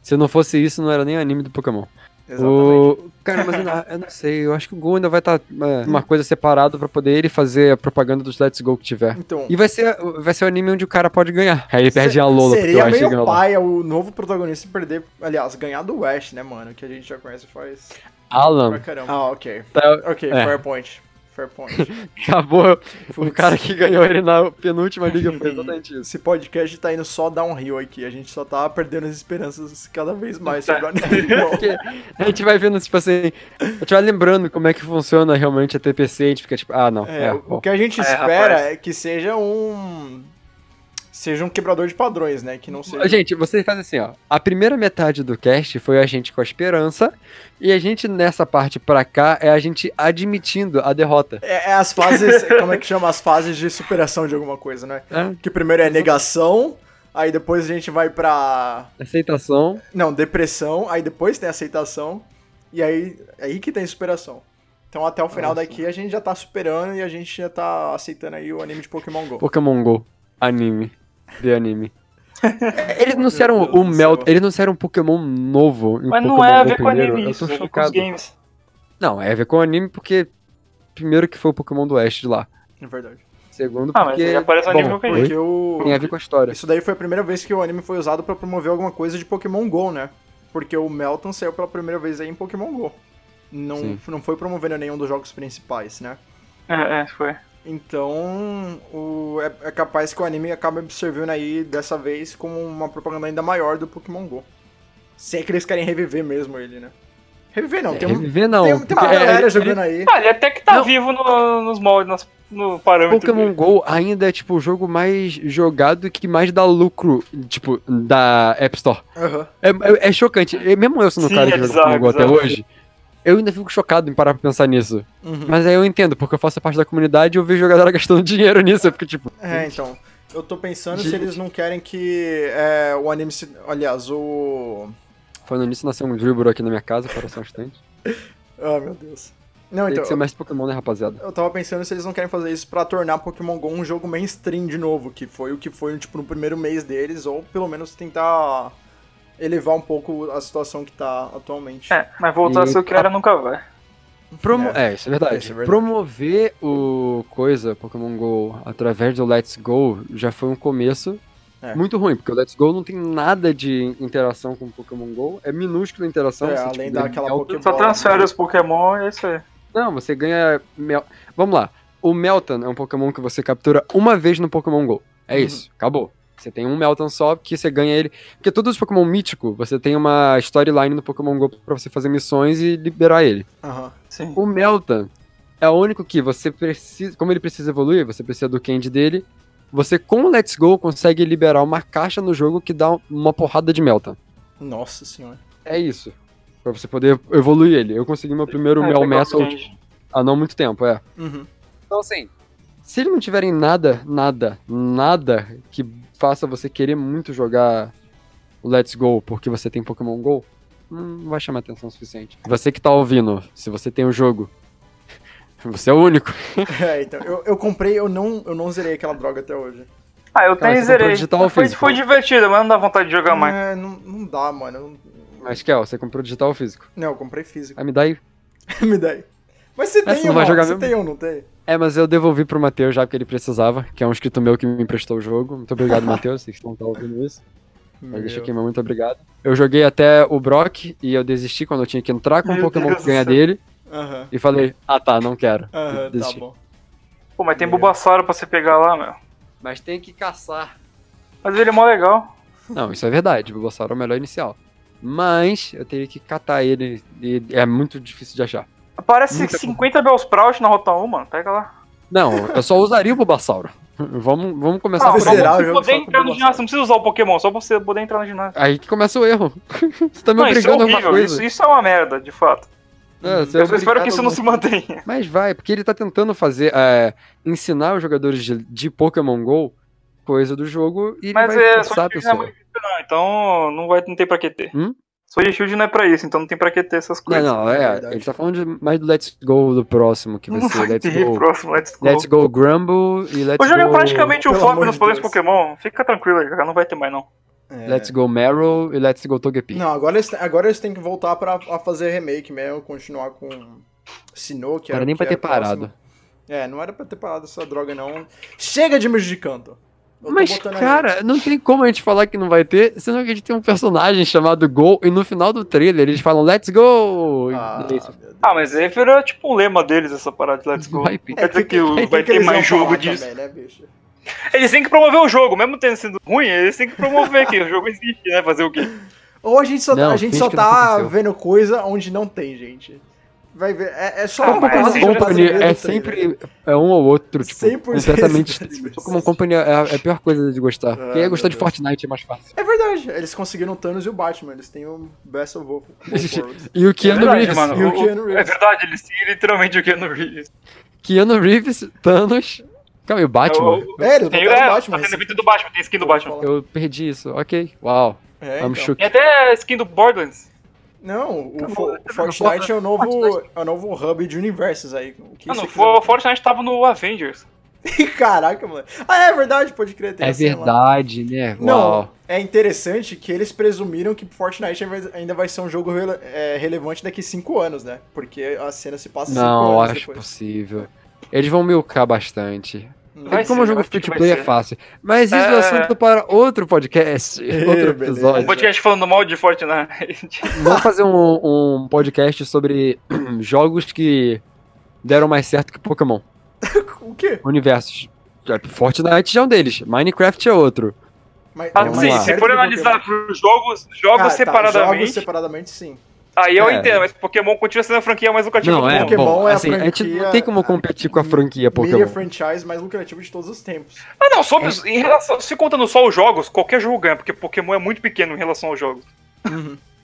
Speaker 2: Se não fosse isso, não era nem anime do Pokémon.
Speaker 1: Exatamente.
Speaker 2: O... Cara, mas eu não, eu não sei. Eu acho que o Go ainda vai estar
Speaker 1: Hum.
Speaker 2: uma coisa separada pra poder ele fazer a propaganda dos Let's Go que tiver.
Speaker 1: Então,
Speaker 2: E vai ser, vai ser o anime onde o cara pode ganhar. Aí ele perde
Speaker 1: se-
Speaker 2: a Lola, porque
Speaker 1: seria
Speaker 2: eu achei que
Speaker 1: meio
Speaker 2: ela...
Speaker 1: paia o novo protagonista perder, aliás, ganhar do Ash, né, mano? Que a gente já conhece faz pra
Speaker 2: Alan.
Speaker 1: caramba. Ah, ok.
Speaker 2: Tá,
Speaker 1: Ok,
Speaker 2: É.
Speaker 1: fair point. Fair point.
Speaker 2: acabou. O cara que ganhou ele na penúltima liga foi exatamente isso.
Speaker 1: Esse podcast tá indo só downhill aqui. A gente só tá perdendo as esperanças cada vez mais sobre o
Speaker 3: Tá.
Speaker 1: anime.
Speaker 2: Porque a gente vai vendo, tipo assim, a gente vai lembrando como é que funciona realmente a TPC, a gente fica tipo, ah, não.
Speaker 1: É,
Speaker 2: É,
Speaker 1: o
Speaker 2: bom.
Speaker 1: que a gente
Speaker 3: É,
Speaker 1: espera
Speaker 3: rapaz.
Speaker 1: é que seja um. Seja um quebrador de padrões, né? Que não seja.
Speaker 2: Gente, você faz assim, ó. A primeira metade do cast foi a gente com a esperança, e a gente nessa parte pra cá é a gente admitindo a derrota.
Speaker 1: É, é as fases. como é que chama? As fases de superação de alguma coisa, né?
Speaker 2: né?
Speaker 1: Que primeiro é negação, aí depois a gente vai pra.
Speaker 2: Aceitação.
Speaker 1: Não, depressão, aí depois tem aceitação, e aí, é aí que tem superação. Então até o final
Speaker 2: Nossa.
Speaker 1: daqui a gente já tá superando e a gente já tá aceitando aí o anime de Pokémon GO.
Speaker 2: Pokémon GO. Anime. De anime. Eles anunciaram
Speaker 3: Meu Deus
Speaker 2: o
Speaker 3: do
Speaker 2: Mel.
Speaker 3: céu.
Speaker 2: Eles anunciaram um Pokémon novo. em
Speaker 3: Mas
Speaker 2: Pokémon
Speaker 3: não é a
Speaker 2: Go
Speaker 3: ver com
Speaker 2: primeiro.
Speaker 3: anime
Speaker 2: Eu
Speaker 3: isso,
Speaker 2: tô
Speaker 3: é a ver com os
Speaker 2: chocado.
Speaker 3: games.
Speaker 2: Não, é a ver com anime porque. Primeiro que foi o Pokémon do Oeste lá.
Speaker 1: Na É verdade.
Speaker 2: Segundo,
Speaker 3: Ah, mas
Speaker 2: porque.
Speaker 3: aí aparece o anime que eu conheço.
Speaker 2: oi?
Speaker 1: Porque o.
Speaker 2: Tem a ver com a história.
Speaker 1: Isso daí foi a primeira vez que o anime foi usado pra promover alguma coisa de Pokémon GO, né? Porque o Melton saiu pela primeira vez aí em Pokémon GO. Não,
Speaker 2: Sim.
Speaker 1: não foi promovendo nenhum dos jogos principais, né?
Speaker 3: É, é, foi.
Speaker 1: Então, o, é, é capaz que o anime acabe servindo aí, dessa vez, como uma propaganda ainda maior do Pokémon GO. Se é que eles querem reviver mesmo ele, né? Reviver não, tem, um,
Speaker 2: É, Reviver não.
Speaker 1: tem, tem uma
Speaker 2: porque é-
Speaker 1: galera
Speaker 2: é-
Speaker 1: jogando aí.
Speaker 3: Ah, ele até que tá
Speaker 2: Não.
Speaker 3: vivo no- nos moldes, nas- no parâmetro.
Speaker 2: Pokémon
Speaker 3: dele.
Speaker 2: GO ainda é tipo o jogo mais jogado e que mais dá lucro, tipo, da App Store.
Speaker 1: Aham.
Speaker 2: É, é- é chocante. E mesmo eu sendo um
Speaker 3: Sim,
Speaker 2: cara
Speaker 3: é
Speaker 2: que joga
Speaker 3: bizarro,
Speaker 2: Pokémon GO até
Speaker 3: bizarro.
Speaker 2: hoje, eu ainda fico chocado em parar pra pensar nisso.
Speaker 1: Uhum.
Speaker 2: Mas aí eu entendo, porque eu faço parte da comunidade e eu vejo a galera gastando dinheiro nisso. Eu fico tipo.
Speaker 1: É, então. Eu tô pensando se
Speaker 2: Gente.
Speaker 1: eles não querem que é, o anime se. Aliás, o.
Speaker 2: Falando nisso, nasceu um Dribble aqui na minha casa, para só um instante.
Speaker 1: Ah, meu Deus. Não,
Speaker 2: Tem
Speaker 1: então.
Speaker 2: que ser mais Pokémon, né, rapaziada?
Speaker 1: Eu tava pensando se eles não querem fazer isso pra tornar Pokémon GO um jogo mainstream de novo, que foi o que foi, tipo, no primeiro mês deles, ou pelo menos tentar elevar um pouco a situação que tá atualmente.
Speaker 3: É, mas voltar a ser o que era nunca vai.
Speaker 2: Promo... É. isso é verdade.
Speaker 1: Isso é verdade.
Speaker 2: Promover o coisa, Pokémon GO, através do Let's Go, já foi um começo
Speaker 1: É.
Speaker 2: muito ruim, porque o Let's Go não tem nada de interação com o Pokémon GO, é minúscula a interação.
Speaker 1: É,
Speaker 2: você, tipo,
Speaker 1: além
Speaker 2: ganha
Speaker 1: daquela
Speaker 2: Mel-
Speaker 1: Poké-
Speaker 3: Só transfere os Pokémon e é isso aí.
Speaker 2: Não, você ganha... Mel... Vamos lá, o Meltan é um Pokémon que você captura uma vez no Pokémon GO, é isso, acabou. Você tem um Meltan só, que você ganha ele... Porque todos os Pokémon mítico, você tem uma storyline no Pokémon GO pra você fazer missões e liberar ele.
Speaker 1: Aham.
Speaker 3: Sim.
Speaker 2: O Meltan é o único que você precisa. Como ele precisa evoluir, você precisa do candy dele. Você, com o Let's Go, consegue liberar uma caixa no jogo que dá uma porrada de Meltan.
Speaker 1: Nossa senhora.
Speaker 2: É isso. Pra você poder evoluir ele. Eu consegui meu primeiro
Speaker 3: Ah,
Speaker 2: Mel
Speaker 3: pegar os
Speaker 2: Metal
Speaker 3: games.
Speaker 2: há não muito tempo, é.
Speaker 1: Uhum.
Speaker 2: Então, assim, se eles não tiverem nada, nada, nada que faça você querer muito jogar o Let's Go porque você tem Pokémon Go, hum, não vai chamar atenção o suficiente. Você que tá ouvindo, se você tem o jogo, você é o único.
Speaker 1: É, então, eu, eu comprei, eu não, eu não zerei aquela droga até hoje.
Speaker 3: Ah, eu
Speaker 2: Cara,
Speaker 3: tenho e
Speaker 2: você comprou
Speaker 3: zerei.
Speaker 2: digital ou
Speaker 3: foi,
Speaker 2: físico?
Speaker 3: foi divertido, mas não dá vontade de jogar mais.
Speaker 1: É, não, não dá, mano. eu não-
Speaker 2: Mas que é, você comprou digital ou físico?
Speaker 1: Não, eu comprei físico.
Speaker 2: Ah, me dá aí.
Speaker 1: Me dá aí. Mas você
Speaker 2: Mas
Speaker 1: tem,
Speaker 2: você não vai
Speaker 1: mano,
Speaker 2: jogar
Speaker 1: você
Speaker 2: mesmo?
Speaker 1: tem ou não tem?
Speaker 2: É, mas eu devolvi pro Matheus já porque ele precisava, que é um inscrito meu que me emprestou o jogo. Muito obrigado, Matheus, vocês estão tá ouvindo isso. Eu deixo aqui, mas muito obrigado. Eu joguei até o Brock e eu desisti quando eu tinha que entrar
Speaker 1: Ah,
Speaker 2: com o
Speaker 3: Meu
Speaker 2: Pokémon
Speaker 3: Deus
Speaker 2: que
Speaker 3: do
Speaker 2: ganha
Speaker 3: céu.
Speaker 2: dele
Speaker 1: Aham.
Speaker 2: e falei, ah tá, não quero.
Speaker 1: Aham, tá
Speaker 2: Desisti.
Speaker 1: bom.
Speaker 3: Pô, mas tem
Speaker 1: Meu.
Speaker 3: Bulbasauro pra você pegar lá, meu.
Speaker 2: Mas tem que caçar.
Speaker 3: Mas ele é mó legal.
Speaker 2: Não, isso é verdade, o Bulbasaur é o melhor inicial. Mas eu teria que catar ele e é muito difícil de achar.
Speaker 3: Aparece
Speaker 2: Muita
Speaker 3: 50 Bellsprout na Rota 1, mano. Pega lá.
Speaker 2: Não, eu só usaria o Bulbasauro. Vamos, vamos começar
Speaker 3: Ah,
Speaker 2: por
Speaker 3: pra
Speaker 1: zerar o
Speaker 3: você
Speaker 1: jogo
Speaker 3: poder
Speaker 1: só com
Speaker 3: entrar no
Speaker 1: Bulbasaur.
Speaker 3: ginásio, não precisa usar o Pokémon, só pra você poder entrar no ginásio.
Speaker 2: Aí que começa o erro. Você tá me
Speaker 3: Não, isso é
Speaker 2: obrigando a alguma
Speaker 3: horrível,
Speaker 2: coisa.
Speaker 3: isso, isso é uma merda, de fato.
Speaker 2: É, você é
Speaker 3: Eu só espero
Speaker 2: obrigado
Speaker 3: que isso não se mantenha.
Speaker 2: Mas vai, porque ele tá tentando fazer. é, ensinar os jogadores de, de Pokémon GO coisa do jogo e ele
Speaker 3: Mas
Speaker 2: vai
Speaker 3: é,
Speaker 2: forçar
Speaker 3: só
Speaker 2: a
Speaker 3: que é
Speaker 2: pessoa.
Speaker 3: muito não, então não, vai, não tem pra que ter.
Speaker 2: Hum?
Speaker 3: Sword and Shield não é pra isso, então não tem pra que ter essas
Speaker 2: Não,
Speaker 3: coisas.
Speaker 2: não, é.
Speaker 1: verdade.
Speaker 2: Ele tá falando de- mais do Let's Go do próximo, que vai
Speaker 3: Não
Speaker 2: ser
Speaker 3: vai
Speaker 2: Let's
Speaker 3: ter
Speaker 2: Go.
Speaker 3: próximo, let's go.
Speaker 2: Let's Go tipo, Grumble e Let's
Speaker 3: O jogo
Speaker 2: Go.
Speaker 3: é praticamente o
Speaker 1: Pelo
Speaker 3: flop
Speaker 1: amor
Speaker 3: nos
Speaker 1: de
Speaker 3: poderes
Speaker 1: Deus.
Speaker 3: Pokémon. Fica tranquilo, já não vai ter mais não.
Speaker 1: É.
Speaker 2: Let's Go Meryl e Let's Go Togepi.
Speaker 1: Não, agora eles, agora eles têm que voltar pra, a fazer remake mesmo, continuar com Sinnoh, que era
Speaker 2: Não era nem
Speaker 1: que
Speaker 2: pra ter
Speaker 1: era o próximo.
Speaker 2: parado.
Speaker 1: É, não era pra ter parado essa droga, não. Chega de Mijo de Canto! Eu tô
Speaker 2: Mas,
Speaker 1: botando aí.
Speaker 2: cara, não tem como a gente falar que não vai ter, sendo que a gente tem um personagem chamado Go e no final do trailer eles falam Let's Go! E-
Speaker 1: Ah,
Speaker 2: e isso.
Speaker 1: meu Deus.
Speaker 3: Ah, mas aí virou tipo o lema deles, essa parada de Let's Go.
Speaker 2: Vai
Speaker 3: Não quer
Speaker 1: É,
Speaker 3: dizer
Speaker 1: que-
Speaker 3: que o-
Speaker 1: que
Speaker 3: vai
Speaker 1: que
Speaker 3: ter
Speaker 1: eles
Speaker 3: mais
Speaker 1: vão
Speaker 3: jogo
Speaker 1: falar
Speaker 3: disso.
Speaker 1: também, né, bicho?
Speaker 3: Eles têm que promover o jogo, mesmo tendo sido ruim, eles têm que promover que o jogo existe, né? Fazer o quê?
Speaker 1: Ou a gente só,
Speaker 2: Não,
Speaker 1: a gente
Speaker 2: finge
Speaker 1: só
Speaker 2: que não
Speaker 1: tá
Speaker 2: aconteceu.
Speaker 1: vendo coisa onde não tem, gente. Vai ver, é, é só
Speaker 3: Ah,
Speaker 1: uma coisa
Speaker 3: mas
Speaker 2: Pokémon
Speaker 3: esse
Speaker 1: que
Speaker 3: jogo
Speaker 1: fazem
Speaker 2: Company
Speaker 1: mesmo
Speaker 2: é
Speaker 1: no trailer.
Speaker 2: sempre é um ou outro, tipo,
Speaker 1: 100%
Speaker 2: completamente
Speaker 1: esse
Speaker 2: extremo.
Speaker 1: mesmo.
Speaker 2: Pokémon Company é a, é a pior coisa de gostar.
Speaker 1: Ah,
Speaker 2: Quem ia gostar
Speaker 1: meu
Speaker 2: de
Speaker 1: Deus.
Speaker 2: Fortnite é mais fácil.
Speaker 1: É verdade, eles conseguiram o Thanos e o Batman, eles têm o Best of Both. both worlds.
Speaker 2: E o Keanu
Speaker 3: verdade,
Speaker 2: Reeves.
Speaker 3: mano.
Speaker 1: E o
Speaker 3: O-
Speaker 1: Keanu
Speaker 3: É
Speaker 1: Reeves.
Speaker 3: verdade, eles têm literalmente o Keanu Reeves.
Speaker 2: Keanu Reeves, Thanos. Calma, e o Batman?
Speaker 3: Eu-
Speaker 1: É, eles
Speaker 3: Tem,
Speaker 1: botaram
Speaker 3: é,
Speaker 1: o
Speaker 3: tá
Speaker 1: Batman.
Speaker 3: tendo
Speaker 1: esse-
Speaker 3: evento do Batman, tem skin do Batman.
Speaker 2: Eu perdi isso. Ok. Uau.
Speaker 1: É,
Speaker 2: I'm
Speaker 1: então.
Speaker 2: shook.
Speaker 3: Tem até skin do Borderlands.
Speaker 1: Não, o,
Speaker 3: Acabou,
Speaker 1: Fo-
Speaker 3: acabou.
Speaker 1: Fortnite é o novo, é o novo hub de universos aí. O que
Speaker 3: Mano,
Speaker 1: você
Speaker 3: o
Speaker 1: quiser.
Speaker 3: For- Fortnite tava no Avengers.
Speaker 1: Caraca, mano. Ah, é verdade, pode crer. tem
Speaker 2: É
Speaker 1: a cena lá.
Speaker 2: verdade, né?
Speaker 1: Não,
Speaker 2: Uau.
Speaker 1: é interessante que eles presumiram que Fortnite ainda vai ser um jogo rele- é, relevante daqui 5 anos, né? Porque a cena se passa 5
Speaker 2: Não,
Speaker 1: anos
Speaker 2: acho
Speaker 1: depois.
Speaker 2: possível. Eles vão milcar bastante.
Speaker 1: Hum.
Speaker 3: Vai
Speaker 2: Como
Speaker 3: ser,
Speaker 2: o jogo
Speaker 3: eu acho
Speaker 2: free
Speaker 3: que
Speaker 2: to
Speaker 3: vai
Speaker 2: play é
Speaker 3: ser.
Speaker 2: fácil. Mas isso é,
Speaker 3: É.
Speaker 2: assunto para outro podcast, outro
Speaker 1: beleza.
Speaker 3: Um
Speaker 2: episódio.
Speaker 3: podcast falando mal de Fortnite.
Speaker 2: Vamos fazer um, um podcast sobre jogos que deram mais certo que Pokémon.
Speaker 1: O quê?
Speaker 2: Universos. Fortnite já é um deles, Minecraft é outro.
Speaker 1: Mas,
Speaker 3: Ah,
Speaker 2: Vamos
Speaker 3: sim,
Speaker 2: lá.
Speaker 3: se for analisar por jogos, jogos
Speaker 1: Cara, tá,
Speaker 3: separadamente,
Speaker 1: jogos separadamente, sim.
Speaker 3: aí eu
Speaker 2: É.
Speaker 3: entendo, mas Pokémon continua sendo a franquia mais lucrativa
Speaker 2: Não,
Speaker 3: do
Speaker 2: é
Speaker 3: mundo.
Speaker 1: Pokémon
Speaker 2: bom.
Speaker 1: é a
Speaker 2: assim, a, gente
Speaker 1: franquia-
Speaker 2: não tem como competir com a
Speaker 1: Media
Speaker 2: franquia Pokémon.
Speaker 1: franchise mais lucrativo de todos os tempos.
Speaker 3: Ah, não,
Speaker 2: É.
Speaker 3: sobre os- em relação, se contando só os jogos, qualquer jogo ganha, porque Pokémon é muito pequeno em relação aos jogos.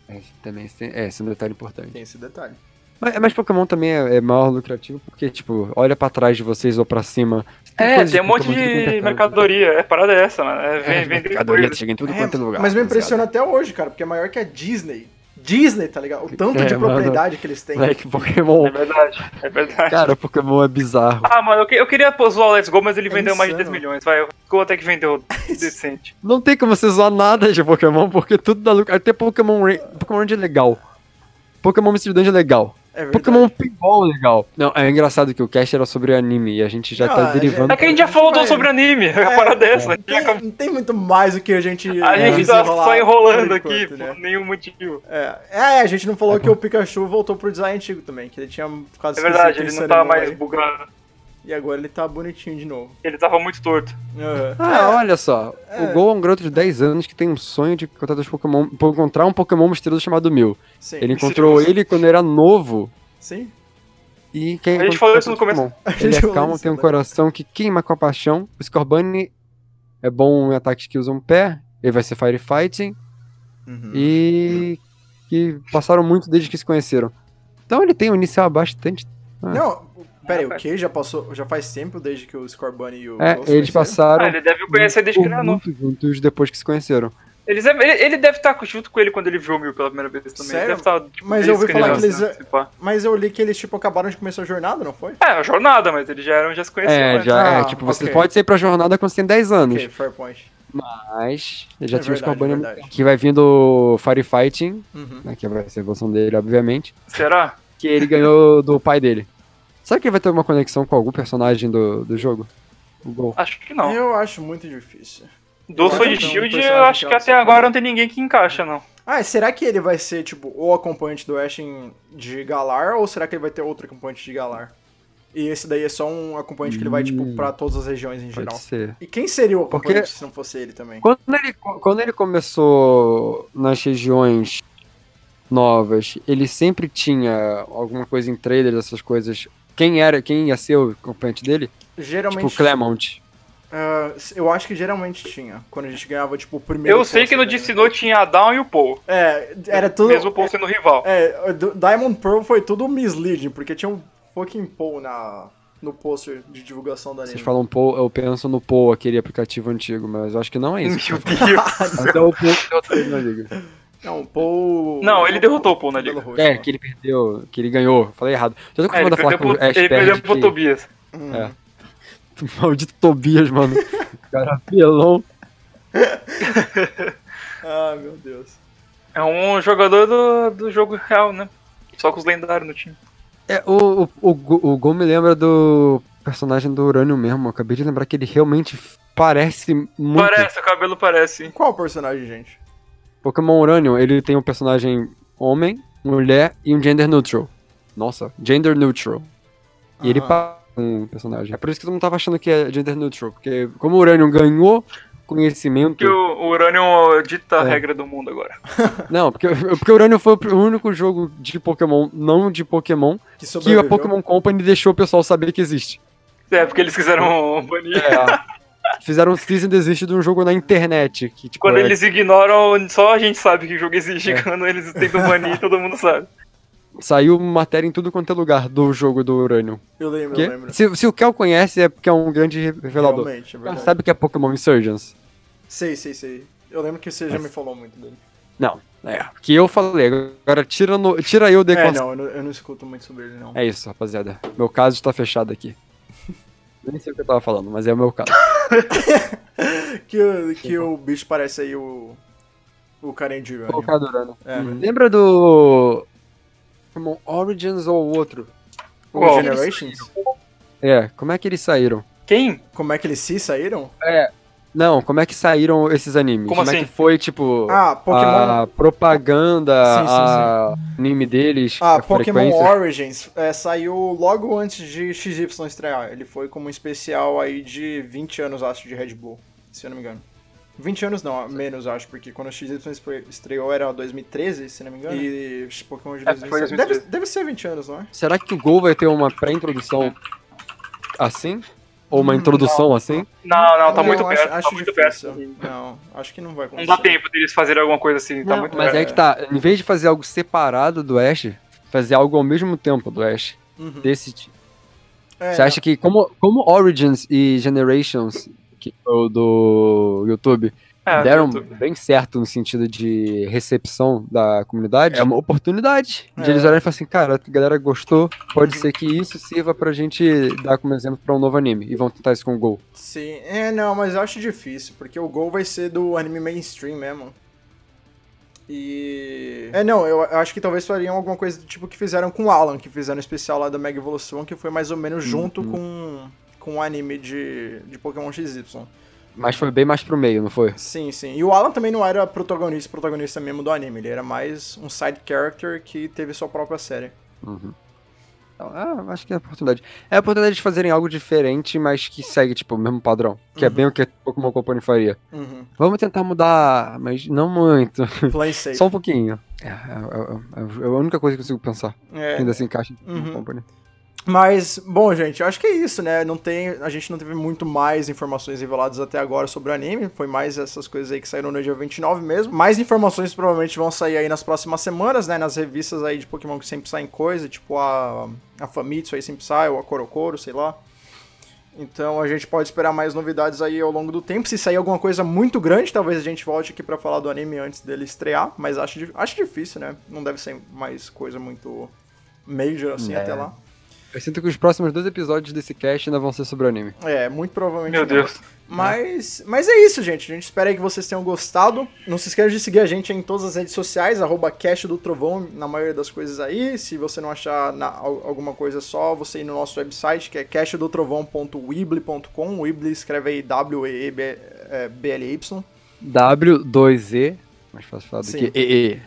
Speaker 2: É, também esse- é, esse é um detalhe importante.
Speaker 1: Tem esse detalhe.
Speaker 2: Mas, mas Pokémon também é, é maior lucrativo, porque, tipo, olha pra trás de vocês ou pra cima.
Speaker 3: É,
Speaker 2: coisa
Speaker 3: tem um monte
Speaker 2: Pokémon tudo quanto é
Speaker 3: de
Speaker 2: canto.
Speaker 3: mercadoria, é parada é essa, mano. É
Speaker 2: É,
Speaker 3: vem- vender
Speaker 2: mercadoria
Speaker 3: coisa.
Speaker 2: chega em tudo
Speaker 1: É,
Speaker 2: quanto é lugar.
Speaker 1: Mas me
Speaker 2: rapaziada.
Speaker 1: impressiona até hoje, cara, porque é maior que a Disney. Disney, tá ligado? O tanto
Speaker 2: É,
Speaker 1: de
Speaker 2: mano.
Speaker 1: propriedade que eles têm.
Speaker 2: Moleque, Pokémon.
Speaker 3: É verdade, é verdade.
Speaker 2: Cara, Pokémon é bizarro.
Speaker 3: Ah, mano, eu, que- eu queria pô, zoar o Let's Go, mas ele
Speaker 1: É
Speaker 3: vendeu mais de
Speaker 1: insano.
Speaker 3: 10 milhões, vai. O Let's Go até que vendeu decente.
Speaker 2: Não tem como você zoar nada de Pokémon, porque tudo dá lucro. Até Pokémon Ra Pokémon Range é legal. Pokémon Mystery Dungeon é legal.
Speaker 1: É verdade.
Speaker 2: Pokémon Pinball é legal. Não, é engraçado que o cast era sobre anime e a gente já
Speaker 1: Ah,
Speaker 2: tá
Speaker 1: é,
Speaker 2: derivando.
Speaker 3: É que a gente já falou
Speaker 1: Vai.
Speaker 3: sobre anime, é a parada é essa.
Speaker 1: Tem- não tem muito mais o que a gente. é,
Speaker 3: A gente tá
Speaker 1: desenrolar
Speaker 3: só enrolando
Speaker 1: por
Speaker 3: aqui,
Speaker 1: enquanto, né?
Speaker 3: por nenhum motivo.
Speaker 1: É, é, a gente não falou que o Pikachu voltou pro design antigo também, que ele tinha ficado
Speaker 3: É verdade, ele
Speaker 1: esquecido
Speaker 3: não
Speaker 1: em
Speaker 3: tá
Speaker 1: Saruman
Speaker 3: mais
Speaker 1: aí.
Speaker 3: bugado.
Speaker 1: E agora ele tá bonitinho de novo.
Speaker 3: Ele tava muito torto.
Speaker 1: Aham.
Speaker 2: Ah, olha só.
Speaker 1: É.
Speaker 2: O Gol é um garoto de 10 anos que tem um sonho de encontrar, dois Pokémon, encontrar um Pokémon misterioso chamado Mil.
Speaker 1: Sim.
Speaker 2: é. Ele encontrou ele quando era novo.
Speaker 1: Sim.
Speaker 2: E quem
Speaker 3: A gente
Speaker 2: encontrou
Speaker 3: falou isso no
Speaker 2: Pokémon.
Speaker 3: começo.
Speaker 1: A
Speaker 2: Ele é
Speaker 1: falou
Speaker 2: calmo,
Speaker 1: isso,
Speaker 2: tem um
Speaker 1: né?
Speaker 2: coração que queima com a paixão. O Scorbunny é bom em ataques que usam pé. Ele vai ser firefighting.
Speaker 1: Uhum.
Speaker 2: E que passaram muito desde que se conheceram. Então ele tem um inicial bastante.
Speaker 1: Não, peraí,
Speaker 3: É.
Speaker 1: o que? Já passou. Já faz tempo desde que o Scorbunny e o.
Speaker 2: É,
Speaker 1: Ghost
Speaker 2: eles
Speaker 1: conheceram?
Speaker 2: passaram
Speaker 3: Ah, ele deve o conhecer desde que ele era novo.
Speaker 2: muito juntos depois que se conheceram.
Speaker 3: Ele deve, ele, ele deve estar junto com ele quando ele viu o Mil pela primeira vez também.
Speaker 1: Sério?
Speaker 3: Ele deve estar, tipo,
Speaker 1: Mas eu ouvi
Speaker 3: desde ele
Speaker 1: falar
Speaker 3: era
Speaker 1: que eles- é-
Speaker 3: criança, se pá.
Speaker 1: Mas eu li que eles, tipo, acabaram de começar a jornada, não foi?
Speaker 3: É, a jornada, mas eles já eram, já se conheciam.
Speaker 2: É,
Speaker 3: antes.
Speaker 2: já é.
Speaker 1: Ah,
Speaker 2: Tipo, você
Speaker 1: ok.
Speaker 2: pode ser pra jornada quando você tem 10 anos.
Speaker 1: Ok, fair point.
Speaker 2: Mas ele já
Speaker 1: É
Speaker 2: tinha o
Speaker 1: verdade,
Speaker 2: Scorbunny
Speaker 1: verdade.
Speaker 2: que vai vindo firefighting,
Speaker 1: Uhum.
Speaker 2: né, que vai ser a evolução dele, obviamente.
Speaker 3: Será?
Speaker 2: Que ele ganhou do pai dele. Será que ele vai ter uma conexão com algum personagem do, do jogo? O Gol.
Speaker 3: Acho que não.
Speaker 1: Eu acho muito difícil.
Speaker 3: Do
Speaker 1: Eu
Speaker 3: Sword
Speaker 1: acho que não,
Speaker 3: Shield,
Speaker 1: um
Speaker 3: eu
Speaker 1: personagem
Speaker 3: acho que
Speaker 1: que ela
Speaker 3: até
Speaker 1: só-
Speaker 3: agora não tem ninguém que encaixa, não.
Speaker 1: Ah, será que ele vai ser, tipo, o acompanhante do Ash em- de Galar, ou será que ele vai ter outro acompanhante de Galar? E esse daí é só um acompanhante que ele vai, tipo,
Speaker 2: Hum.
Speaker 1: pra todas as regiões em
Speaker 2: Pode
Speaker 1: geral.
Speaker 2: ser.
Speaker 1: E quem seria o
Speaker 2: Porque-
Speaker 1: acompanhante se não fosse ele também?
Speaker 2: Quando ele, quando ele começou nas regiões novas, ele sempre tinha alguma coisa em trailers, essas coisas. Quem era, quem ia ser o acompanhante dele?
Speaker 1: Geralmente.
Speaker 2: Tipo o Clement.
Speaker 1: Ah, eu acho que geralmente tinha, quando a gente ganhava, tipo, o primeiro.
Speaker 3: Eu sei que no
Speaker 1: pôster, né?
Speaker 3: Destino tinha a Down e o Paul.
Speaker 1: É, era tudo.
Speaker 3: Mesmo o Paul sendo rival.
Speaker 1: É, do- Diamond Pearl foi tudo misleading, porque tinha um fucking Paul na, no pôster de divulgação da
Speaker 2: Vocês
Speaker 1: anime.
Speaker 2: falam Paul, eu penso no Paul, aquele aplicativo antigo, mas eu acho que não é
Speaker 3: Meu
Speaker 2: isso.
Speaker 3: Deus.
Speaker 2: Até o Paul derrotou ele na liga.
Speaker 1: Não, Paul.
Speaker 3: Não, ele derrotou o Paul na liga.
Speaker 1: Cabelo roxo,
Speaker 2: É,
Speaker 1: né?
Speaker 2: que ele perdeu, que ele ganhou. Falei errado. Já tô
Speaker 3: É,
Speaker 2: acostumado
Speaker 3: ele
Speaker 2: a falar
Speaker 3: perdeu
Speaker 2: que o
Speaker 3: pro,
Speaker 2: Ash
Speaker 3: ele perdeu
Speaker 2: perde.
Speaker 3: pro
Speaker 2: que-
Speaker 3: Tobias.
Speaker 1: Hum.
Speaker 2: é. Maldito Tobias, mano. Cara, pelão.
Speaker 1: Ah, meu Deus.
Speaker 3: É um jogador do, do jogo real, né? Só com os lendários no time.
Speaker 2: É, o, o, o, Go- o Gol me lembra do personagem do Urânio mesmo. Eu acabei de lembrar que ele realmente parece muito.
Speaker 3: Parece, o cabelo parece. hein?
Speaker 1: Qual personagem, gente?
Speaker 2: Pokémon Urânio, ele tem um personagem homem, mulher e um gender neutral. Nossa, gender neutral. E ele
Speaker 1: Aham.
Speaker 2: parece um personagem. É por isso que eu não tava achando que é gender neutral, porque como o Urânio ganhou
Speaker 3: Que
Speaker 2: conhecimento...
Speaker 3: o, o Uranium dita a
Speaker 2: É.
Speaker 3: regra do mundo agora.
Speaker 2: Não, porque, porque o Urânio foi o único jogo de Pokémon, não de Pokémon,
Speaker 1: Que
Speaker 2: que
Speaker 1: sobreviveu.
Speaker 2: a Pokémon Company deixou o pessoal saber que existe.
Speaker 3: É, porque eles quiseram
Speaker 2: É,
Speaker 3: banir.
Speaker 2: Fizeram um cease and desist de um jogo na internet. Que, tipo,
Speaker 3: Quando
Speaker 2: é-
Speaker 3: eles ignoram, só a gente sabe que o jogo existe. Quando eles tentam banir, todo mundo sabe.
Speaker 2: Saiu matéria em tudo quanto é lugar do jogo do Urânio.
Speaker 1: Eu lembro,
Speaker 2: Porque
Speaker 1: eu lembro.
Speaker 2: se, se o Kel conhece, é porque é um grande revelador.
Speaker 1: Realmente, é
Speaker 2: Ela
Speaker 1: verdade.
Speaker 2: sabe que é Pokémon Insurgence.
Speaker 1: Sei, sei, sei. Eu lembro que você já me falou muito dele.
Speaker 2: Não, é. Que eu falei, agora tira, no- tira eu da
Speaker 1: É,
Speaker 2: equação.
Speaker 1: não, eu não, eu não escuto muito sobre ele, não.
Speaker 2: É, isso, rapaziada. Meu caso está fechado aqui. Nem sei o que eu tava falando, mas é o meu caso.
Speaker 1: É Que, o- que o bicho parece aí o. O carinha de urânio.
Speaker 2: O caso do Urânio.
Speaker 1: É,
Speaker 2: Uhum. Lembra do. Pokémon Origins ou outro?
Speaker 1: o
Speaker 3: Qual?
Speaker 1: Generations?
Speaker 2: É, como é que eles saíram?
Speaker 3: Quem?
Speaker 1: Como é que eles se saíram?
Speaker 2: Não, como é que saíram esses animes?
Speaker 3: Como
Speaker 2: é
Speaker 3: assim?
Speaker 2: que foi, tipo,
Speaker 1: Ah, Pokémon.
Speaker 2: a propaganda,
Speaker 1: Sim, sim, sim.
Speaker 2: a anime deles,
Speaker 1: Ah,
Speaker 2: a
Speaker 1: Pokémon
Speaker 2: frequência?
Speaker 1: Origins é, saiu logo antes de XY estrear. Ele foi como um especial aí de 20 anos, acho, de Red Bull, se eu não me engano. 20 anos não, menos acho, porque quando o XY estre- estreou era 2013, se não me engano. E Pokémon de
Speaker 3: É, foi
Speaker 1: 2013.
Speaker 3: 2013.
Speaker 1: Deve, deve ser 20 anos, não é?
Speaker 2: Será que o Gol vai ter uma pré-introdução assim? Ou
Speaker 1: Hum,
Speaker 2: uma introdução assim?
Speaker 3: Não, não, tá
Speaker 1: Eu
Speaker 3: muito
Speaker 1: acho,
Speaker 3: perto.
Speaker 1: acho
Speaker 3: tá muito
Speaker 1: difícil.
Speaker 3: perto.
Speaker 1: Não, acho que não vai
Speaker 3: Não
Speaker 1: acontecer.
Speaker 3: dá tempo deles fazerem alguma coisa assim, tá
Speaker 2: Não,
Speaker 3: muito
Speaker 2: mas
Speaker 3: perto.
Speaker 2: é que tá, em vez de fazer algo separado do Ash, fazer algo ao mesmo tempo do Ash,
Speaker 1: Uhum.
Speaker 2: desse tipo.
Speaker 1: É,
Speaker 2: Você acha que como, como Origins e Generations que foi o do YouTube
Speaker 3: É,
Speaker 2: deram
Speaker 3: muito.
Speaker 2: bem certo no sentido de recepção da comunidade, é uma oportunidade de
Speaker 1: É.
Speaker 2: eles olharem e falar assim, cara, a galera gostou, pode ser que isso sirva pra gente dar como exemplo pra um novo anime. E vão tentar isso com o Gol.
Speaker 1: Sim, é, não, mas eu acho difícil, porque o Gol vai ser do anime mainstream mesmo. E. É, não, eu eu acho que talvez fariam alguma coisa do tipo que fizeram com o Alan, que fizeram o especial lá da Mega Evolução, que foi mais ou menos junto com, com o anime de, de Pokémon XY.
Speaker 2: Mas foi bem mais pro meio, não foi?
Speaker 1: Sim, sim. E o Alan também não era protagonista, protagonista mesmo do anime, ele era mais um side character que teve sua própria série.
Speaker 2: Uhum. Então, ah, acho que é a oportunidade. É a oportunidade de fazerem algo diferente, mas que segue, tipo, o mesmo padrão. Que é bem o que a Pokémon Company faria.
Speaker 1: Uhum.
Speaker 2: Vamos tentar mudar, mas não muito.
Speaker 1: Play safe.
Speaker 2: Só um pouquinho. É, é, é- é a única coisa que eu consigo pensar.
Speaker 1: É.
Speaker 2: Que ainda se encaixa em Pokémon
Speaker 1: Uhum.
Speaker 2: Company.
Speaker 1: Mas, bom, gente, eu acho que é isso, né? Não tem, a gente não teve muito mais informações reveladas até agora sobre o anime. Foi mais essas coisas aí que saíram no dia 29 mesmo. Mais informações provavelmente vão sair aí nas próximas semanas, né? Nas revistas aí de Pokémon que sempre saem coisa, tipo a, a Famitsu aí sempre sai, ou a Korokoro, sei lá. Então a gente pode esperar mais novidades aí ao longo do tempo. Se sair alguma coisa muito grande, talvez a gente volte aqui pra falar do anime antes dele estrear. Mas acho, di- acho difícil, né? Não deve ser mais coisa muito major assim
Speaker 2: É.
Speaker 1: até lá.
Speaker 2: Eu sinto que os próximos dois episódios desse cast ainda vão ser sobre o anime.
Speaker 1: É, muito provavelmente.
Speaker 3: Meu
Speaker 1: não.
Speaker 3: Deus.
Speaker 1: Mas, mas é isso, gente. A gente espera aí que vocês tenham gostado. Não se esqueça de seguir a gente em todas as redes sociais, arroba Cash do Trovão, na maioria das coisas aí. Se você não achar na- al- alguma coisa é só, você ir no nosso website, que é cashdotrovão.weebly.com. Weebly escreve aí é, W-E-E-B-L-Y.
Speaker 2: W2E. Mais fácil falar do
Speaker 1: Sim.
Speaker 2: que EE.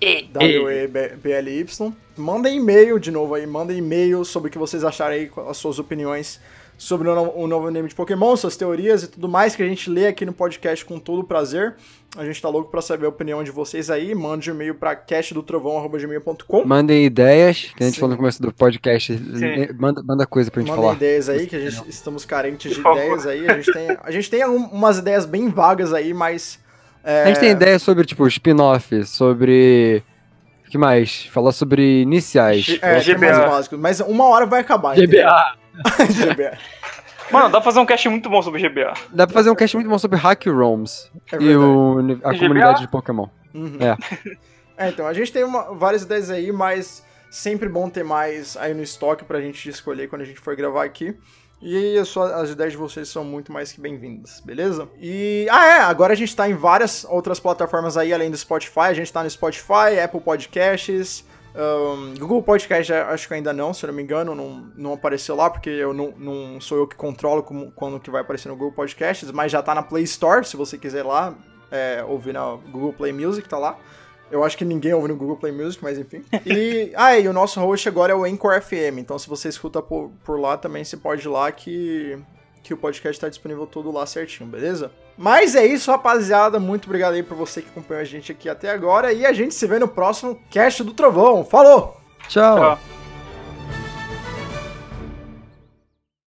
Speaker 3: E-
Speaker 1: W-E-B-L-Y. Mandem e-mail de novo aí, mandem e-mail sobre o que vocês acharem aí, as suas opiniões sobre o, no- o novo anime de Pokémon, suas teorias e tudo mais que a gente lê aqui no podcast com todo prazer. A gente tá louco pra saber a opinião de vocês aí. Mande um e-mail pra castdotrovão.com.
Speaker 2: Mandem ideias, que a gente
Speaker 1: Sim.
Speaker 2: falou no começo do podcast.
Speaker 3: Sim.
Speaker 2: Manda, manda coisa pra gente
Speaker 1: Mandem
Speaker 2: falar.
Speaker 1: ideias aí, que a gente estamos carentes de
Speaker 3: Por favor.
Speaker 1: ideias aí. A gente tem, a gente tem algum- umas ideias bem vagas aí, mas. é,
Speaker 2: A gente tem ideias sobre, tipo, spin-off, sobre. O que mais? Falar sobre iniciais.
Speaker 3: G-
Speaker 1: É, tem mais
Speaker 3: GBA.
Speaker 1: básicos. Mas uma hora vai acabar. entendeu?
Speaker 2: GBA.
Speaker 1: GBA.
Speaker 3: Mano, dá pra fazer um cast muito bom sobre GBA.
Speaker 2: Dá pra fazer um cast muito bom sobre hack roms
Speaker 1: É
Speaker 2: e
Speaker 1: verdade.
Speaker 2: o, uni- a
Speaker 3: GBA?
Speaker 2: comunidade de Pokémon.
Speaker 1: Uhum.
Speaker 2: É.
Speaker 1: É, então, a gente tem uma- várias ideias aí, mas sempre bom ter mais aí no estoque pra gente escolher quando a gente for gravar aqui. E a sua- as ideias de vocês são muito mais que bem-vindas, beleza? E. Ah, é! Agora a gente tá em várias outras plataformas aí, além do Spotify. A gente tá no Spotify, Apple Podcasts, ahn, Google Podcast, já- acho que ainda não, se eu não me engano, não, não apareceu lá, porque eu não, não sou eu que controlo como, quando que vai aparecer no Google Podcasts, mas já tá na Play Store, se você quiser lá é, ouvir na Google Play Music, tá lá. Eu acho que ninguém ouve no Google Play Music, mas enfim. E, ah, e o nosso host agora é o Anchor FM, então se você escuta por, por lá também, você pode ir lá que, que o podcast tá disponível todo lá certinho, beleza? Mas é isso, rapaziada. Muito obrigado aí por você que acompanhou a gente aqui até agora. E a gente se vê no próximo Cast do Trovão. Falou!
Speaker 2: Tchau.
Speaker 3: Tchau.